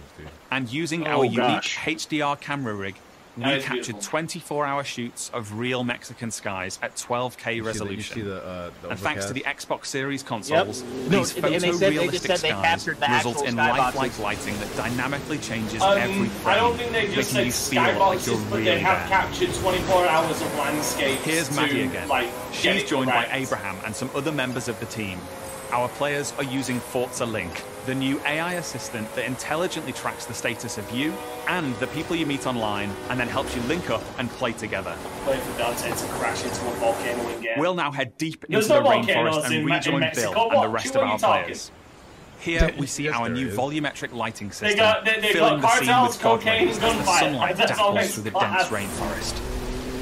M: and using
E: Oh,
M: our
E: gosh.
M: unique HDR camera rig, we
E: That is
M: captured
E: beautiful.
M: 24-hour shoots of real Mexican skies at 12K
A: the- you
M: resolution.
A: see the, uh, the
M: and thanks to
A: overcast?
M: the Xbox Series consoles,
E: Yep. No,
M: these
E: and- and they said- they just
M: photorealistic
E: said they
M: skies
E: captured the
M: result
E: actual
M: in
E: skyboxes.
M: lifelike lighting that dynamically changes
D: Um,
M: every
D: I
M: frame,
D: don't think they just
M: making
D: said
M: you feel like you're
D: skyboxes, but
M: really
D: they have
M: there.
D: captured 24 hours of landscape.
M: Here's
D: to,
M: Maddie again.
D: Like, get
M: She's
D: it
M: joined
D: correct.
M: by Abraham and some other members of the team. Our players are using Forza Link, the new AI assistant that intelligently tracks the status of you and the people you meet online and then helps you link up and play together.
D: Wait for God's sake to crash into a volcano again.
M: We'll now head deep into
D: There's
M: the
D: no volcanoes
M: rainforest and
D: in Me- in
M: rejoin
D: Mexico.
M: Bill and
D: What?
M: the rest
D: What
M: of
D: are you
M: our
D: talking?
M: players. Here we see our new volumetric lighting
D: They
M: system
D: got- they- they
M: filling
D: got
M: the scene
D: cartels,
M: with fog
D: cocaine,
M: rays as the
D: gunfire.
M: sunlight
D: That's all
M: dapples
D: they
M: through the
D: got.
M: dense rainforest.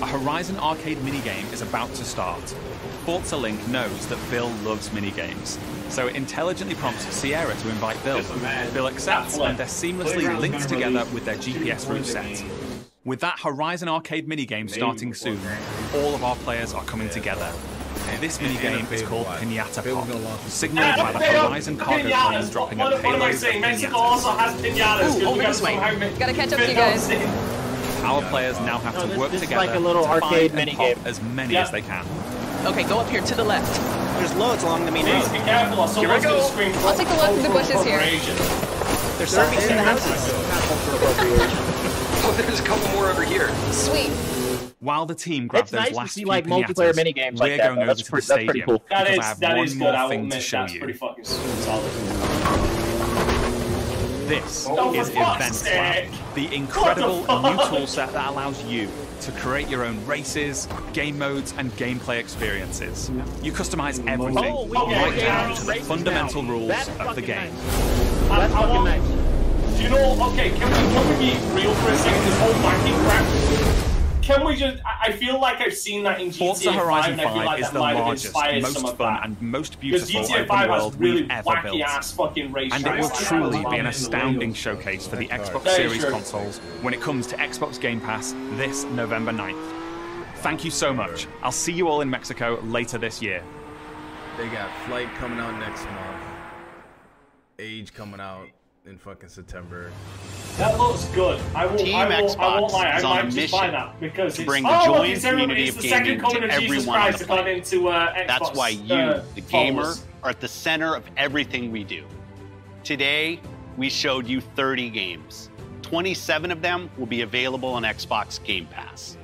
M: A Horizon arcade minigame is about to start. Forza Link knows that Bill loves minigames, so it intelligently prompts Sierra to invite Bill. Bill accepts, and they're seamlessly
E: Playground's
M: linked
E: gonna
M: together
E: release
M: with their GPS
E: two
M: route set. With that Horizon arcade minigame starting soon, all of our players are coming together. This minigame is called Pinata Pop, signaled by the
D: Fail.
M: Horizon cargo
D: Pinatas.
M: planes dropping
D: what,
M: a
D: what, what am I
M: payload
D: saying?
M: of
D: Mexico
M: pinatas.
D: also has pinatas. 'cause
L: Ooh,
D: we
L: over
D: gotta
L: this way.
D: somehow make
L: Gotta catch up to you
D: pinatas.
L: guys.
M: Our players now have to
L: this-
M: work
L: this is
M: together
L: like a little
M: to
L: arcade
M: find and
L: minigame.
M: pop as many
L: Yeah.
M: as they can.
L: Okay, go up here to the left. There's loads along the main
D: Please
L: road.
D: be careful, or
L: Here I
D: someone's gonna
L: go.
D: scream.
L: I'll take a look through the
D: "Cultural
L: bushes here."
D: appropriation."
L: There's zombies in the houses.
F: [LAUGHS] Oh, there's a couple more over here.
L: Sweet.
M: While the team grab
L: It's
M: those
L: nice to
M: last
L: see,
M: few
L: like,
M: pinatas,
L: multiplayer minigames like
M: we're
L: that,
M: going
L: though.
M: over
L: That's
M: to the
L: pretty- that's pretty
M: stadium
L: cool.
D: That
M: because
D: is
M: I have
D: that
M: one
D: is
M: more
D: good. I will
M: thing to
D: admit
M: show
D: that's
M: you.
D: pretty fucking solid.
M: This
D: Oh, for
M: is
D: fuck's
M: Events
D: sake.
M: Lab, the incredible
D: What the
M: new
D: fuck?
M: tool set that allows you to create your own races, game modes, and gameplay experiences. You customize everything
E: Oh, we can
M: right
E: create our
M: down
E: own
M: to the
E: races
M: fundamental
E: now.
M: rules
E: That's
M: of the
E: fucking
M: game.
D: I, I want, Do you know? Okay, can we can we be real for a second? This whole wacky crap. Can we just? I, I feel like I've seen that in GTA
M: Forza
D: 5,
M: Horizon
D: and E I feel
M: 5
D: like
M: is
D: that
M: the
D: might have
M: largest,
D: inspired some
M: most
D: of
M: fun,
D: that.
M: and most
D: Because
M: beautiful
D: GTA
M: open
D: 5
M: world
D: has really
M: we've ever
D: wacky
M: built.
D: ass fucking race
M: And it will
D: tracks.
M: truly be an
D: Yeah,
M: astounding showcase for the Xbox
D: Very
M: Series
D: true.
M: consoles when it comes to Xbox Game Pass this November 9th. Thank you so much. I'll see you all in Mexico later this year.
A: They got Flight coming out next month. Age coming out in fucking September.
D: That looks good. I will.
A: Team
D: I will. I won't
A: Xbox
D: lie. I
A: is on
D: might
A: a
D: just buy
A: mission
D: that because
A: to
D: it's,
A: bring
D: oh,
A: the
D: look,
A: joy and
D: it's every-
A: community
D: it's
A: of
D: the second
A: gaming to
D: coming of Jesus
H: everyone on
D: Christ
H: the
D: to come into uh, Xbox.
H: That's why you,
D: uh,
H: the gamer,
D: followers.
H: are at the center of everything we do. Today, we showed you 30 games. 27 of them will be available on Xbox Game Pass.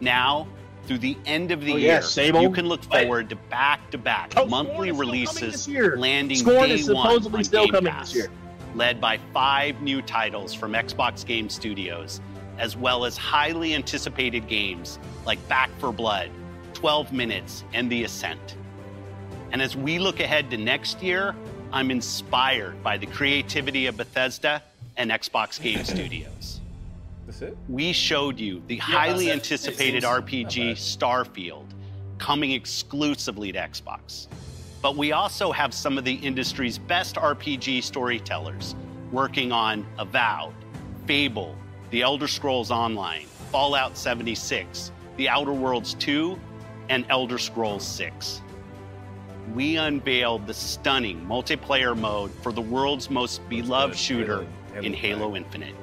H: Now, through the end of the
E: Oh, yeah,
H: year,
E: Sable.
H: you can look forward to back-to-back monthly releases landing
E: Scorn
H: day
E: is
H: one
E: supposedly
H: on
E: still
H: Game
E: coming
H: Pass,
E: this year.
H: led by five new titles from Xbox Game Studios, as well as highly anticipated games like Back for Blood, 12 Minutes, and The Ascent. And as we look ahead to next year, I'm inspired by the creativity of Bethesda and Xbox Game Studios.
A: That's it?
H: We showed you the
A: that's
H: highly
A: it.
H: anticipated
A: It seems-
H: RPG Starfield coming exclusively to Xbox. But we also have some of the industry's best RPG storytellers working on Avowed, Fable, The Elder Scrolls Online, Fallout 76, The Outer Worlds 2, and Elder Scrolls 6. We unveiled the stunning multiplayer mode for the world's most beloved shooter in Halo Infinite,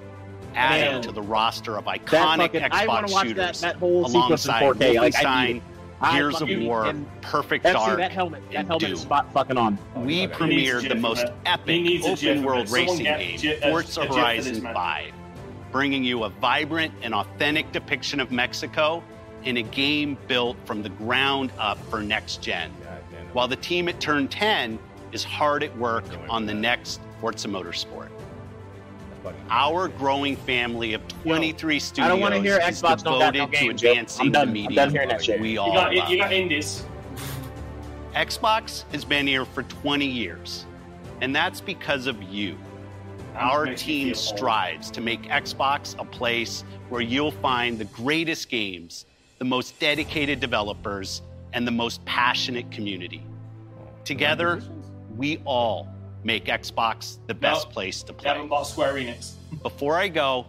H: adding
E: Man.
H: to the roster of
E: That
H: iconic
E: fucking- I wanna watch
H: Xbox
E: that-
H: shooters
E: that whole sequence in
H: alongside
E: 4K, like, I
H: Wolfenstein,
E: need- I
H: Gears of
E: fucking need-
H: War,
E: and-
H: Perfect
E: That's-
H: Dark,
E: that helmet, that
H: and
E: helmet
H: Doom.
E: is spot fucking on.
H: We premiered the most
E: He
H: epic
E: needs a GIF
H: open
E: of
H: world
E: it. Someone
H: racing
E: get
H: game,
E: GIF- a-
H: Forza
E: a GIF of this
H: Horizon
E: man.
H: 5, bringing you a vibrant and authentic depiction of Mexico in a game built from the ground up for next gen. While the team at Turn 10 is hard at work on the next Forza Motorsport. Our growing family of 23
E: I
H: studios
E: don't wanna hear
H: is
E: Xbox don't got no game,
H: devoted to
E: Joe. I'm done.
H: advancing the
E: I'm
H: media
E: done hearing that shit.
H: we
E: You
H: all
E: got- you
H: love.
E: got
D: Indies.
H: Xbox has been here for 20 years, and that's because of you. Our
D: makes me
H: team
D: feel old.
H: strives to make Xbox a place where you'll find the greatest games, the most dedicated developers, and the most passionate community. Together, we all make Xbox the best place to play.
D: Haven't bought Square Enix.
H: Before I go,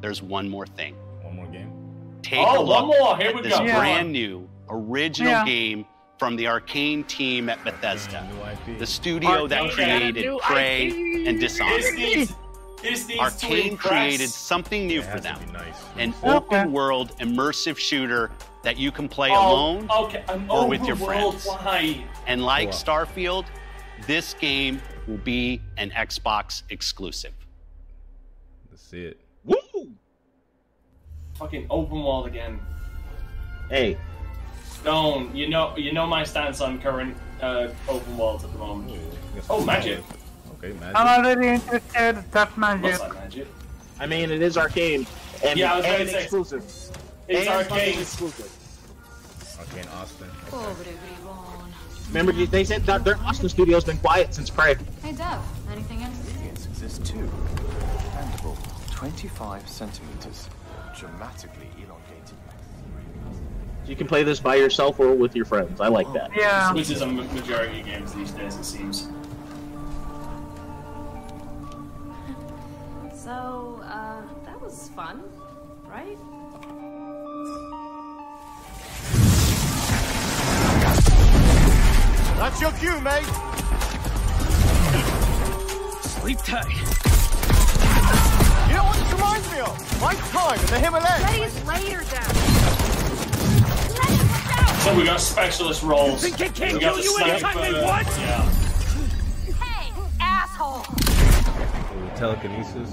H: there's one more thing.
A: Oh. One more game.
H: Take
D: Oh,
H: a look
D: one more. Here
H: at
D: we
H: this
D: go. Yeah.
H: brand new original
D: Yeah.
H: game from the Arcane team at Bethesda, the studio that
D: Arcane.
H: created
D: New
H: Prey
D: IP.
H: and
D: This
H: Dishonored.
D: needs, this needs to
H: Arcane
D: impress.
H: created something new for them, an
D: Okay.
H: open-world immersive shooter that you can play
D: Oh,
H: alone
D: okay, an
H: or with your
D: overworld
H: friends.
D: wide.
H: And like
D: Wow.
H: Starfield, this game will be an Xbox exclusive.
A: Let's see it.
D: Fucking open world again.
E: Hey,
D: Stone, you know, you know my stance on current uh, open worlds at the moment. Oh, magic.
A: Okay, magic.
B: I'm already interested. That's magic.
D: magic.
E: I mean, it is arcane. And,
B: Yeah, I was gonna
E: and
B: say,
E: exclusive.
B: it's
E: and fucking
B: Arcane.
E: exclusive.
A: Arcane Austin.
E: Remember, they said that their Austin studio's been quiet since Prey.
V: Hey, Dev, anything interesting?
J: exist too. Expandable, 25 centimeters, dramatically elongated.
E: You can play this by yourself or with your friends. I like that.
D: Which is a ma- majority of games these days, it seems.
Q: So, uh, that was fun, right?
J: That's your cue, mate.
L: Sleep tight.
J: You know what this reminds me of? My time in the Himalayas.
Q: later,
D: So we got specialist roles.
Q: You think they can't
D: we got
Q: kill
D: the
Q: you
D: sniper,
Q: anytime they want?
D: Yeah.
Q: Hey, asshole!
A: Ooh, telekinesis.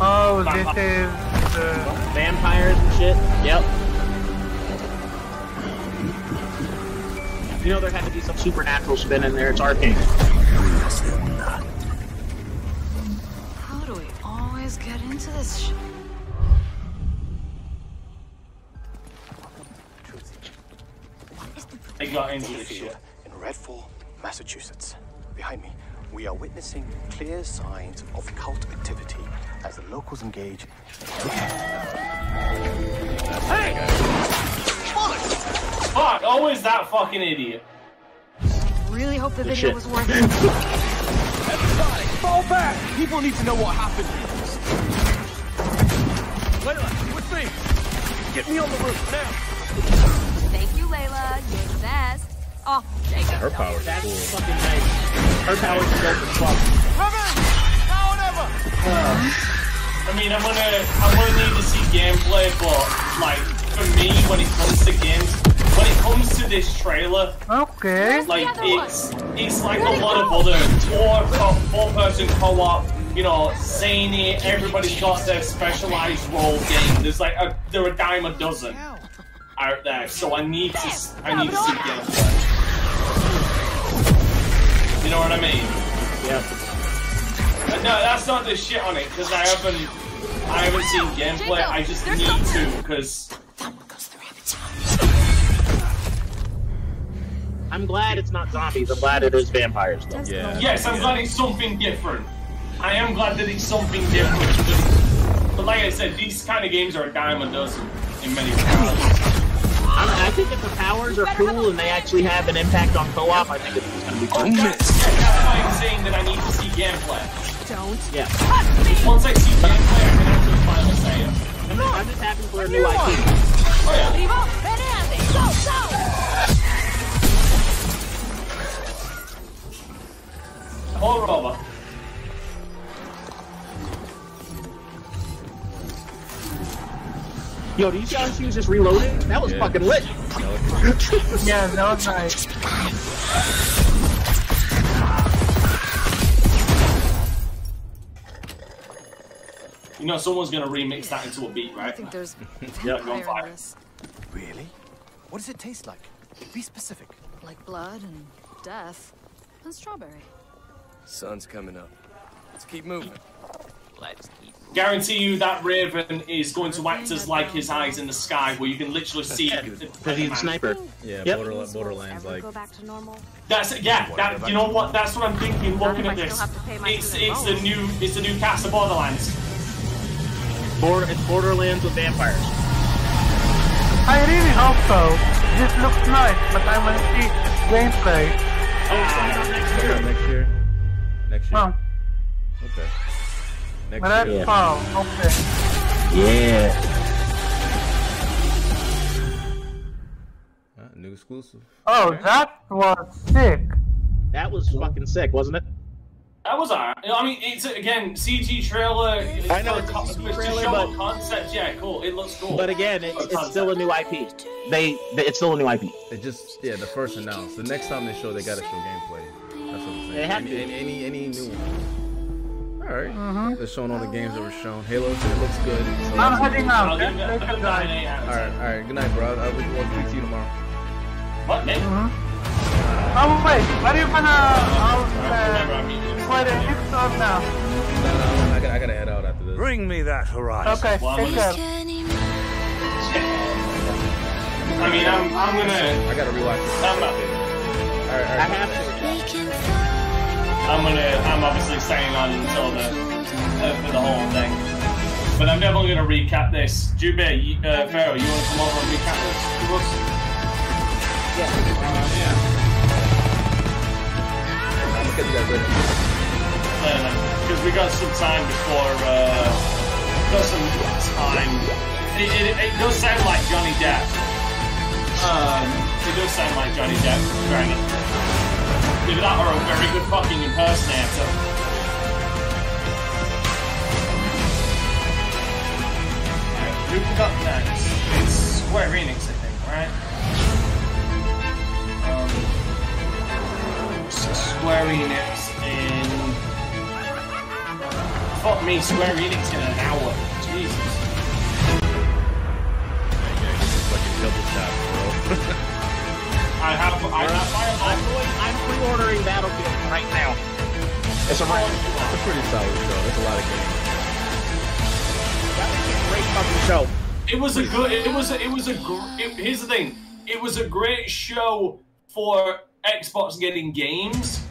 B: Oh, this is the
E: vampires and shit. Yep. You know there had to be some supernatural spin in there. It's arcane.
Q: How do we always get into this shit?
D: They got into this shit.
J: In Redfall, Massachusetts. Behind me, we are witnessing clear signs of cult activity as the locals engage.
D: Fuck, always that fucking idiot.
Q: Really hope the
D: Good
Q: video
D: shit.
Q: was worth it.
J: Fall back! People need to know what happened. Layla, with me. Get me on the roof now.
Q: Thank you, Layla. You're the best. Oh, Jacob.
A: Her
Q: no.
A: powers are cool.
E: Her powers are dope as fuck.
D: I mean, I'm gonna, I'm gonna need to see gameplay, but like for me, when it comes to games, when it comes to this trailer,
B: okay.
D: like
B: other one?
D: it's, it's like a lot of other four, co- four person co-op. You know, zany. Everybody's got their specialized role game. There's like a, there are a dime a dozen out there, so I need to, s- I need to see gameplay. You know what I mean?
E: Yeah.
D: But no, that's not the shit on it because I haven't, I haven't seen gameplay. I just need to because
E: I'm glad it's not zombies. I'm glad it is vampires. Though.
A: Yeah.
D: yes, I'm glad it's something different. I am glad that it's something different. But, but like I said, these kind of games are a dime a dozen in many regards.
E: I, don't know, I think if the powers are cool and they actually have an impact on co-op, I think it's just gonna be cool.
D: That's why I'm saying that I need to see gameplay.
E: Don't. Yeah.
D: Because once I see gameplay, I can actually finally say it. Oh,
E: I'm just, I'm just happy for a new IP.
D: All over.
E: Yo, these guys use just reloaded? That was
B: Yeah.
J: [LAUGHS]
E: fucking lit. [LAUGHS]
B: yeah, that was nice.
D: You know, someone's gonna remix that into a beat, right? I think [LAUGHS]
Q: there's
D: yeah, go on fire.
J: Really? What does it taste like? Be specific.
Q: Like blood and death and strawberry.
R: Sun's coming up. Let's keep moving. Let's keep.
D: Guarantee you that Raven is going to act as like his eyes in the sky, where you can literally see it.
E: sniper.
A: Yeah,
D: Yep.
A: borderlands, borderlands like
Q: Go back to normal.
D: That's yeah. That you know what? That's what I'm thinking. Looking at this, it's it's the new it's the new cast of Borderlands.
E: Border, it's Borderlands with vampires.
B: I really hope so. This looks nice, but I want to see gameplay.
A: next year. Next year.
B: Oh.
A: Okay. Next
B: But that's
A: year.
B: fall. Okay.
E: Yeah.
A: Ah, new exclusive.
B: Oh, that was sick.
E: That was fucking sick, wasn't it?
D: That was alright. I mean, it's again CG trailer. I know it's, it's just
E: trailer,
D: show
E: but-
D: a concept. Yeah, cool. It looks cool.
E: But again, it's, it's still a new IP. They, they it's still a new IP.
A: It just yeah, the first announced. The next time they show, they gotta show gameplay. That's what I'm
E: They
A: saying.
E: have
A: Any,
E: to.
A: any, any, any new one. All right.
B: Mm-hmm.
A: They're showing all the games that were shown. Halo 2 looks good.
B: I'm heading out.
A: All
B: Let's make a guy.
A: right, all right. Good night, bro. I'll, I'll speak to you tomorrow.
D: What, man?
B: Mm-hmm. Oh, wait. Are you gonna um, uh, play the hits or
A: No, no,
B: no?
A: no, Uh, I gotta, I gotta head out after this.
O: Bring me that horizon.
B: Okay, take care.
D: I mean, I'm I'm gonna
A: I gotta rewatch this.
D: I'm not-
E: I have
D: to. I'm gonna I'm obviously staying on until the uh, for the whole thing. But I'm definitely gonna recap this. Jube, you, uh, Pharaoh, you wanna come over and recap this to us?
A: I'm gonna get that ready.
D: Because we got some time before, uh, got some time. It, it, it does sound like Johnny Depp. Um, it does sound like Johnny Depp. Fair enough. Either that or a very good fucking impersonator. Alright, Who got next? It's Square Enix, I think, right? Um, so Square Enix in Fuck me, Square Enix in an hour. Jesus.
A: Fucking double tap, [LAUGHS] bro.
D: I have, I have my
E: I'm, going- I'm pre-ordering Battlefield right now. It's a
A: It's a pretty solid show. That's a lot of games.
E: great fucking show.
D: It was a good. It was. A, it was a. Gr- it, here's the thing. It was a great show for Xbox getting games,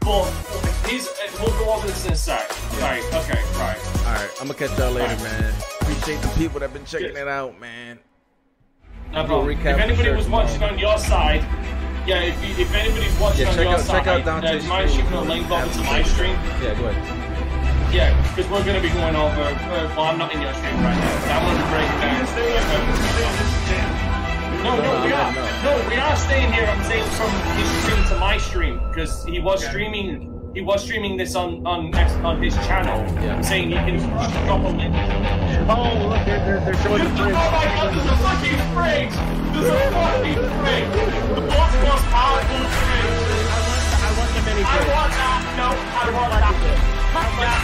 D: but uh, his. We'll go over this in a sec. Sorry. Okay. Right.
A: All right, I'm gonna catch y'all later, man. Appreciate the people that've been checking it out, man.
D: No
A: We'll
D: problem. If
A: recap the
D: anybody
A: shirt
D: was watching
A: tomorrow.
D: on your side, yeah. If, you, if anybody's watching
A: Yeah,
D: on
A: check
D: your
A: out-
D: side,
A: check out Dante's
D: uh, mind shooting a
A: stream.
D: link over to my stream.
A: Yeah, go ahead.
D: Yeah, because we're going to be going over. Uh, well, I'm not in your stream right now, but I want to break down. No, no, we are. No, we are staying here. I'm saying from his stream to my stream because he was streaming. He was streaming this on on X- on his channel. I'm saying he can drop a link.
E: Oh, look, they're, they're, they're showing the
D: Oh my God! There's a fucking fridge. There's a fucking fridge. The boss was powerful fridge.
E: I want the mini
D: I
E: fridge.
D: want that. No, I want that. I want that.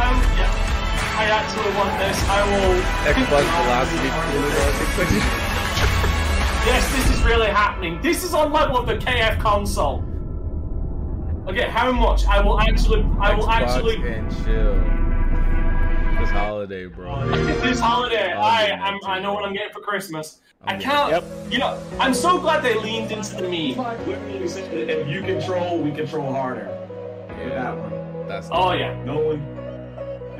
D: Um, yeah. I actually want this. I will.
A: Xbox Velocity Cooler.
D: Yes, this is really happening. This is on level of the KF console. Okay, how much? I will actually, I will
A: Xbox
D: actually.
A: and chill. This holiday, bro.
D: Oh, This holiday,
A: Oh,
D: I,
A: man.
D: I'm, I know what I'm getting for Christmas. I
A: yeah.
D: can't. You know, I'm so glad they leaned into the meme.
C: Literally said that if you control, we control harder. Yeah, that one.
A: That's
D: Oh, yeah.
C: No one.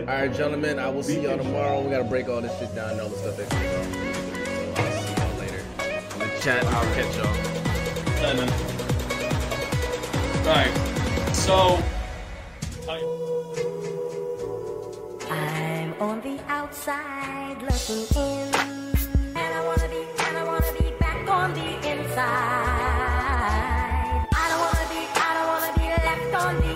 A: All right, gentlemen. I will see y'all tomorrow. We gotta break all this shit down. and All the stuff that. I'll see y'all later. Chat, I'll catch y'all.
D: Right. So,
B: I'm on the outside looking in.